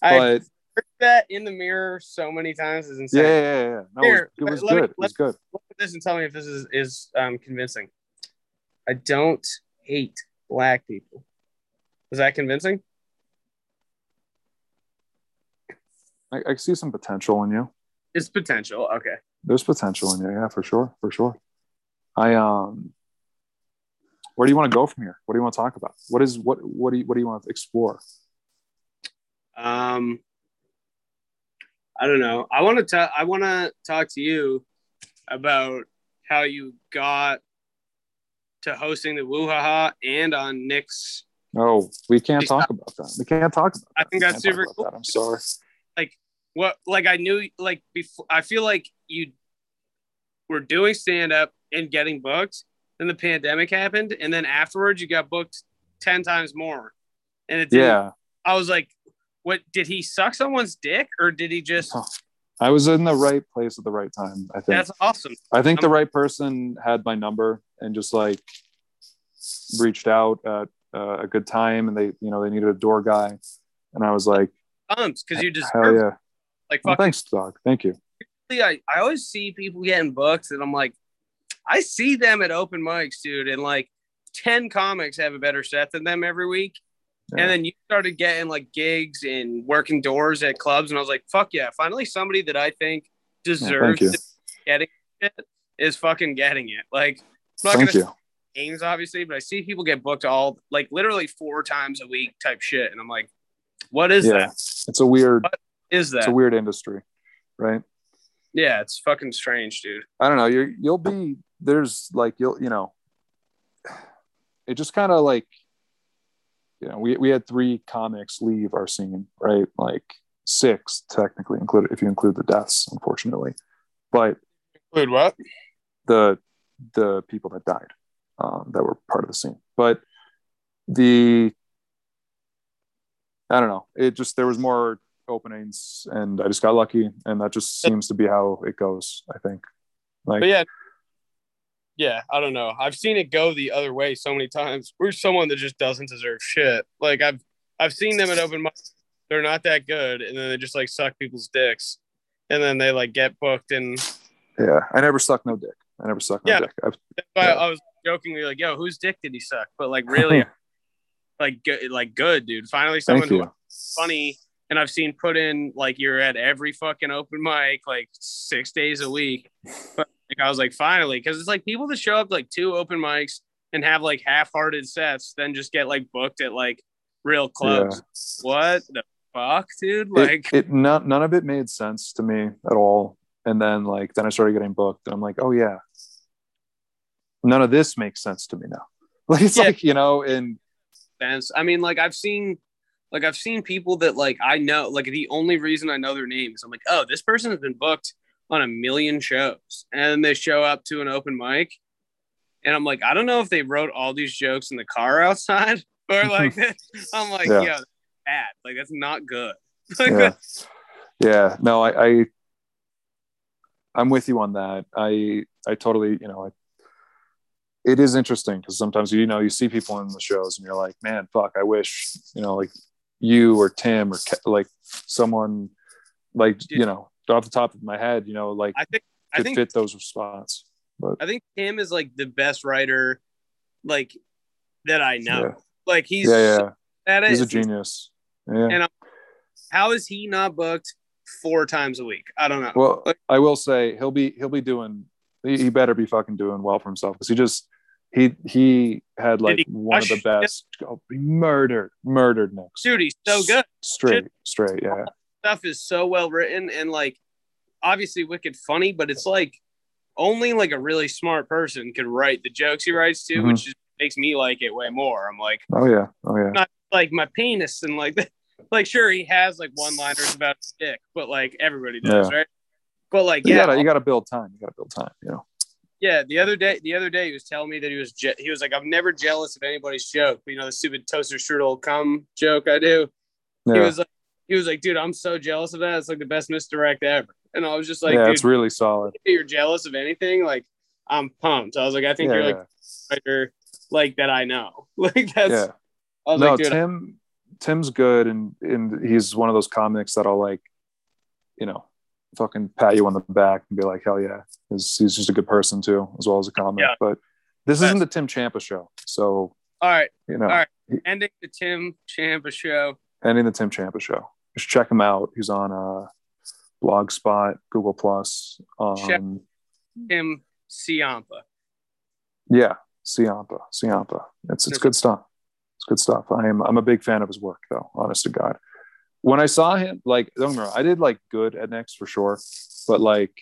[SPEAKER 3] I
[SPEAKER 1] But
[SPEAKER 3] heard that in the mirror so many times is
[SPEAKER 1] yeah,
[SPEAKER 3] insane.
[SPEAKER 1] yeah, yeah, yeah. No,
[SPEAKER 3] Here,
[SPEAKER 1] it was, it was
[SPEAKER 3] let me-
[SPEAKER 1] good. It was good.
[SPEAKER 3] Look at this and tell me if this is is um, convincing. I don't hate black people. Is that convincing?
[SPEAKER 1] I, I can see some potential in you.
[SPEAKER 3] It's potential. Okay.
[SPEAKER 1] There's potential in you, yeah, for sure, for sure. I um, where do you want to go from here? What do you want to talk about? What is what what do you what do you want to explore?
[SPEAKER 3] Um, I don't know. I want to ta- I want to talk to you about how you got to hosting the Woo Ha Ha and on Nick's
[SPEAKER 1] No, we can't talk about that. We can't talk about
[SPEAKER 3] I
[SPEAKER 1] that.
[SPEAKER 3] think
[SPEAKER 1] We
[SPEAKER 3] that's
[SPEAKER 1] can't talk
[SPEAKER 3] super
[SPEAKER 1] about
[SPEAKER 3] cool.
[SPEAKER 1] that. I'm sorry.
[SPEAKER 3] what like I knew like before I feel like you were doing stand up and getting booked. Then the pandemic happened, and then afterwards you got booked ten times more. And it didn't-
[SPEAKER 1] Yeah.
[SPEAKER 3] I was like, what did he suck someone's dick or did he just
[SPEAKER 1] Huh. I was in the right place at the right time, I think.
[SPEAKER 3] that's awesome.
[SPEAKER 1] I think the right person had my number and just like reached out at uh, a good time, and they, you know, they needed a door guy, and I was like,
[SPEAKER 3] Bumps because you deserve
[SPEAKER 1] hell
[SPEAKER 3] it.
[SPEAKER 1] yeah,
[SPEAKER 3] like
[SPEAKER 1] well,
[SPEAKER 3] fucking
[SPEAKER 1] thanks, dog, thank you.
[SPEAKER 3] I, I always see people getting booked and I'm like, I see them at open mics, dude, and like 10 comics have a better set than them every week.
[SPEAKER 1] Yeah.
[SPEAKER 3] And then you started getting like gigs and working doors at clubs, and I was like, fuck yeah, finally somebody that I think
[SPEAKER 1] Yeah,
[SPEAKER 3] deserves
[SPEAKER 1] thank you,
[SPEAKER 3] to is fucking getting it. Like I'm not
[SPEAKER 1] thank
[SPEAKER 3] gonna
[SPEAKER 1] you.
[SPEAKER 3] games, obviously, but I see people get booked all like literally four times a week type shit. And I'm like, what is
[SPEAKER 1] yeah,
[SPEAKER 3] that?
[SPEAKER 1] it's a weird,
[SPEAKER 3] Is
[SPEAKER 1] it's
[SPEAKER 3] that?
[SPEAKER 1] a weird industry, right?
[SPEAKER 3] yeah, it's fucking strange, dude.
[SPEAKER 1] I don't know. You're, you'll be there's like you'll you know, it just kind of like, you know, we we had three comics leave our scene, right? Like six technically, included if you include the deaths, unfortunately, but
[SPEAKER 3] Wait, what?
[SPEAKER 1] the the people that died um, that were part of the scene. But the I don't know. It just there was more openings, and I just got lucky, and that just seems to be how it goes. I think. Like
[SPEAKER 3] But yeah, yeah, I don't know. I've seen it go the other way so many times. We're someone that just doesn't deserve shit. Like I've I've seen them at open mic. They're not that good, and then they just like suck people's dicks, and then they like get booked. And
[SPEAKER 1] Yeah, I never sucked no dick. I never sucked no
[SPEAKER 3] Yeah.
[SPEAKER 1] dick. I've,
[SPEAKER 3] I,
[SPEAKER 1] Yeah.
[SPEAKER 3] I was jokingly like, "Yo, whose dick did he suck?" But like, really, like, good, like good, dude. Finally, someone
[SPEAKER 1] thank
[SPEAKER 3] who
[SPEAKER 1] you.
[SPEAKER 3] funny and I've seen put in like you're at every fucking open mic like six days a week. But like I was like, finally, because it's like people that show up to, like two open mics and have like half hearted sets, then just get like booked at like real clubs. What the fuck, dude? Like
[SPEAKER 1] it, it not, none of it made sense to me at all. And then like then I started getting booked, and I'm like, oh yeah, none of this makes sense to me now. Like it's
[SPEAKER 3] Yeah.
[SPEAKER 1] like you know, and
[SPEAKER 3] sense. I mean, like I've seen, like I've seen people that like I know, like the only reason I know their names, I'm like, oh, this person has been booked on a million shows, and they show up to an open mic, and I'm like, I don't know if they wrote all these jokes in the car outside, or like, I'm like,
[SPEAKER 1] Yeah.
[SPEAKER 3] yeah, that's bad, like that's not good. Like,
[SPEAKER 1] yeah, yeah. No, I, I I'm with you on that. I I totally you know I, it is interesting because sometimes you know you see people in the shows and you're like, man, fuck, I wish you know like you or Tim or Ke- like someone like you know off the top of my head, you know, like
[SPEAKER 3] I think, I
[SPEAKER 1] could
[SPEAKER 3] think
[SPEAKER 1] fit those spots. But
[SPEAKER 3] I think Tim is like the best writer, like that I know.
[SPEAKER 1] Yeah.
[SPEAKER 3] Like he's
[SPEAKER 1] yeah,
[SPEAKER 3] so
[SPEAKER 1] yeah,
[SPEAKER 3] bad at
[SPEAKER 1] he's a
[SPEAKER 3] it.
[SPEAKER 1] genius. Yeah.
[SPEAKER 3] How is he not booked four times a week? I don't know.
[SPEAKER 1] Well, I will say he'll be he'll be doing. He he better be fucking doing well for himself because he just he he had like
[SPEAKER 3] he
[SPEAKER 1] one of the
[SPEAKER 3] crush it?
[SPEAKER 1] best. Oh, he murdered, murdered Knicks.
[SPEAKER 3] dude, he's so good.
[SPEAKER 1] Straight, straight, yeah.
[SPEAKER 3] Stuff is so well written and like obviously wicked funny, but it's like only like a really smart person could write the jokes he writes
[SPEAKER 1] Mm-hmm.
[SPEAKER 3] to, which just makes me like it way more. I'm like,
[SPEAKER 1] Oh yeah, oh yeah.
[SPEAKER 3] like my penis and like, like sure he has like one liners about his dick, but like everybody does, right? But like,
[SPEAKER 1] You
[SPEAKER 3] yeah,
[SPEAKER 1] gotta you gotta build time. You gotta build time. You know.
[SPEAKER 3] Yeah, the other day, the other day, he was telling me that he was je- he was like, "I'm never jealous of anybody's joke." You know, the stupid toaster strudel cum joke I do. He
[SPEAKER 1] Yeah.
[SPEAKER 3] was like, he was like, "Dude, I'm so jealous of that. It's like the best misdirect ever." And I was just like,
[SPEAKER 1] yeah,
[SPEAKER 3] "Dude,
[SPEAKER 1] it's really solid.
[SPEAKER 3] if you're jealous of anything? Like, I'm pumped." I was like, "I think
[SPEAKER 1] Yeah,
[SPEAKER 3] you're
[SPEAKER 1] yeah.
[SPEAKER 3] like writer like that. I know. Like that's."
[SPEAKER 1] yeah.
[SPEAKER 3] I was
[SPEAKER 1] no,
[SPEAKER 3] like, "Dude,
[SPEAKER 1] Tim Tim's good and and he's one of those comics that'll like, you know, fucking pat you on the back and be like, Hell yeah. He's, he's just a good person too, as well as a comic.
[SPEAKER 3] Yeah.
[SPEAKER 1] But this isn't the Tim Champa show. So,
[SPEAKER 3] all right,
[SPEAKER 1] you know,
[SPEAKER 3] All right. ending the Tim Champa show."
[SPEAKER 1] ending the Tim Champa show. Just check him out. He's on uh Blogspot, Google Plus, um
[SPEAKER 3] Check- Tim Ciampa.
[SPEAKER 1] yeah, Siampa. Siampa. It's it's good stuff. It's good stuff. I am I'm a big fan of his work though, honest to God. When I saw him, like don't get me wrong, I did like good at next for sure, but like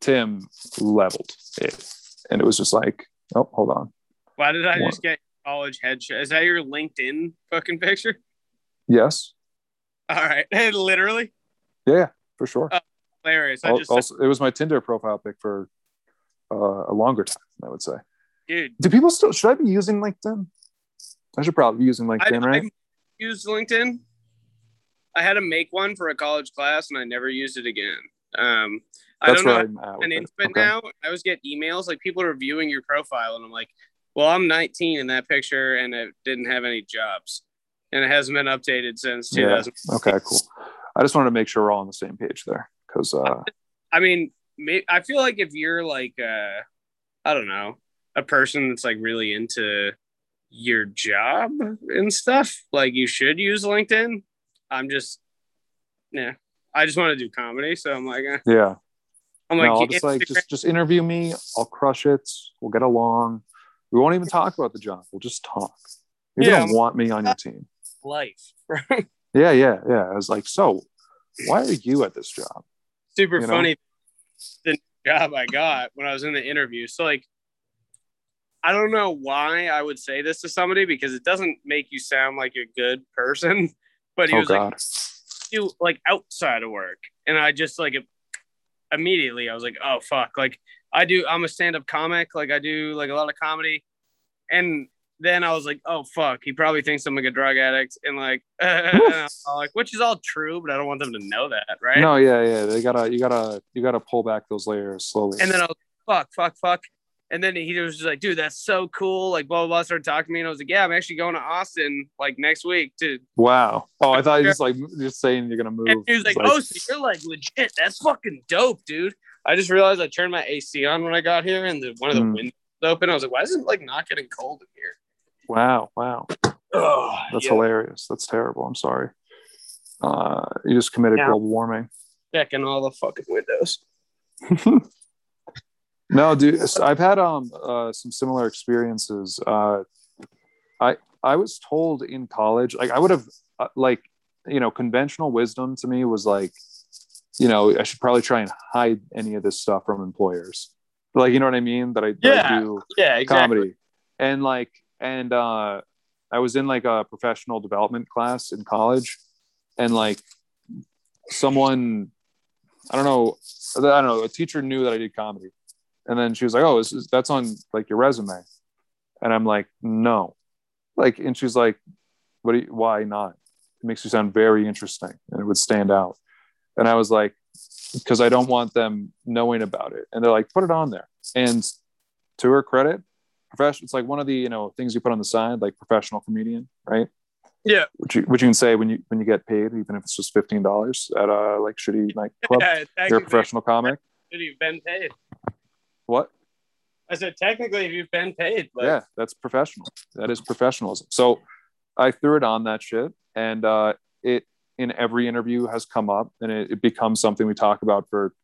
[SPEAKER 1] Tim leveled it. And it was just like, oh, hold on.
[SPEAKER 3] Why did I
[SPEAKER 1] What?
[SPEAKER 3] just get college headshot. Is that your LinkedIn fucking picture?
[SPEAKER 1] Yes.
[SPEAKER 3] All right, literally
[SPEAKER 1] Yeah, for sure.
[SPEAKER 3] Uh, hilarious. I
[SPEAKER 1] Al-
[SPEAKER 3] just,
[SPEAKER 1] also, it was my Tinder profile pic for uh, a longer time. I would say.
[SPEAKER 3] dude,
[SPEAKER 1] Do people still? Should I be using LinkedIn? I should probably be using
[SPEAKER 3] I,
[SPEAKER 1] LinkedIn, right?
[SPEAKER 3] I used LinkedIn. I had to make one for a college class, and I never used it again. Um, I
[SPEAKER 1] That's
[SPEAKER 3] don't know
[SPEAKER 1] where I'm at. With
[SPEAKER 3] an
[SPEAKER 1] it.
[SPEAKER 3] infant
[SPEAKER 1] Okay.
[SPEAKER 3] now. I always get emails like people are viewing your profile, and I'm like, well, I'm 19 in that picture, and I didn't have any jobs, and it hasn't been updated since
[SPEAKER 1] Yeah.
[SPEAKER 3] 2000.
[SPEAKER 1] Okay, cool. I just wanted to make sure we're all on the same page there, because uh,
[SPEAKER 3] I mean, may- I feel like if you're like, uh, I don't know, a person that's like really into your job and stuff, like you should use LinkedIn. I'm just, yeah, I just want to do comedy, so I'm like, eh.
[SPEAKER 1] yeah.
[SPEAKER 3] I'm
[SPEAKER 1] no, I'll
[SPEAKER 3] like,
[SPEAKER 1] just like
[SPEAKER 3] Instagram-
[SPEAKER 1] just just interview me. I'll crush it. We'll get along. We won't even talk about the job. We'll just talk. You
[SPEAKER 3] Yeah.
[SPEAKER 1] don't want me on your team.
[SPEAKER 3] life,
[SPEAKER 1] Yeah, yeah, yeah. I was like, so why are you at this job?
[SPEAKER 3] super
[SPEAKER 1] you know?
[SPEAKER 3] funny the job I got when I was in the interview. So like I don't know why I would say this to somebody because it doesn't make you sound like a good person. But he
[SPEAKER 1] Oh
[SPEAKER 3] was like,
[SPEAKER 1] God.
[SPEAKER 3] do like outside of work. And I just like immediately I was like, oh fuck. Like I do I'm a stand-up comic. Like I do like a lot of comedy. And then I was like, oh fuck. He probably thinks I'm like a drug addict and like like which is all true, but I don't want them to know that, right?
[SPEAKER 1] No, yeah, yeah. They gotta, you gotta, you gotta pull back those layers slowly.
[SPEAKER 3] And then I was like, fuck, fuck, fuck. And then he was just like, dude, that's so cool. Like, blah, blah, blah. Started talking to me. And I was like, yeah, I'm actually going to Austin like next week to.
[SPEAKER 1] wow. Oh, I thought you just like just saying you're gonna move.
[SPEAKER 3] And he was like,
[SPEAKER 1] It's
[SPEAKER 3] oh, so you're like legit. That's fucking dope, dude. I just realized I turned my AC on when I got here and the, one of the
[SPEAKER 1] Hmm.
[SPEAKER 3] windows open. I was like, why is it like not getting cold in here?
[SPEAKER 1] wow, wow.
[SPEAKER 3] Oh,
[SPEAKER 1] That's
[SPEAKER 3] yeah.
[SPEAKER 1] hilarious. That's terrible. I'm sorry. Uh, you just committed
[SPEAKER 3] Yeah.
[SPEAKER 1] global warming.
[SPEAKER 3] Checking all the fucking windows.
[SPEAKER 1] no, dude, s- I've had um uh, some similar experiences. Uh, I I was told in college, like I would have, uh, like you know, conventional wisdom to me was like, you know, I should probably try and hide any of this stuff from employers. Like you know what I mean? That I, that I
[SPEAKER 3] Yeah.
[SPEAKER 1] do
[SPEAKER 3] Yeah, exactly.
[SPEAKER 1] comedy and like and uh i was in like a professional development class in college and like someone i don't know i don't know a teacher knew that i did comedy and then she was like oh this is, that's on like your resume and i'm like no like and she's like what do you, why not it makes you sound very interesting and it would stand out and i was like because i don't want them knowing about it and they're like put it on there and to her credit, professional. It's like one of the you know things you put on the side, like professional comedian, right?
[SPEAKER 3] Yeah.
[SPEAKER 1] Which you, which you can say when you when you get paid, even if it's just fifteen dollars at a like shitty nightclub.
[SPEAKER 3] Yeah,
[SPEAKER 1] You're a
[SPEAKER 3] technically,
[SPEAKER 1] professional comic.
[SPEAKER 3] if you've been paid.
[SPEAKER 1] What?
[SPEAKER 3] I said, technically, if you've been paid. Like,
[SPEAKER 1] yeah, that's professional. That is professionalism. So I threw it on that shit, and uh, it in every interview has come up, and it, it becomes something we talk about for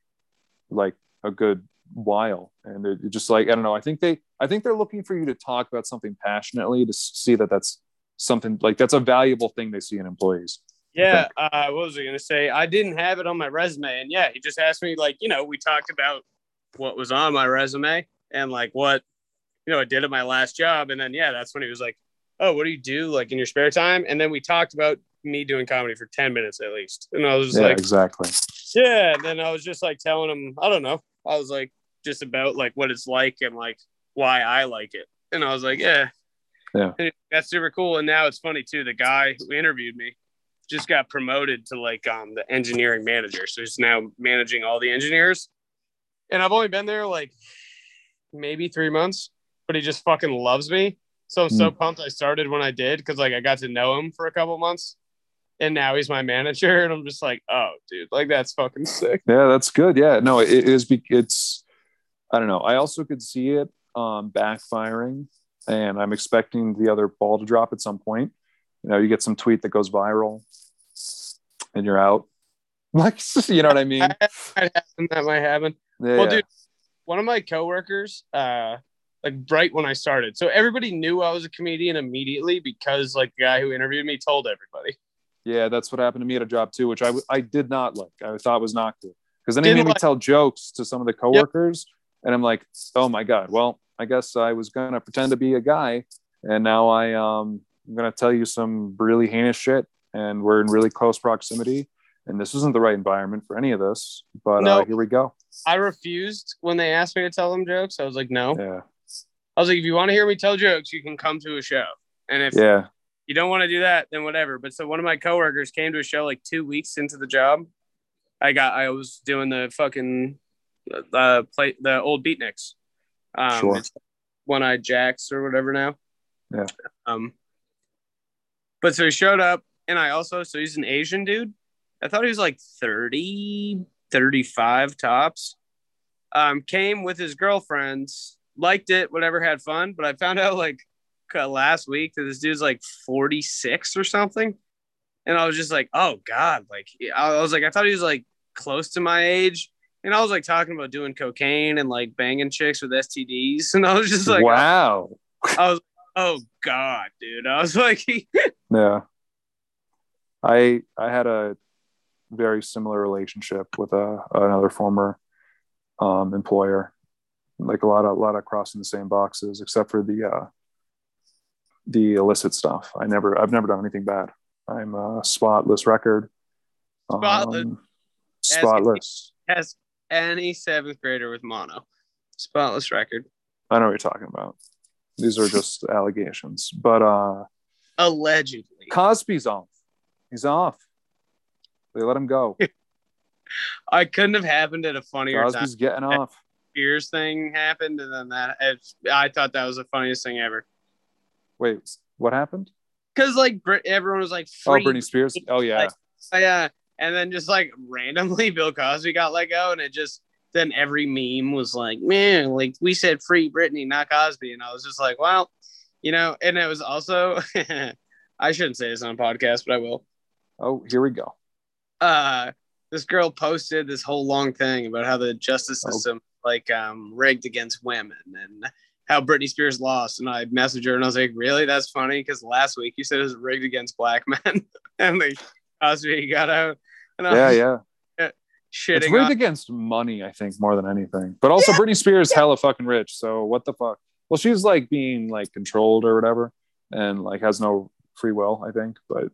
[SPEAKER 1] like a good while. And it, it just like I don't know. I think they, I think they're looking for you to talk about something passionately to s- see that that's something like that's a valuable thing they see in employees.
[SPEAKER 3] Yeah, uh, what was I going to say? I didn't have it on my resume, and yeah, he just asked me like, you know, we talked about what was on my resume and like what you know I did at my last job, and then yeah, that's when he was like, oh, what do you do like in your spare time? And then we talked about me doing comedy for ten minutes at least, and I was just
[SPEAKER 1] yeah,
[SPEAKER 3] like,
[SPEAKER 1] exactly.
[SPEAKER 3] yeah. And then I was just like telling him, I don't know, I was like just about like what it's like and like why I like it, and I was like, yeah,
[SPEAKER 1] Yeah.
[SPEAKER 3] And that's super cool. And now it's funny too. The guy who interviewed me just got promoted to like um the engineering manager. So he's now managing all the engineers. And I've only been there like maybe three months, but he just fucking loves me. So I'm so pumped I started when I did because like I got to know him for a couple months. And now he's my manager. And I'm just like, oh dude, like that's fucking sick.
[SPEAKER 1] Yeah, that's good. Yeah, no, it it is. be- It's I don't know. I also could see it um, backfiring, and I'm expecting the other ball to drop at some point. You know, you get some tweet that goes viral, and you're out. Like, you know what I mean?
[SPEAKER 3] That might happen. That might happen.
[SPEAKER 1] Yeah,
[SPEAKER 3] Well,
[SPEAKER 1] yeah.
[SPEAKER 3] dude, one of my coworkers, uh, like right when I started, so everybody knew I was a comedian immediately because like the guy who interviewed me told everybody.
[SPEAKER 1] Yeah, that's what happened to me at a job too, which I w- I did not like. I thought was not good because then he
[SPEAKER 3] Didn't
[SPEAKER 1] made me
[SPEAKER 3] like-
[SPEAKER 1] tell jokes to some of the coworkers, and I'm like, oh my god. Well, I guess I was gonna pretend to be a guy and now I um I'm gonna tell you some really heinous shit, and we're in really close proximity, and this isn't the right environment for any of this. But uh,
[SPEAKER 3] No.
[SPEAKER 1] here we go.
[SPEAKER 3] I refused when they asked me to tell them jokes. I was like, no.
[SPEAKER 1] Yeah,
[SPEAKER 3] I was like, if you want to hear me tell jokes, you can come to a show. And if
[SPEAKER 1] yeah.
[SPEAKER 3] you don't want to do that, then whatever. But so one of my coworkers came to a show like two weeks into the job. I got I was doing the fucking uh play the old beatniks. Um
[SPEAKER 1] Sure.
[SPEAKER 3] one eyed jacks or whatever now.
[SPEAKER 1] Yeah.
[SPEAKER 3] Um but so he showed up and I also so he's an Asian dude. I thought he was like 30, 35 tops. Um came with his girlfriends, liked it, whatever, had fun, but I found out like uh, last week that this dude's like 46 or something. And I was just like, oh God. Like, I I was like, I thought he was like close to my age. And I was like talking about doing cocaine and like banging chicks with STDs. And I was just like, uh,
[SPEAKER 1] wow.
[SPEAKER 3] oh God, dude. I was like,
[SPEAKER 1] Yeah. I I had a very similar relationship with a another former um, employer. Like a lot of a lot of crossing the same boxes, except for the uh, the illicit stuff. I never I've never done anything bad. I'm a spotless record.
[SPEAKER 3] Spotless.
[SPEAKER 1] Um, spotless.
[SPEAKER 3] has any seventh grader with mono. Spotless record.
[SPEAKER 1] I know what you're talking about. These are just allegations. But uh
[SPEAKER 3] Allegedly.
[SPEAKER 1] Cosby's off. He's off. They let him go.
[SPEAKER 3] I couldn't have happened at a funnier time.
[SPEAKER 1] Cosby's getting off.
[SPEAKER 3] Spears thing happened. And then that, it's- I thought that was the funniest thing ever.
[SPEAKER 1] Wait, what happened?
[SPEAKER 3] Cause like Brit, everyone was like,
[SPEAKER 1] Oh,
[SPEAKER 3] free
[SPEAKER 1] Britney Spears. Oh yeah,
[SPEAKER 3] yeah. And then just like randomly, Bill Cosby got let go, and it just then every meme was like, man, like we said free Britney, not Cosby, and I was just like, well, you know. And it was also, I shouldn't say this on a podcast, but I will.
[SPEAKER 1] Oh, here we go.
[SPEAKER 3] Uh, this girl posted this whole long thing about how the justice
[SPEAKER 1] Oh.
[SPEAKER 3] system like um rigged against women and how Britney Spears lost. And I messaged her and I was like, really? That's funny because last week you said it was rigged against black men, and like Cosby got out. And I
[SPEAKER 1] Yeah,
[SPEAKER 3] was
[SPEAKER 1] yeah. It's
[SPEAKER 3] shitting
[SPEAKER 1] rigged
[SPEAKER 3] on.
[SPEAKER 1] against money, I think, more than anything. But also, Britney Spears hella fucking rich. So what the fuck? Well, she's like being like controlled or whatever, and like has no free will, I think. But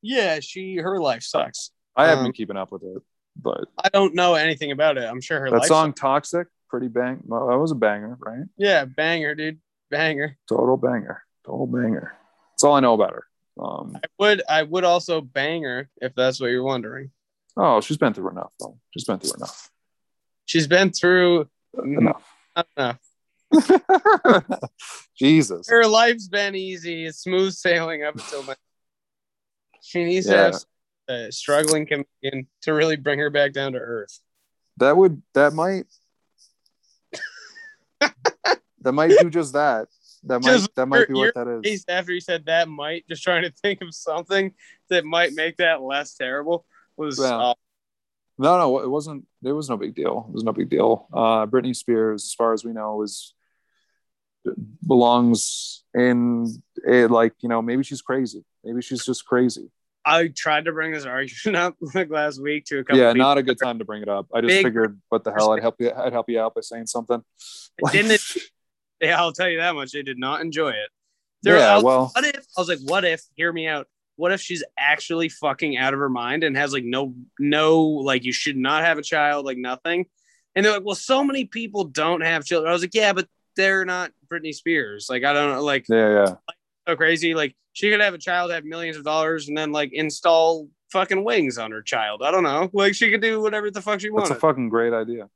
[SPEAKER 3] Yeah, she her life sucks.
[SPEAKER 1] I haven't
[SPEAKER 3] Um,
[SPEAKER 1] been keeping up with it. But
[SPEAKER 3] I don't know anything about it. I'm sure her
[SPEAKER 1] that
[SPEAKER 3] life
[SPEAKER 1] song "Toxic," pretty bang. Well, that was a banger, right?
[SPEAKER 3] sucks. Yeah, banger, dude, banger.
[SPEAKER 1] Total banger. Total banger. That's all I know about her. Um,
[SPEAKER 3] I would I would also bang her if that's what you're wondering.
[SPEAKER 1] oh, she's been through enough. Though. She's been through enough.
[SPEAKER 3] She's been through
[SPEAKER 1] Enough.
[SPEAKER 3] not enough.
[SPEAKER 1] Jesus.
[SPEAKER 3] Her life's been easy, it's smooth sailing up until now. She needs
[SPEAKER 1] Yeah.
[SPEAKER 3] to have a struggling comedian to really bring her back down to earth.
[SPEAKER 1] That would that might that might do just that. That might
[SPEAKER 3] Just
[SPEAKER 1] that might be
[SPEAKER 3] your-
[SPEAKER 1] what that is.
[SPEAKER 3] Based after you said that might, just trying to think of something that might make that less terrible was
[SPEAKER 1] Well,
[SPEAKER 3] uh,
[SPEAKER 1] No, no, it wasn't. It was no big deal. It was no big deal. Uh, Britney Spears, as far as we know, is belongs in it. Like you know, maybe she's crazy. Maybe she's just crazy.
[SPEAKER 3] I tried to bring this argument up like last week to a couple
[SPEAKER 1] Yeah,
[SPEAKER 3] people.
[SPEAKER 1] not a good time to bring it up. I just
[SPEAKER 3] Big-
[SPEAKER 1] figured, what the hell? I'd help you. I'd help you out by saying something.
[SPEAKER 3] didn't Yeah, I'll tell you that much. They did not enjoy it. They're- I
[SPEAKER 1] yeah,
[SPEAKER 3] was,
[SPEAKER 1] well,
[SPEAKER 3] what if I was like, what if? Hear me out. What if she's actually fucking out of her mind and has like no, no, like you should not have a child, like nothing. And they're like, well, so many people don't have children. I was like, yeah, but they're not Britney Spears. Like I don't know, like
[SPEAKER 1] yeah, yeah.
[SPEAKER 3] so crazy. Like she could have a child, have millions of dollars, and then like install fucking wings on her child. I don't know. Like she could do whatever the fuck
[SPEAKER 1] That's
[SPEAKER 3] she
[SPEAKER 1] a Oh, uh,
[SPEAKER 3] wanted.
[SPEAKER 1] fucking great idea.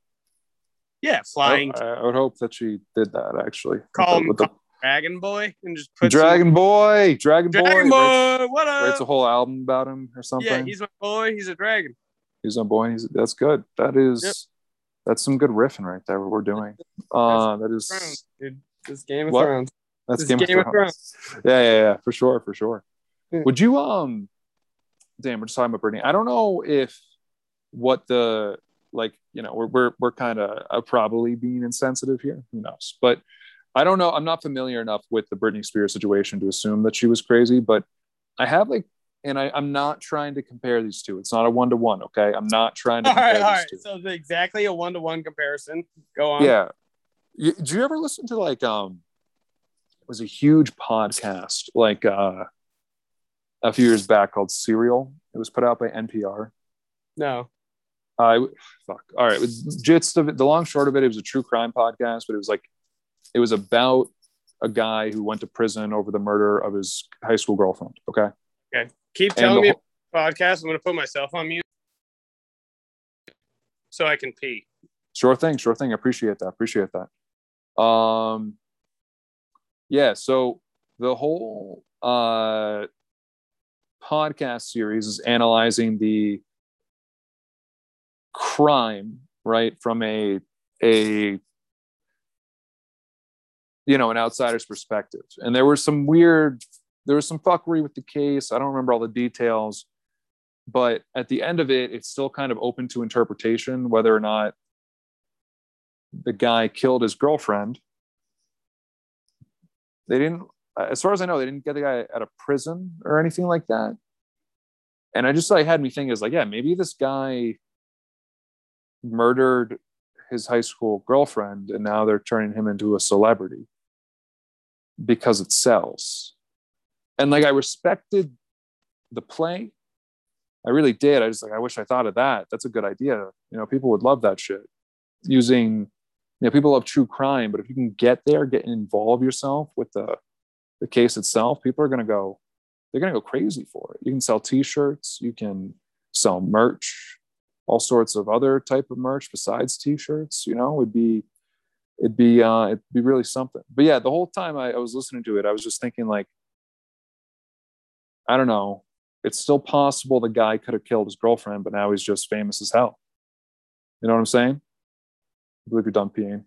[SPEAKER 3] yeah,
[SPEAKER 1] I,
[SPEAKER 3] flying
[SPEAKER 1] I would hope that she did that actually.
[SPEAKER 3] Call him
[SPEAKER 1] With the-
[SPEAKER 3] dragon boy and just put some-
[SPEAKER 1] Dragon Boy, Dragon, Boy,
[SPEAKER 3] Dragon boy.
[SPEAKER 1] Writes,
[SPEAKER 3] what up?
[SPEAKER 1] writes a whole album about him or something.
[SPEAKER 3] Yeah,
[SPEAKER 1] he's,
[SPEAKER 3] he's my boy. He's a dragon.
[SPEAKER 1] a boy. He's, that's good. That is
[SPEAKER 3] Yep.
[SPEAKER 1] that's some good riffing right there. What we're doing. Uh, that is
[SPEAKER 3] dude. This Game
[SPEAKER 1] of
[SPEAKER 3] of
[SPEAKER 1] What?
[SPEAKER 3] Thrones.
[SPEAKER 1] that's
[SPEAKER 3] It's
[SPEAKER 1] Game,
[SPEAKER 3] Game
[SPEAKER 1] of
[SPEAKER 3] of Hmm.
[SPEAKER 1] Thrones. Yeah, yeah, yeah, for sure, for sure.
[SPEAKER 3] Yeah.
[SPEAKER 1] Would you um? Damn, we're just talking about Brittany. I don't know if what the like you know we're we're, we're kind of uh, probably being insensitive here. Who knows? But I don't know. I'm not familiar enough with the Britney Spears situation to assume that she was crazy. But I have like, and I, I'm not trying to compare these two. It's not a one to one. Okay, I'm not trying to
[SPEAKER 3] All
[SPEAKER 1] compare
[SPEAKER 3] right, all
[SPEAKER 1] these
[SPEAKER 3] right.
[SPEAKER 1] two.
[SPEAKER 3] So it's exactly a one to one comparison. Go on.
[SPEAKER 1] Yeah. You, do you ever listen to like um was a huge podcast like uh, a few years back called Serial. It was put out by NPR.
[SPEAKER 3] No.
[SPEAKER 1] I Uh, fuck. All right, with gist of it, the long short of it, it was a true crime podcast, but it was like it was about a guy who went to prison over the murder of his high school girlfriend. Okay,
[SPEAKER 3] Keep
[SPEAKER 1] and the
[SPEAKER 3] telling me
[SPEAKER 1] whole-
[SPEAKER 3] podcast. I'm gonna put myself on mute so I can pee.
[SPEAKER 1] sure thing, sure thing. Appreciate that. Appreciate that. Um, yeah. So the whole uh podcast series is analyzing the crime, right, from a a you know an outsider's perspective and there were some weird there was some fuckery with the case i don't remember all the details but at the end of it it's still kind of open to interpretation whether or not the guy killed his girlfriend they didn't as far as i know they didn't get the guy out of prison or anything like that and i just like had me think is like yeah maybe this guy murdered his high school girlfriend and now they're turning him into a celebrity because it sells and like i respected the play i really did i just like i wish i thought of that that's a good idea you know people would love that shit using you know people love true crime but if you can get there get involve yourself with the the case itself people are going to go they're going to go crazy for it you can sell t-shirts you can sell merch all sorts of other type of merch besides t-shirts you know it'd be it'd be uh it'd be really something but yeah the whole time I, I was listening to it i was just thinking like i don't know it's still possible the guy could have killed his girlfriend but now he's just famous as hell you know what i'm saying i believe you're done peeing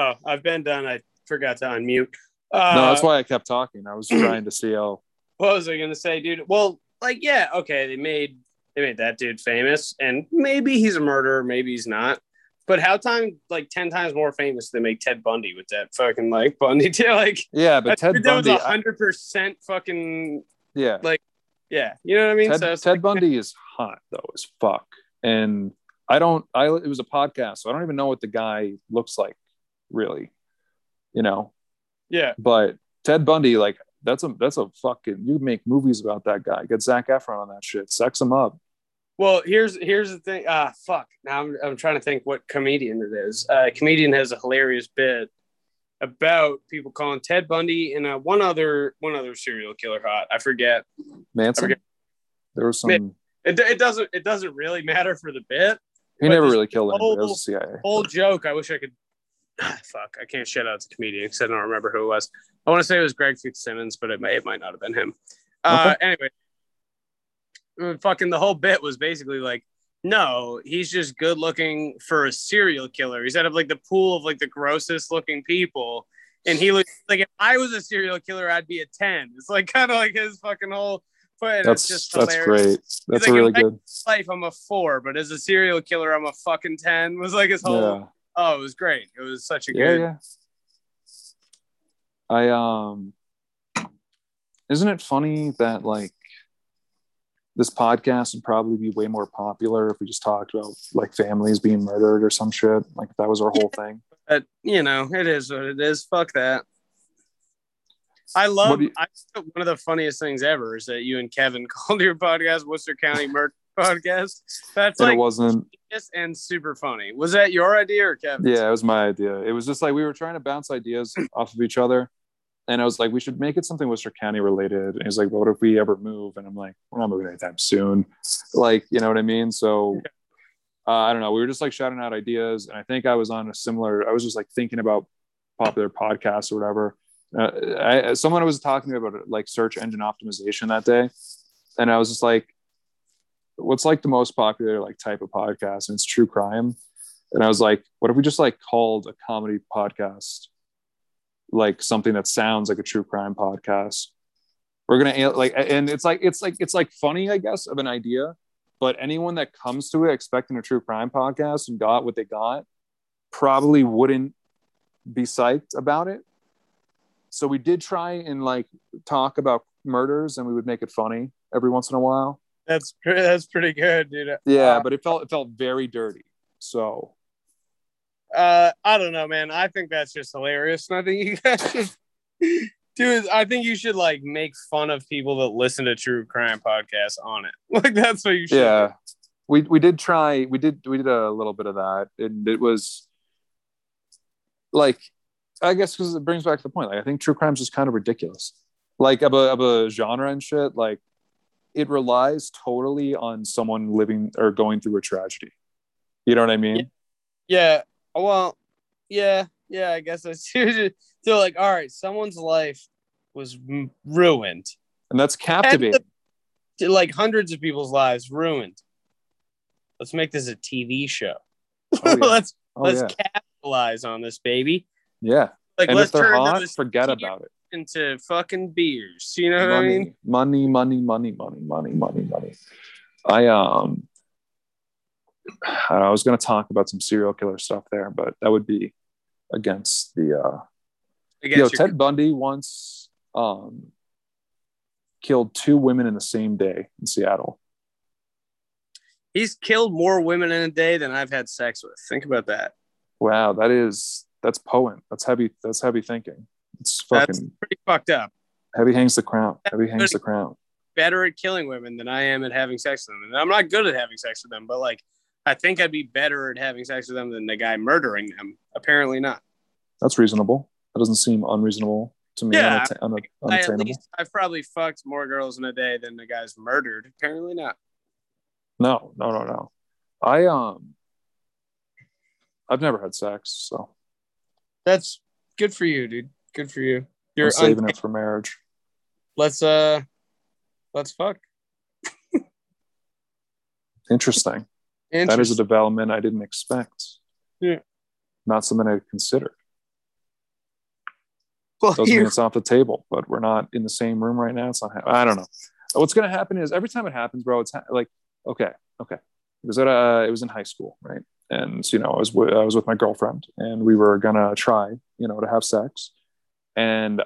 [SPEAKER 3] Oh, I've been done. I forgot to unmute.
[SPEAKER 1] no
[SPEAKER 3] Uh,
[SPEAKER 1] that's why i kept talking i was trying to see how
[SPEAKER 3] what was I gonna say, dude? Well, like, yeah, okay, they made they made that dude famous, and maybe he's a murderer, maybe he's not. But how time like ten times more famous they make Ted Bundy with that fucking like Bundy too? Like
[SPEAKER 1] yeah but ted
[SPEAKER 3] that
[SPEAKER 1] bundy
[SPEAKER 3] was
[SPEAKER 1] I-
[SPEAKER 3] hundred percent fucking
[SPEAKER 1] yeah
[SPEAKER 3] yeah. You know what I mean?
[SPEAKER 1] Ted,
[SPEAKER 3] so it's
[SPEAKER 1] Ted
[SPEAKER 3] like,
[SPEAKER 1] Bundy is hot though as fuck, and I don't. I it was a podcast, so I don't even know what the guy looks like, really. You know,
[SPEAKER 3] yeah,
[SPEAKER 1] but Ted Bundy, like that's a that's a fucking. You make movies about that guy. Get Zach Efron on that shit. Sex him up.
[SPEAKER 3] Well, here's here's the thing. Ah, fuck. Now I'm I'm trying to think what comedian it is. Uh, comedian has a hilarious bit about people calling Ted Bundy and uh, one other one other serial killer hot. I forget.
[SPEAKER 1] Manson.
[SPEAKER 3] Okay.
[SPEAKER 1] There was some.
[SPEAKER 3] Man- It, it doesn't it doesn't really matter for the bit.
[SPEAKER 1] he
[SPEAKER 3] but
[SPEAKER 1] never
[SPEAKER 3] this
[SPEAKER 1] really killed anybody. That
[SPEAKER 3] whole-
[SPEAKER 1] was the CIA.
[SPEAKER 3] Whole joke. I wish I could. Ah, fuck. I can't shout out the comedian because I don't remember who it was. I want to say it was Greg Fitzsimmons, but it might it might not have been him. Uh, anyway, Uh, fucking the whole bit was basically like, no, he's just good looking for a serial killer. He's out of like the pool of like the grossest looking people. And he looks like if I was a serial killer, I'd be a 10. It's like kind of like his fucking whole put.
[SPEAKER 1] That's
[SPEAKER 3] it's just
[SPEAKER 1] that's
[SPEAKER 3] hilarious
[SPEAKER 1] great. That's
[SPEAKER 3] like,
[SPEAKER 1] a really
[SPEAKER 3] "You're
[SPEAKER 1] good.
[SPEAKER 3] life, I'm a four, but as a serial killer, I'm a fucking ten. Was like his whole.
[SPEAKER 1] Yeah.
[SPEAKER 3] Oh, it was great. It was such a
[SPEAKER 1] yeah,
[SPEAKER 3] good.
[SPEAKER 1] yeah. I um, isn't it funny that like this podcast would probably be way more popular if we just talked about like families being murdered or some shit. Like if that was our whole thing.
[SPEAKER 3] But you know, it is what it is. Fuck that. I
[SPEAKER 1] What
[SPEAKER 3] love.
[SPEAKER 1] do you-
[SPEAKER 3] I, one of the funniest things ever is that you and Kevin called your podcast Worcester County Murder Podcast. That's
[SPEAKER 1] And it
[SPEAKER 3] like
[SPEAKER 1] wasn't.
[SPEAKER 3] genius and super funny. Was that your idea or Kevin?
[SPEAKER 1] Yeah, it was my idea. It was just like we were trying to bounce ideas off of each other. And I was like, we should make it something Worcester County related. And he's like, what if we ever move? And I'm like, we're not moving anytime soon. Like, you know what I mean? So uh, I don't know. We were just like shouting out ideas. And I think I was on a similar, I was just like thinking about popular podcasts or whatever. Uh, I, someone was talking to me about like search engine optimization that day. And I was just like, what's like the most popular like type of podcast? And it's true crime and I was like, what if we just like called a comedy podcast like something that sounds like a true crime podcast? We're gonna like, and it's like it's like it's like funny, I guess, of an idea, but anyone that comes to it expecting a true crime podcast and got what they got probably wouldn't be psyched about it. So we did try and like talk about murders, and we would make it funny every once in a while.
[SPEAKER 3] That's pretty, that's pretty good, dude.
[SPEAKER 1] Yeah,
[SPEAKER 3] Uh,
[SPEAKER 1] but it felt it felt very dirty. So
[SPEAKER 3] Uh, I don't know, man. I think that's just hilarious, and I think you guys should Dude, I think you should like make fun of people that listen to true crime podcasts on it. Like that's what you should.
[SPEAKER 1] yeah we we did try we did we did a little bit of that and it was like i guess because it brings back to the point like i think true crime's just kind of ridiculous like of a, of a genre and shit like it relies totally on someone living or going through a tragedy you know what i mean
[SPEAKER 3] Yeah. Yeah. Well, yeah, yeah. I guess that's so. Like, all right, someone's life was m- ruined.
[SPEAKER 1] and that's captivating
[SPEAKER 3] Like hundreds of people's lives ruined. Let's make this a TV show.
[SPEAKER 1] oh yeah,
[SPEAKER 3] let's
[SPEAKER 1] Oh,
[SPEAKER 3] let's
[SPEAKER 1] yeah.
[SPEAKER 3] capitalize on this baby.
[SPEAKER 1] Yeah.
[SPEAKER 3] Like,
[SPEAKER 1] and if
[SPEAKER 3] let's
[SPEAKER 1] they're
[SPEAKER 3] turn
[SPEAKER 1] hot
[SPEAKER 3] this
[SPEAKER 1] forget
[SPEAKER 3] TV
[SPEAKER 1] about it
[SPEAKER 3] into fucking beers. You know what I mean?
[SPEAKER 1] money, money, money, money, money, money, money, money. I um, I don't know, I was going to talk about some serial killer stuff there, but that would be against the. Uh,
[SPEAKER 3] I
[SPEAKER 1] yo,
[SPEAKER 3] guess you're-
[SPEAKER 1] Ted Bundy once um, killed two women in the same day in Seattle.
[SPEAKER 3] He's killed more women in a day than I've had sex with. Think about that.
[SPEAKER 1] Wow, that is that's poem. That's heavy. That's heavy thinking. It's fucking
[SPEAKER 3] That's pretty fucked up.
[SPEAKER 1] heavy. Hangs the crown. Heavy hangs the crown.
[SPEAKER 3] better at killing women than I am at having sex with them. And I'm not good at having sex with them, but like I think I'd be better at having sex with them than the guy murdering them. Apparently not.
[SPEAKER 1] That's reasonable. That doesn't seem unreasonable to me.
[SPEAKER 3] Yeah,
[SPEAKER 1] Unatta- una-
[SPEAKER 3] I, at
[SPEAKER 1] unattainable.
[SPEAKER 3] least I've probably fucked more girls in a day than the guys murdered. Apparently not.
[SPEAKER 1] No, no, no, no. I um I've never had sex, so
[SPEAKER 3] That's good for you, dude. Good for you.
[SPEAKER 1] I'm
[SPEAKER 3] You're
[SPEAKER 1] saving
[SPEAKER 3] un-
[SPEAKER 1] it for marriage.
[SPEAKER 3] let's uh let's fuck.
[SPEAKER 1] Interesting. That is a
[SPEAKER 3] Interesting.
[SPEAKER 1] development I didn't expect.
[SPEAKER 3] Yeah.
[SPEAKER 1] Not something I considered.
[SPEAKER 3] Well,
[SPEAKER 1] Doesn't
[SPEAKER 3] you-
[SPEAKER 1] mean it's off the table, but we're not in the same room right now. It's not. hap- I don't know. What's gonna happen is every time it happens, bro. It's ha- like okay, okay. It was at uh, it was in high school, right? And you know, I was wi- I was with my girlfriend, and we were gonna try, you know, to have sex, and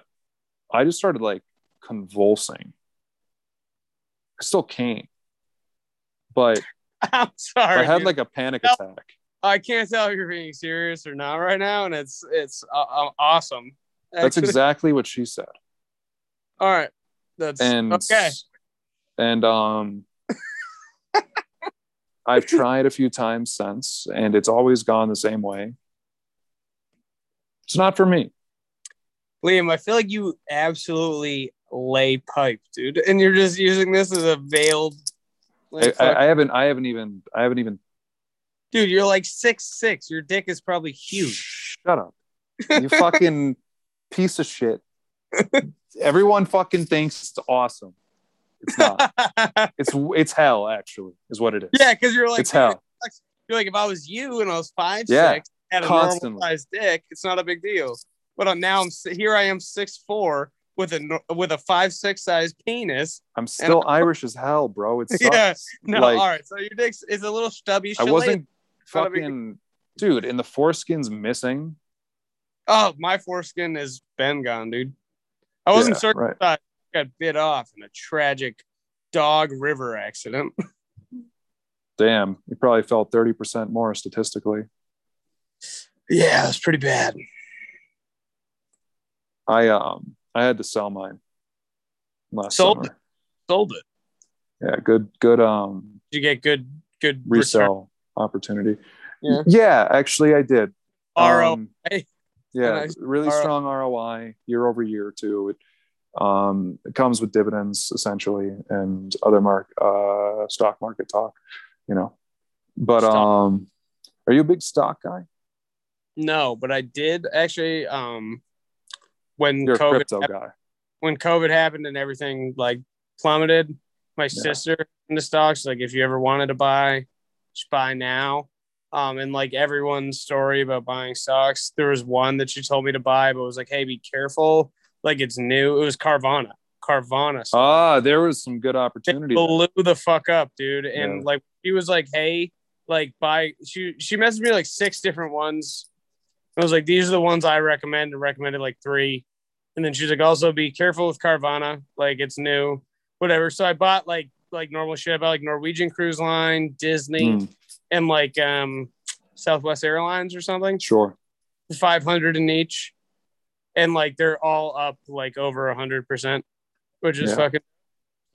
[SPEAKER 1] I just started like convulsing. I still can't, but
[SPEAKER 3] I'm sorry.
[SPEAKER 1] I had
[SPEAKER 3] dude.
[SPEAKER 1] like a panic
[SPEAKER 3] No.
[SPEAKER 1] attack.
[SPEAKER 3] I can't tell if you're being serious or not right now, and it's it's uh, uh, awesome.
[SPEAKER 1] That's
[SPEAKER 3] Actually.
[SPEAKER 1] exactly what she said.
[SPEAKER 3] All right. That's
[SPEAKER 1] and
[SPEAKER 3] okay.
[SPEAKER 1] and um i've tried a few times since and it's always gone the same way it's not for me
[SPEAKER 3] Liam, I feel like you absolutely lay pipe, dude, and you're just using this as a veiled.
[SPEAKER 1] I,
[SPEAKER 3] Like, fuck-
[SPEAKER 1] I, I haven't i haven't even i haven't even
[SPEAKER 3] dude, you're like six six. Your dick is probably huge.
[SPEAKER 1] shut up you fucking piece of shit everyone fucking thinks it's awesome it's not
[SPEAKER 3] yeah,
[SPEAKER 1] it's it's hell actually is what it is
[SPEAKER 3] because you're like
[SPEAKER 1] it's hell
[SPEAKER 3] You're like if I was you and I was five
[SPEAKER 1] Yeah,
[SPEAKER 3] six, had a
[SPEAKER 1] constantly.
[SPEAKER 3] normal sized dick, it's not a big deal. But I'm now I'm s- here. I am six four with a nor- with a five six size penis.
[SPEAKER 1] i'm still irish as hell bro it sucks
[SPEAKER 3] Yeah, No,
[SPEAKER 1] Like-
[SPEAKER 3] all right. So your dick is a little stubby.
[SPEAKER 1] i
[SPEAKER 3] Chalet-
[SPEAKER 1] wasn't
[SPEAKER 3] gotta be-
[SPEAKER 1] fucking dude and the foreskin's missing
[SPEAKER 3] Oh, my foreskin has been gone, dude. I wasn't
[SPEAKER 1] Yeah,
[SPEAKER 3] circumcised.
[SPEAKER 1] right
[SPEAKER 3] Got bit off in a tragic dog river accident.
[SPEAKER 1] damn, you probably fell 30% more statistically.
[SPEAKER 3] yeah, it was pretty bad.
[SPEAKER 1] I um I had to sell mine last
[SPEAKER 3] Sold
[SPEAKER 1] summer.
[SPEAKER 3] Sold it.
[SPEAKER 1] Yeah, good good um
[SPEAKER 3] Did you get good good return?
[SPEAKER 1] resell opportunity.
[SPEAKER 3] Yeah.
[SPEAKER 1] actually I did.
[SPEAKER 3] RO.
[SPEAKER 1] Um,
[SPEAKER 3] ROI.
[SPEAKER 1] yeah,
[SPEAKER 3] Nice.
[SPEAKER 1] really
[SPEAKER 3] RO.
[SPEAKER 1] strong ROI year over year too. It um it comes with dividends essentially and other mark uh stock market talk, you know. But
[SPEAKER 3] Stock.
[SPEAKER 1] um are you a big stock guy?
[SPEAKER 3] No, but I did actually. Um, when
[SPEAKER 1] You're a
[SPEAKER 3] COVID
[SPEAKER 1] crypto
[SPEAKER 3] hap-
[SPEAKER 1] guy.
[SPEAKER 3] when COVID happened and everything like plummeted, my sister in the stocks like if you ever wanted to buy, just buy now. Um, and like everyone's story about buying stocks, there was one that she told me to buy, but was like, hey, be careful, like it's new. It was Carvana. Carvana. stock.
[SPEAKER 1] Ah, there was some good
[SPEAKER 3] It
[SPEAKER 1] opportunity. there.
[SPEAKER 3] blew the fuck up, dude. And
[SPEAKER 1] Yeah.
[SPEAKER 3] like she was like, hey, like buy. She she messaged me like six different ones. I was like, these are the ones I recommend, and recommended like three. And then she's like, also be careful with Carvana, like it's new, whatever. So I bought like like normal shit. I bought like Norwegian Cruise Line, Disney,
[SPEAKER 1] Hmm,
[SPEAKER 3] and like um Southwest Airlines or something.
[SPEAKER 1] sure.
[SPEAKER 3] Five hundred in each. and like they're all up like over a hundred percent, which is
[SPEAKER 1] Yeah.
[SPEAKER 3] fucking.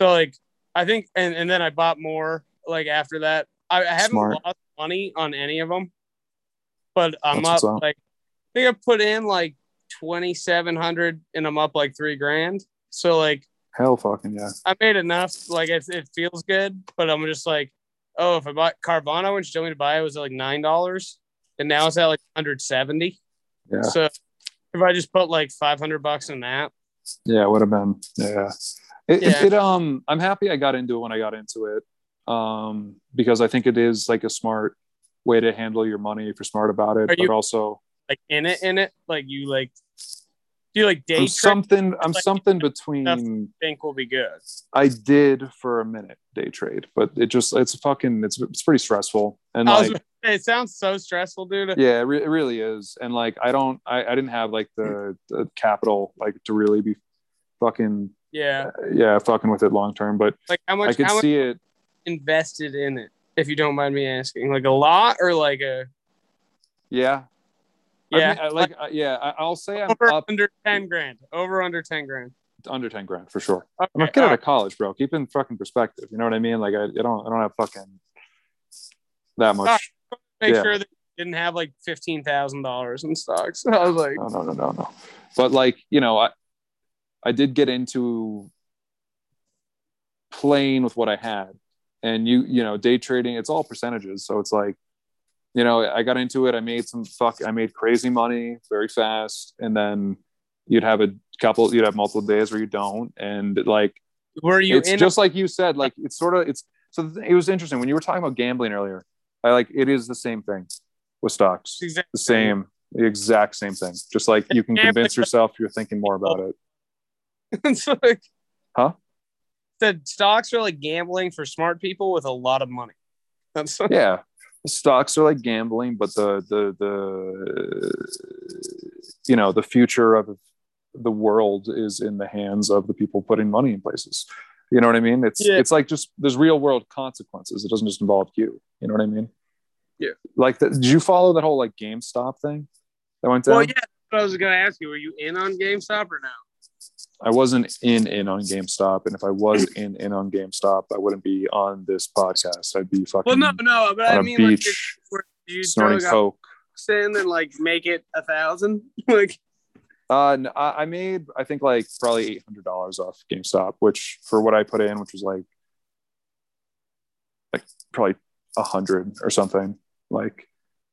[SPEAKER 3] So like I think, and and then I bought more like after that. I, I haven't
[SPEAKER 1] Smart.
[SPEAKER 3] lost money on any of them, but I'm
[SPEAKER 1] That's what's
[SPEAKER 3] up
[SPEAKER 1] up.
[SPEAKER 3] like I think I put in like twenty seven hundred and I'm up like three grand. So like
[SPEAKER 1] Hell fucking yeah.
[SPEAKER 3] I made enough. Like it, it feels good, but I'm just like, oh, if I bought Carvana, when she told me to buy it, it was at like nine dollars, and now it's at like 170.
[SPEAKER 1] Yeah.
[SPEAKER 3] So if I just put like 500 bucks in that,
[SPEAKER 1] Yeah, it would have been. Yeah. It,
[SPEAKER 3] Yeah.
[SPEAKER 1] It, it um I'm happy I got into it when I got into it. Um because I think it is like a smart way to handle your money if you're smart about it,
[SPEAKER 3] Are
[SPEAKER 1] but
[SPEAKER 3] you-
[SPEAKER 1] also
[SPEAKER 3] like in it, in it, like you like, do you like day
[SPEAKER 1] I'm
[SPEAKER 3] trade?
[SPEAKER 1] something I'm
[SPEAKER 3] like-
[SPEAKER 1] something between
[SPEAKER 3] think will be good.
[SPEAKER 1] I did for a minute day trade, but it just it's fucking it's it's pretty stressful and
[SPEAKER 3] I
[SPEAKER 1] like
[SPEAKER 3] was about to say, it sounds so stressful, dude.
[SPEAKER 1] yeah it, re- it really is and like I don't I, I didn't have like
[SPEAKER 3] Mm.
[SPEAKER 1] the, the capital like to really be fucking
[SPEAKER 3] Yeah.
[SPEAKER 1] yeah fucking with it long term but
[SPEAKER 3] Like how
[SPEAKER 1] I
[SPEAKER 3] much?
[SPEAKER 1] could
[SPEAKER 3] How much
[SPEAKER 1] see it
[SPEAKER 3] invested in it? If you don't mind me asking, like a lot or like a
[SPEAKER 1] yeah I
[SPEAKER 3] yeah,
[SPEAKER 1] mean, I, like uh, yeah, I, I'll say I'm
[SPEAKER 3] over
[SPEAKER 1] up
[SPEAKER 3] under ten grand, over under ten grand.
[SPEAKER 1] under ten grand for sure.
[SPEAKER 3] Okay,
[SPEAKER 1] I'm a kid out
[SPEAKER 3] alright.
[SPEAKER 1] of college, bro. Keep it in fucking perspective. You know what I mean? Like I, I don't, I don't have fucking that much.
[SPEAKER 3] make
[SPEAKER 1] Yeah.
[SPEAKER 3] sure that you didn't have like fifteen thousand dollars in stocks. I was Ah, like,
[SPEAKER 1] No, no, no, no, no. But like you know, I, I did get into playing with what I had, and you, you know, day trading. It's all percentages, so it's like, you know, I got into it. I made some fuck. I made crazy money very fast, and then you'd have a couple. You'd have multiple days where you don't, and like
[SPEAKER 3] were you
[SPEAKER 1] it's
[SPEAKER 3] in?
[SPEAKER 1] just like you said like it's sort of it's so the, it was interesting when you were talking about gambling earlier i like it is the same thing with stocks
[SPEAKER 3] Exactly.
[SPEAKER 1] the same the exact same thing just like you can
[SPEAKER 3] Gambling-
[SPEAKER 1] convince yourself you're thinking more about it
[SPEAKER 3] it's like,
[SPEAKER 1] Huh?
[SPEAKER 3] Said stocks are like gambling for smart people with a lot of money. That's
[SPEAKER 1] yeah stocks are like gambling but the the the you know the future of the world is in the hands of the people putting money in places you know what i mean it's
[SPEAKER 3] Yeah.
[SPEAKER 1] it's like just there's real world consequences it doesn't just involve you you know what i mean
[SPEAKER 3] Yeah.
[SPEAKER 1] like the, did you follow that whole like gamestop thing that went down
[SPEAKER 3] well, yeah. that's what I was gonna ask you, were you in on GameStop or no?
[SPEAKER 1] i wasn't in in on gamestop and if i was in in on gamestop i wouldn't be on this podcast i'd be fucking
[SPEAKER 3] Well, no, no, but
[SPEAKER 1] on
[SPEAKER 3] I
[SPEAKER 1] a
[SPEAKER 3] mean, like,
[SPEAKER 1] beach
[SPEAKER 3] were you
[SPEAKER 1] snorting
[SPEAKER 3] throwing
[SPEAKER 1] coke
[SPEAKER 3] out in and like make it a thousand? like,
[SPEAKER 1] Uh, n- I I made I think like probably eight hundred dollars off GameStop, which for what I put in, which was like like probably a hundred or something. Like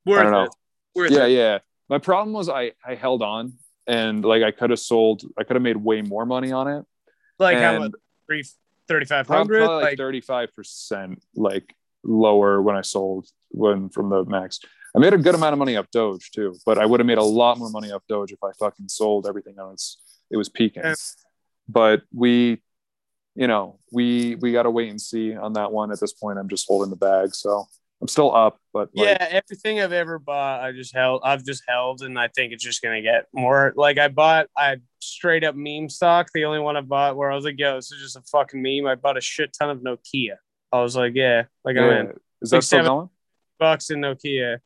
[SPEAKER 3] worth
[SPEAKER 1] I don't know.
[SPEAKER 3] it. Worth
[SPEAKER 1] Yeah,
[SPEAKER 3] it.
[SPEAKER 1] yeah. My problem was I I held on and like I could have sold, I could have made way more money on it.
[SPEAKER 3] Like how
[SPEAKER 1] and
[SPEAKER 3] much? Three thirty-five
[SPEAKER 1] probably
[SPEAKER 3] hundred.
[SPEAKER 1] like
[SPEAKER 3] Like,
[SPEAKER 1] thirty five percent like lower when I sold when from the max. I made a good amount of money off Doge too, but I would have made a lot more money off Doge if I fucking sold everything on its it was peaking.
[SPEAKER 3] Yeah.
[SPEAKER 1] But we, you know, we we gotta wait and see on that one. At this point, I'm just holding the bag, so I'm still up. But like,
[SPEAKER 3] yeah, everything I've ever bought, I just held. I've just held, and I think it's just gonna get more. Like I bought, I straight up meme stock. The only one I bought where I was like, "Yo, this is just a fucking meme." I bought a shit ton of Nokia. I was like, "Yeah, like I'm
[SPEAKER 1] yeah.
[SPEAKER 3] in
[SPEAKER 1] is that
[SPEAKER 3] Like
[SPEAKER 1] still
[SPEAKER 3] seven-
[SPEAKER 1] going?
[SPEAKER 3] bucks in Nokia,"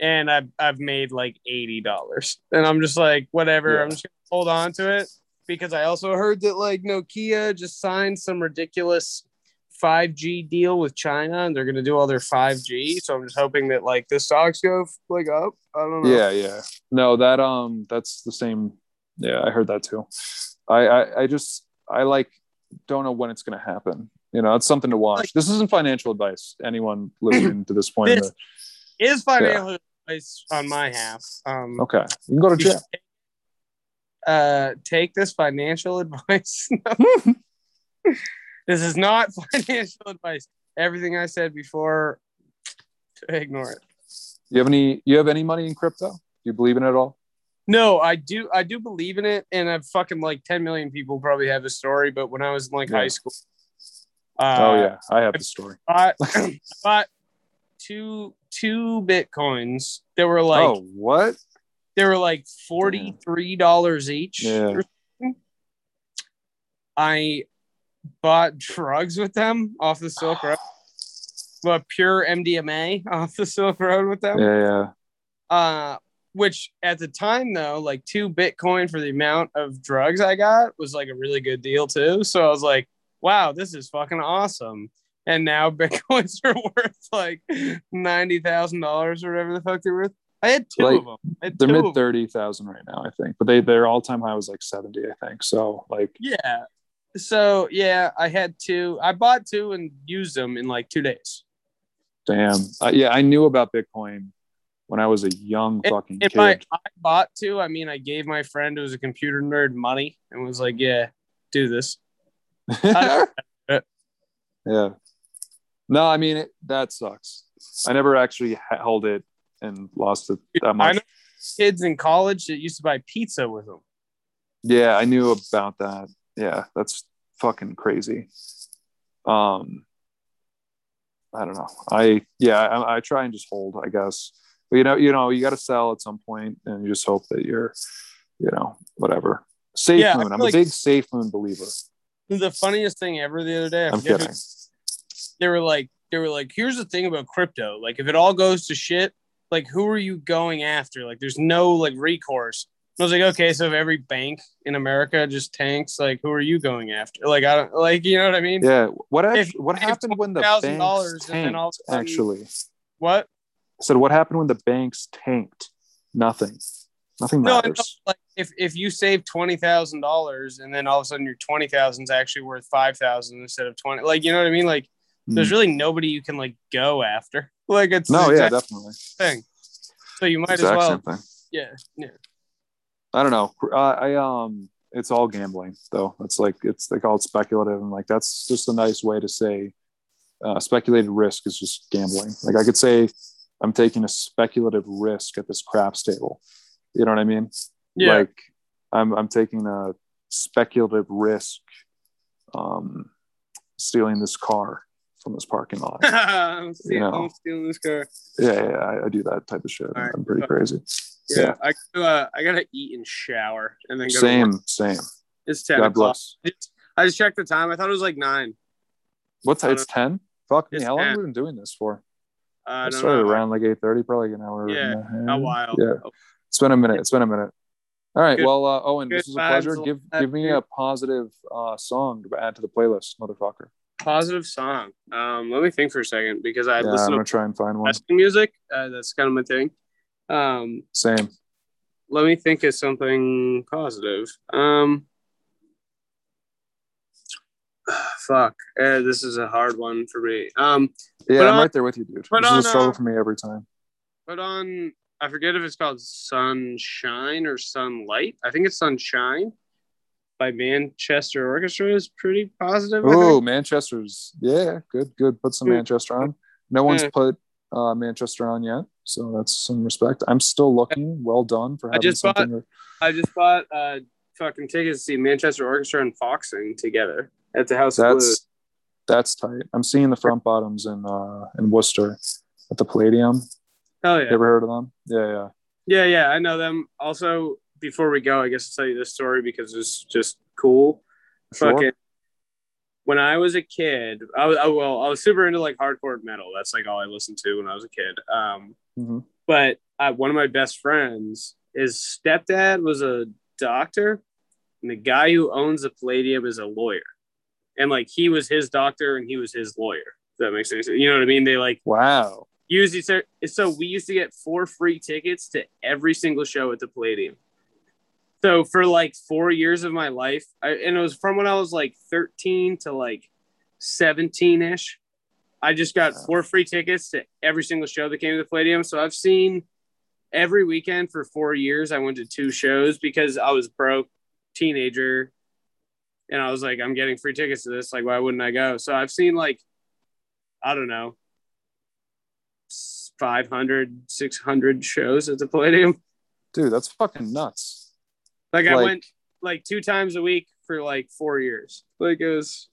[SPEAKER 3] and I've I've made like eighty dollars, and I'm just like, whatever.
[SPEAKER 1] Yeah.
[SPEAKER 3] I'm just gonna hold on to it because I also heard that like Nokia just signed some ridiculous. 5G deal with China, and they're gonna do all their 5G. So I'm just hoping that like the stocks go like up. I don't know.
[SPEAKER 1] Yeah, yeah. No, that um, that's the same. Yeah, I heard that too. I I, I just I like don't know when it's gonna happen. You know, it's something to watch.
[SPEAKER 3] Like-
[SPEAKER 1] this isn't financial advice. Anyone listening to this point, in
[SPEAKER 3] This-
[SPEAKER 1] the-
[SPEAKER 3] is financial advice on my half. Um,
[SPEAKER 1] okay, you can go to
[SPEAKER 3] you
[SPEAKER 1] jail.
[SPEAKER 3] should, uh, take this financial advice.
[SPEAKER 1] Hmm.
[SPEAKER 3] this is not financial advice. Everything I said before, ignore it.
[SPEAKER 1] You have any? You have any money in crypto? Do you believe in it at all?
[SPEAKER 3] No, I do. I do believe in it, and I've fucking like ten million people probably have this story. But when I was in like
[SPEAKER 1] Yeah.
[SPEAKER 3] high school, uh,
[SPEAKER 1] oh yeah, I have the story.
[SPEAKER 3] bought, bought two two bitcoins. They were like
[SPEAKER 1] oh what?
[SPEAKER 3] they were like forty three dollars each.
[SPEAKER 1] Yeah.
[SPEAKER 3] I bought drugs with them off the Silk Road, but pure MDMA off the Silk Road with them.
[SPEAKER 1] Yeah, yeah.
[SPEAKER 3] Uh, Which at the time though, like two Bitcoin for the amount of drugs I got was like a really good deal too. So I was like, wow, this is fucking awesome. And now Bitcoins are worth like ninety thousand dollars or whatever the fuck they're worth. I had two
[SPEAKER 1] Like,
[SPEAKER 3] of them. I had
[SPEAKER 1] They're
[SPEAKER 3] two of
[SPEAKER 1] mid
[SPEAKER 3] them.
[SPEAKER 1] thirty thousand right now, I think. But they their all time high was like seventy, I think. So like
[SPEAKER 3] Yeah. So yeah, I had two. I bought two and used them in like two days.
[SPEAKER 1] damn. Uh, yeah, I knew about Bitcoin when I was a young fucking
[SPEAKER 3] If
[SPEAKER 1] kid.
[SPEAKER 3] I, I bought two, I mean I gave my friend who was a computer nerd money and was like, Yeah, do this. uh,
[SPEAKER 1] yeah. No, I mean it, that sucks. I never actually h- held it and lost it that
[SPEAKER 3] I
[SPEAKER 1] much.
[SPEAKER 3] know kids in college that used to buy pizza with them.
[SPEAKER 1] Yeah, I knew about that. Yeah, that's fucking crazy. Um, I don't know. I yeah, I, I try and just hold, I guess. But you know, you know, you got to sell at some point, and you just hope that you're, you know, whatever. Safe
[SPEAKER 3] Yeah, I
[SPEAKER 1] moon.
[SPEAKER 3] feel
[SPEAKER 1] I'm
[SPEAKER 3] like-
[SPEAKER 1] a big safe moon believer.
[SPEAKER 3] The funniest thing ever the other day, I
[SPEAKER 1] I'm
[SPEAKER 3] forget who-
[SPEAKER 1] kidding.
[SPEAKER 3] they were like, they were like, here's the thing about crypto. Like, if it all goes to shit, like, who are you going after? Like, there's no like recourse. And I was like, okay, so if every bank in America just tanks, like, who are you going after? Like, I don't like, you know what I mean?
[SPEAKER 1] Yeah. What act-
[SPEAKER 3] If-
[SPEAKER 1] what
[SPEAKER 3] if
[SPEAKER 1] happened when the
[SPEAKER 3] $12,000
[SPEAKER 1] banks
[SPEAKER 3] and then all of
[SPEAKER 1] tanked?
[SPEAKER 3] a sudden-
[SPEAKER 1] Actually, I
[SPEAKER 3] What?
[SPEAKER 1] said what happened when the banks tanked? Nothing. Nothing
[SPEAKER 3] No, I
[SPEAKER 1] matters.
[SPEAKER 3] know, like, if if you save twenty thousand dollars and then all of a sudden your twenty thousand is actually worth five thousand instead of twenty, like, you know what I mean? Like, there's really nobody you can like go after. Like, it's
[SPEAKER 1] Mm. no,
[SPEAKER 3] the
[SPEAKER 1] yeah,
[SPEAKER 3] exact
[SPEAKER 1] definitely.
[SPEAKER 3] thing. So you might as
[SPEAKER 1] Exact
[SPEAKER 3] well,
[SPEAKER 1] same thing.
[SPEAKER 3] yeah, yeah.
[SPEAKER 1] I don't know. Uh, I um, it's all gambling though. It's like it's they call it speculative, and like that's just a nice way to say uh, speculated risk is just gambling. Like I could say I'm taking a speculative risk at this craps table. You know what I mean?
[SPEAKER 3] Yeah.
[SPEAKER 1] Like I'm I'm taking a speculative risk, um, stealing this car from this parking lot.
[SPEAKER 3] I'm, stealing,
[SPEAKER 1] You know.
[SPEAKER 3] I'm stealing this car.
[SPEAKER 1] yeah, yeah, I, I do that type of shit.
[SPEAKER 3] All right.
[SPEAKER 1] I'm pretty crazy.
[SPEAKER 3] Yeah, I uh, I gotta eat and shower and then go. To work.
[SPEAKER 1] Same, same.
[SPEAKER 3] It's ten
[SPEAKER 1] God
[SPEAKER 3] o'clock.
[SPEAKER 1] bless.
[SPEAKER 3] It's- I just checked the time. I thought it was like nine.
[SPEAKER 1] What's
[SPEAKER 3] I
[SPEAKER 1] it's ten? Fuck me.
[SPEAKER 3] Uh, It's
[SPEAKER 1] How long
[SPEAKER 3] 10.
[SPEAKER 1] have we been doing this for?
[SPEAKER 3] Uh,
[SPEAKER 1] I
[SPEAKER 3] I don't
[SPEAKER 1] started
[SPEAKER 3] know.
[SPEAKER 1] around like eight thirty, probably an hour.
[SPEAKER 3] Yeah,
[SPEAKER 1] and a
[SPEAKER 3] A
[SPEAKER 1] half.
[SPEAKER 3] while. Oh,
[SPEAKER 1] Yeah. It's been a minute. It's been a minute. All right.
[SPEAKER 3] Good-
[SPEAKER 1] well, uh, Owen, this
[SPEAKER 3] good
[SPEAKER 1] was a pleasure.
[SPEAKER 3] vibes.
[SPEAKER 1] Give give me a positive uh, song to add to the playlist, motherfucker.
[SPEAKER 3] Positive song. Um, let me think for a second because I
[SPEAKER 1] Yeah, I'm
[SPEAKER 3] listen
[SPEAKER 1] gonna
[SPEAKER 3] to
[SPEAKER 1] try and find one.
[SPEAKER 3] classical music. Uh, that's kind of my thing. Um,
[SPEAKER 1] Same.
[SPEAKER 3] let me think of something positive. Um, fuck. Uh, this is a hard one for me. Um,
[SPEAKER 1] Yeah,
[SPEAKER 3] Put
[SPEAKER 1] I'm
[SPEAKER 3] on-
[SPEAKER 1] right there with you, dude.
[SPEAKER 3] put
[SPEAKER 1] This is
[SPEAKER 3] on,
[SPEAKER 1] a struggle
[SPEAKER 3] uh,
[SPEAKER 1] for me every time.
[SPEAKER 3] put on I forget if it's called Sunshine or Sunlight. I think it's Sunshine by Manchester Orchestra is pretty positive. I
[SPEAKER 1] Oh,
[SPEAKER 3] think.
[SPEAKER 1] Manchester's. Yeah, good, good. Put some
[SPEAKER 3] Mm.
[SPEAKER 1] Manchester on. No one's
[SPEAKER 3] Mm.
[SPEAKER 1] put uh, Manchester on yet, so that's some respect. I'm still looking. Well done for
[SPEAKER 3] I
[SPEAKER 1] having
[SPEAKER 3] just bought-
[SPEAKER 1] something.
[SPEAKER 3] I just bought uh fucking tickets to see Manchester Orchestra and Foxing together at the House of Blues.
[SPEAKER 1] That's that's tight. I'm seeing the front bottoms in uh in Worcester at the Palladium.
[SPEAKER 3] Hell yeah.
[SPEAKER 1] You ever heard of them? Yeah, yeah.
[SPEAKER 3] Yeah, yeah, I know them. Also, before we go, I guess I'll tell you this story because it's just cool.
[SPEAKER 1] Sure.
[SPEAKER 3] Fucking when I was a kid, I was I, well, I was super into like hardcore metal. That's like all I listened to when I was a kid. Um,
[SPEAKER 1] Mhm.
[SPEAKER 3] but uh, one of my best friends, his stepdad was a doctor, and the guy who owns the Palladium is a lawyer, and like he was his doctor and he was his lawyer. If that makes any sense. You know what I mean? They like
[SPEAKER 1] Wow.
[SPEAKER 3] used each other- so we used to get four free tickets to every single show at the Palladium. So for like four years of my life, I, and it was from when I was like 13 to like 17 ish. I just got
[SPEAKER 1] Wow.
[SPEAKER 3] four free tickets to every single show that came to the Palladium. So I've seen every weekend for four years. I went to two shows because I was broke, teenager, and I was like, I'm getting free tickets to this. Like, why wouldn't I go? So I've seen like, I don't know, 500, 600 shows at the Palladium.
[SPEAKER 1] Dude, that's fucking nuts.
[SPEAKER 3] Like, I
[SPEAKER 1] Like-
[SPEAKER 3] went like two times a week for like four years. Like, it was,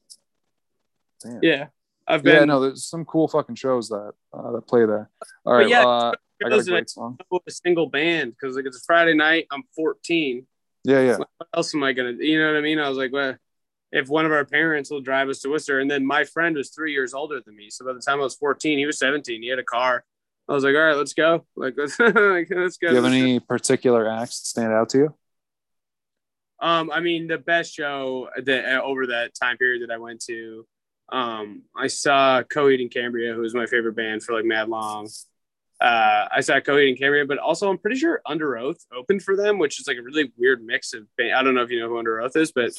[SPEAKER 1] Damn.
[SPEAKER 3] yeah. I've
[SPEAKER 1] Yeah,
[SPEAKER 3] been
[SPEAKER 1] no, there's some cool fucking shows that uh, that play there. All right,
[SPEAKER 3] yeah,
[SPEAKER 1] uh, I got a
[SPEAKER 3] shows and
[SPEAKER 1] great song.
[SPEAKER 3] I know a single band because like it's a Friday night. I'm 14.
[SPEAKER 1] Yeah, yeah.
[SPEAKER 3] what else am I gonna? You know what I mean? I was like, well, if one of our parents will drive us to Worcester, and then my friend was three years older than me, so by the time I was fourteen, he was seventeen. He had a car, I was like, all right, let's go. Like, let's like, let's go.
[SPEAKER 1] Do you have
[SPEAKER 3] Let's
[SPEAKER 1] any particular acts that stand out to you?
[SPEAKER 3] Um, I mean, the best show that uh, over that time period that I went to, um, I saw Coheed and Cambria, who was my favorite band for like mad long. Uh, I saw Coheed and Cambria, but also I'm pretty sure Under Oath opened for them, which is like a really weird mix of. Band- I don't know if you know who Under Oath is, but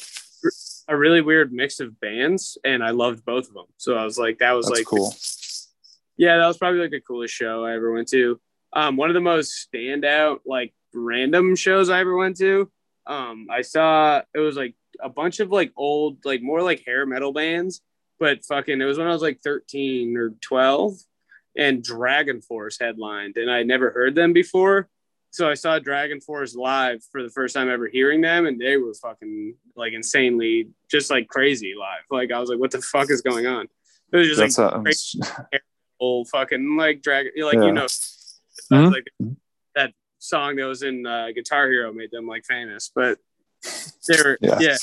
[SPEAKER 3] a really weird mix of bands, and I loved both of them. So I was like, that was
[SPEAKER 1] That's
[SPEAKER 3] like the
[SPEAKER 1] cool.
[SPEAKER 3] yeah, that was probably like the coolest show I ever went to. Um, one of the most standout, like random shows I ever went to. Um, I saw it was like a bunch of like old, like more like hair metal bands, but fucking it was when I was like 13 or 12 and Dragon Force headlined, and I never heard them before. So I saw Dragon Force live for the first time ever hearing them, and they were fucking like insanely just like crazy live. Like I was like, what the fuck is going on? It was just like
[SPEAKER 1] That's a,
[SPEAKER 3] old fucking like dragon like
[SPEAKER 1] Yeah.
[SPEAKER 3] you know
[SPEAKER 1] Mhm.
[SPEAKER 3] like that song that was in uh, guitar hero made them like famous but they were
[SPEAKER 1] Yeah.
[SPEAKER 3] yeah. yeah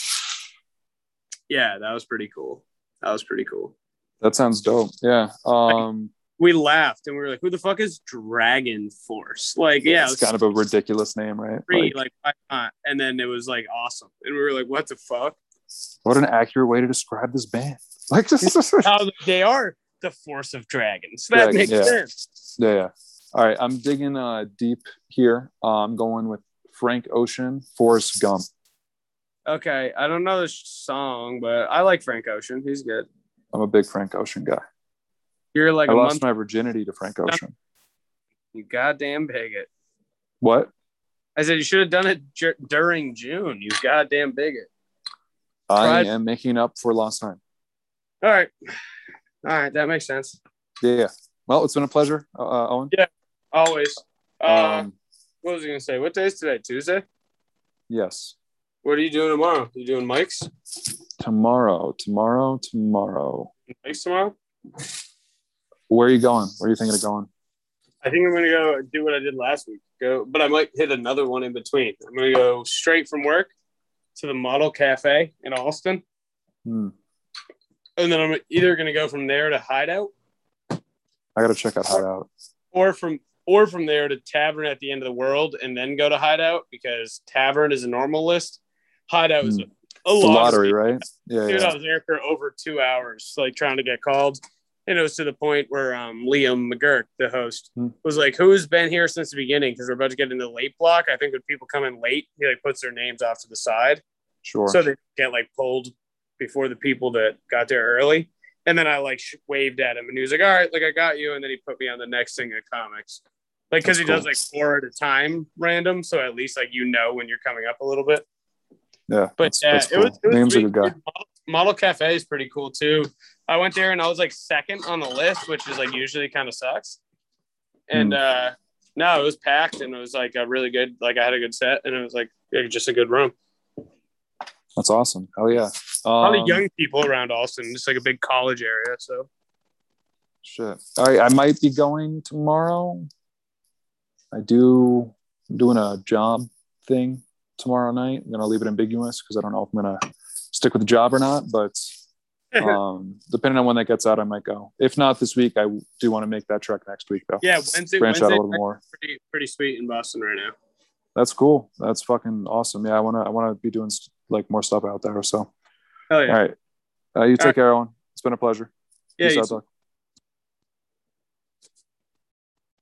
[SPEAKER 3] that was pretty cool that was pretty cool
[SPEAKER 1] that sounds dope. Yeah. Um,
[SPEAKER 3] we laughed and we were like who the fuck is dragon force like yeah, it
[SPEAKER 1] it's
[SPEAKER 3] was
[SPEAKER 1] kind of a ridiculous name, right?
[SPEAKER 3] free
[SPEAKER 1] Like,
[SPEAKER 3] like, why not and then it was like awesome and we were like what the fuck
[SPEAKER 1] what an accurate way to describe this band. Like, just,
[SPEAKER 3] I was like, they are the force of dragons that
[SPEAKER 1] Dragon,
[SPEAKER 3] makes
[SPEAKER 1] yeah.
[SPEAKER 3] sense
[SPEAKER 1] Yeah, yeah. All right, I'm digging uh, deep here. Uh, I'm going with Frank Ocean, Forrest Gump.
[SPEAKER 3] okay i don't know this song but i like frank ocean he's good
[SPEAKER 1] I'm a big Frank Ocean guy.
[SPEAKER 3] you're like
[SPEAKER 1] I
[SPEAKER 3] a
[SPEAKER 1] lost
[SPEAKER 3] month
[SPEAKER 1] my virginity to Frank Ocean.
[SPEAKER 3] You goddamn bigot.
[SPEAKER 1] What?
[SPEAKER 3] I said you should have done it ju- during June. You goddamn bigot.
[SPEAKER 1] I
[SPEAKER 3] Pride-
[SPEAKER 1] am making up for lost time.
[SPEAKER 3] All right. All right. That makes sense.
[SPEAKER 1] Yeah. yeah. Well, it's been a pleasure, uh, uh, Owen.
[SPEAKER 3] Always. Uh,
[SPEAKER 1] um,
[SPEAKER 3] what was I going to say? What day is today? Tuesday?
[SPEAKER 1] yes.
[SPEAKER 3] What are you doing tomorrow? You doing Mike's?
[SPEAKER 1] Tomorrow, tomorrow, tomorrow.
[SPEAKER 3] Mike's tomorrow?
[SPEAKER 1] Where are you going? Where are you thinking of going?
[SPEAKER 3] I think I'm going to go do what I did last week. Go, But I might hit another one in between. I'm going to go straight from work to the Model Cafe in Austin.
[SPEAKER 1] Hmm.
[SPEAKER 3] And then I'm either going to go from there to Hideout
[SPEAKER 1] I got to check out Hideout.
[SPEAKER 3] or from or from there to tavern at the end of the world and then go to hideout because tavern is a normal list hideout is a, a
[SPEAKER 1] Hmm. It's a lottery,
[SPEAKER 3] lottery
[SPEAKER 1] right? Yeah.
[SPEAKER 3] dude i
[SPEAKER 1] yeah.
[SPEAKER 3] was there for over two hours like trying to get called and it was to the point where um, liam mcgurk the host
[SPEAKER 1] Hmm.
[SPEAKER 3] was like who's been here since the beginning because we're about to get into late block i think when people come in late he like puts their names off to the side
[SPEAKER 1] Sure.
[SPEAKER 3] so they get like pulled before the people that got there early. And then I like sh- waved at him, and he was like, "All right, like I got you." And then he put me on the next thing at comics, like because
[SPEAKER 1] That's
[SPEAKER 3] he does
[SPEAKER 1] cool.
[SPEAKER 3] like four at a time, random. So at least like you know when you're coming up a little bit.
[SPEAKER 1] yeah.
[SPEAKER 3] But
[SPEAKER 1] that's-
[SPEAKER 3] yeah,
[SPEAKER 1] that's
[SPEAKER 3] it was,
[SPEAKER 1] cool.
[SPEAKER 3] it was
[SPEAKER 1] Liam's a
[SPEAKER 3] really
[SPEAKER 1] good guy.
[SPEAKER 3] good. Model, Model Cafe is pretty cool too. I went there and I was like second on the list, which is like usually kind of sucks. And
[SPEAKER 1] Hmm.
[SPEAKER 3] uh no, it was packed and it was like a really good. Like I had a good set and it was like it was just a good room.
[SPEAKER 1] That's awesome. Hell yeah.
[SPEAKER 3] A lot
[SPEAKER 1] Um,
[SPEAKER 3] of young people around Austin. It's like a big college area. So
[SPEAKER 1] Shit. All right, I might be going tomorrow. I do I'm doing a job thing tomorrow night. I'm gonna leave it ambiguous because I don't know if I'm gonna stick with the job or not. But um, depending on when that gets out, I might go. If not this week, I do want to make that trek next week though.
[SPEAKER 3] yeah, Wednesday,
[SPEAKER 1] branch out a
[SPEAKER 3] Wednesday
[SPEAKER 1] little more.
[SPEAKER 3] pretty pretty sweet in Boston right now.
[SPEAKER 1] That's cool. That's fucking awesome. Yeah, I wanna I wanna be doing s- like more stuff out there. So
[SPEAKER 3] Hell yeah,
[SPEAKER 1] all right, uh, you take
[SPEAKER 3] right.
[SPEAKER 1] care, Owen. It's been a pleasure.
[SPEAKER 3] yeah.
[SPEAKER 1] Peace
[SPEAKER 3] you
[SPEAKER 1] out, dog.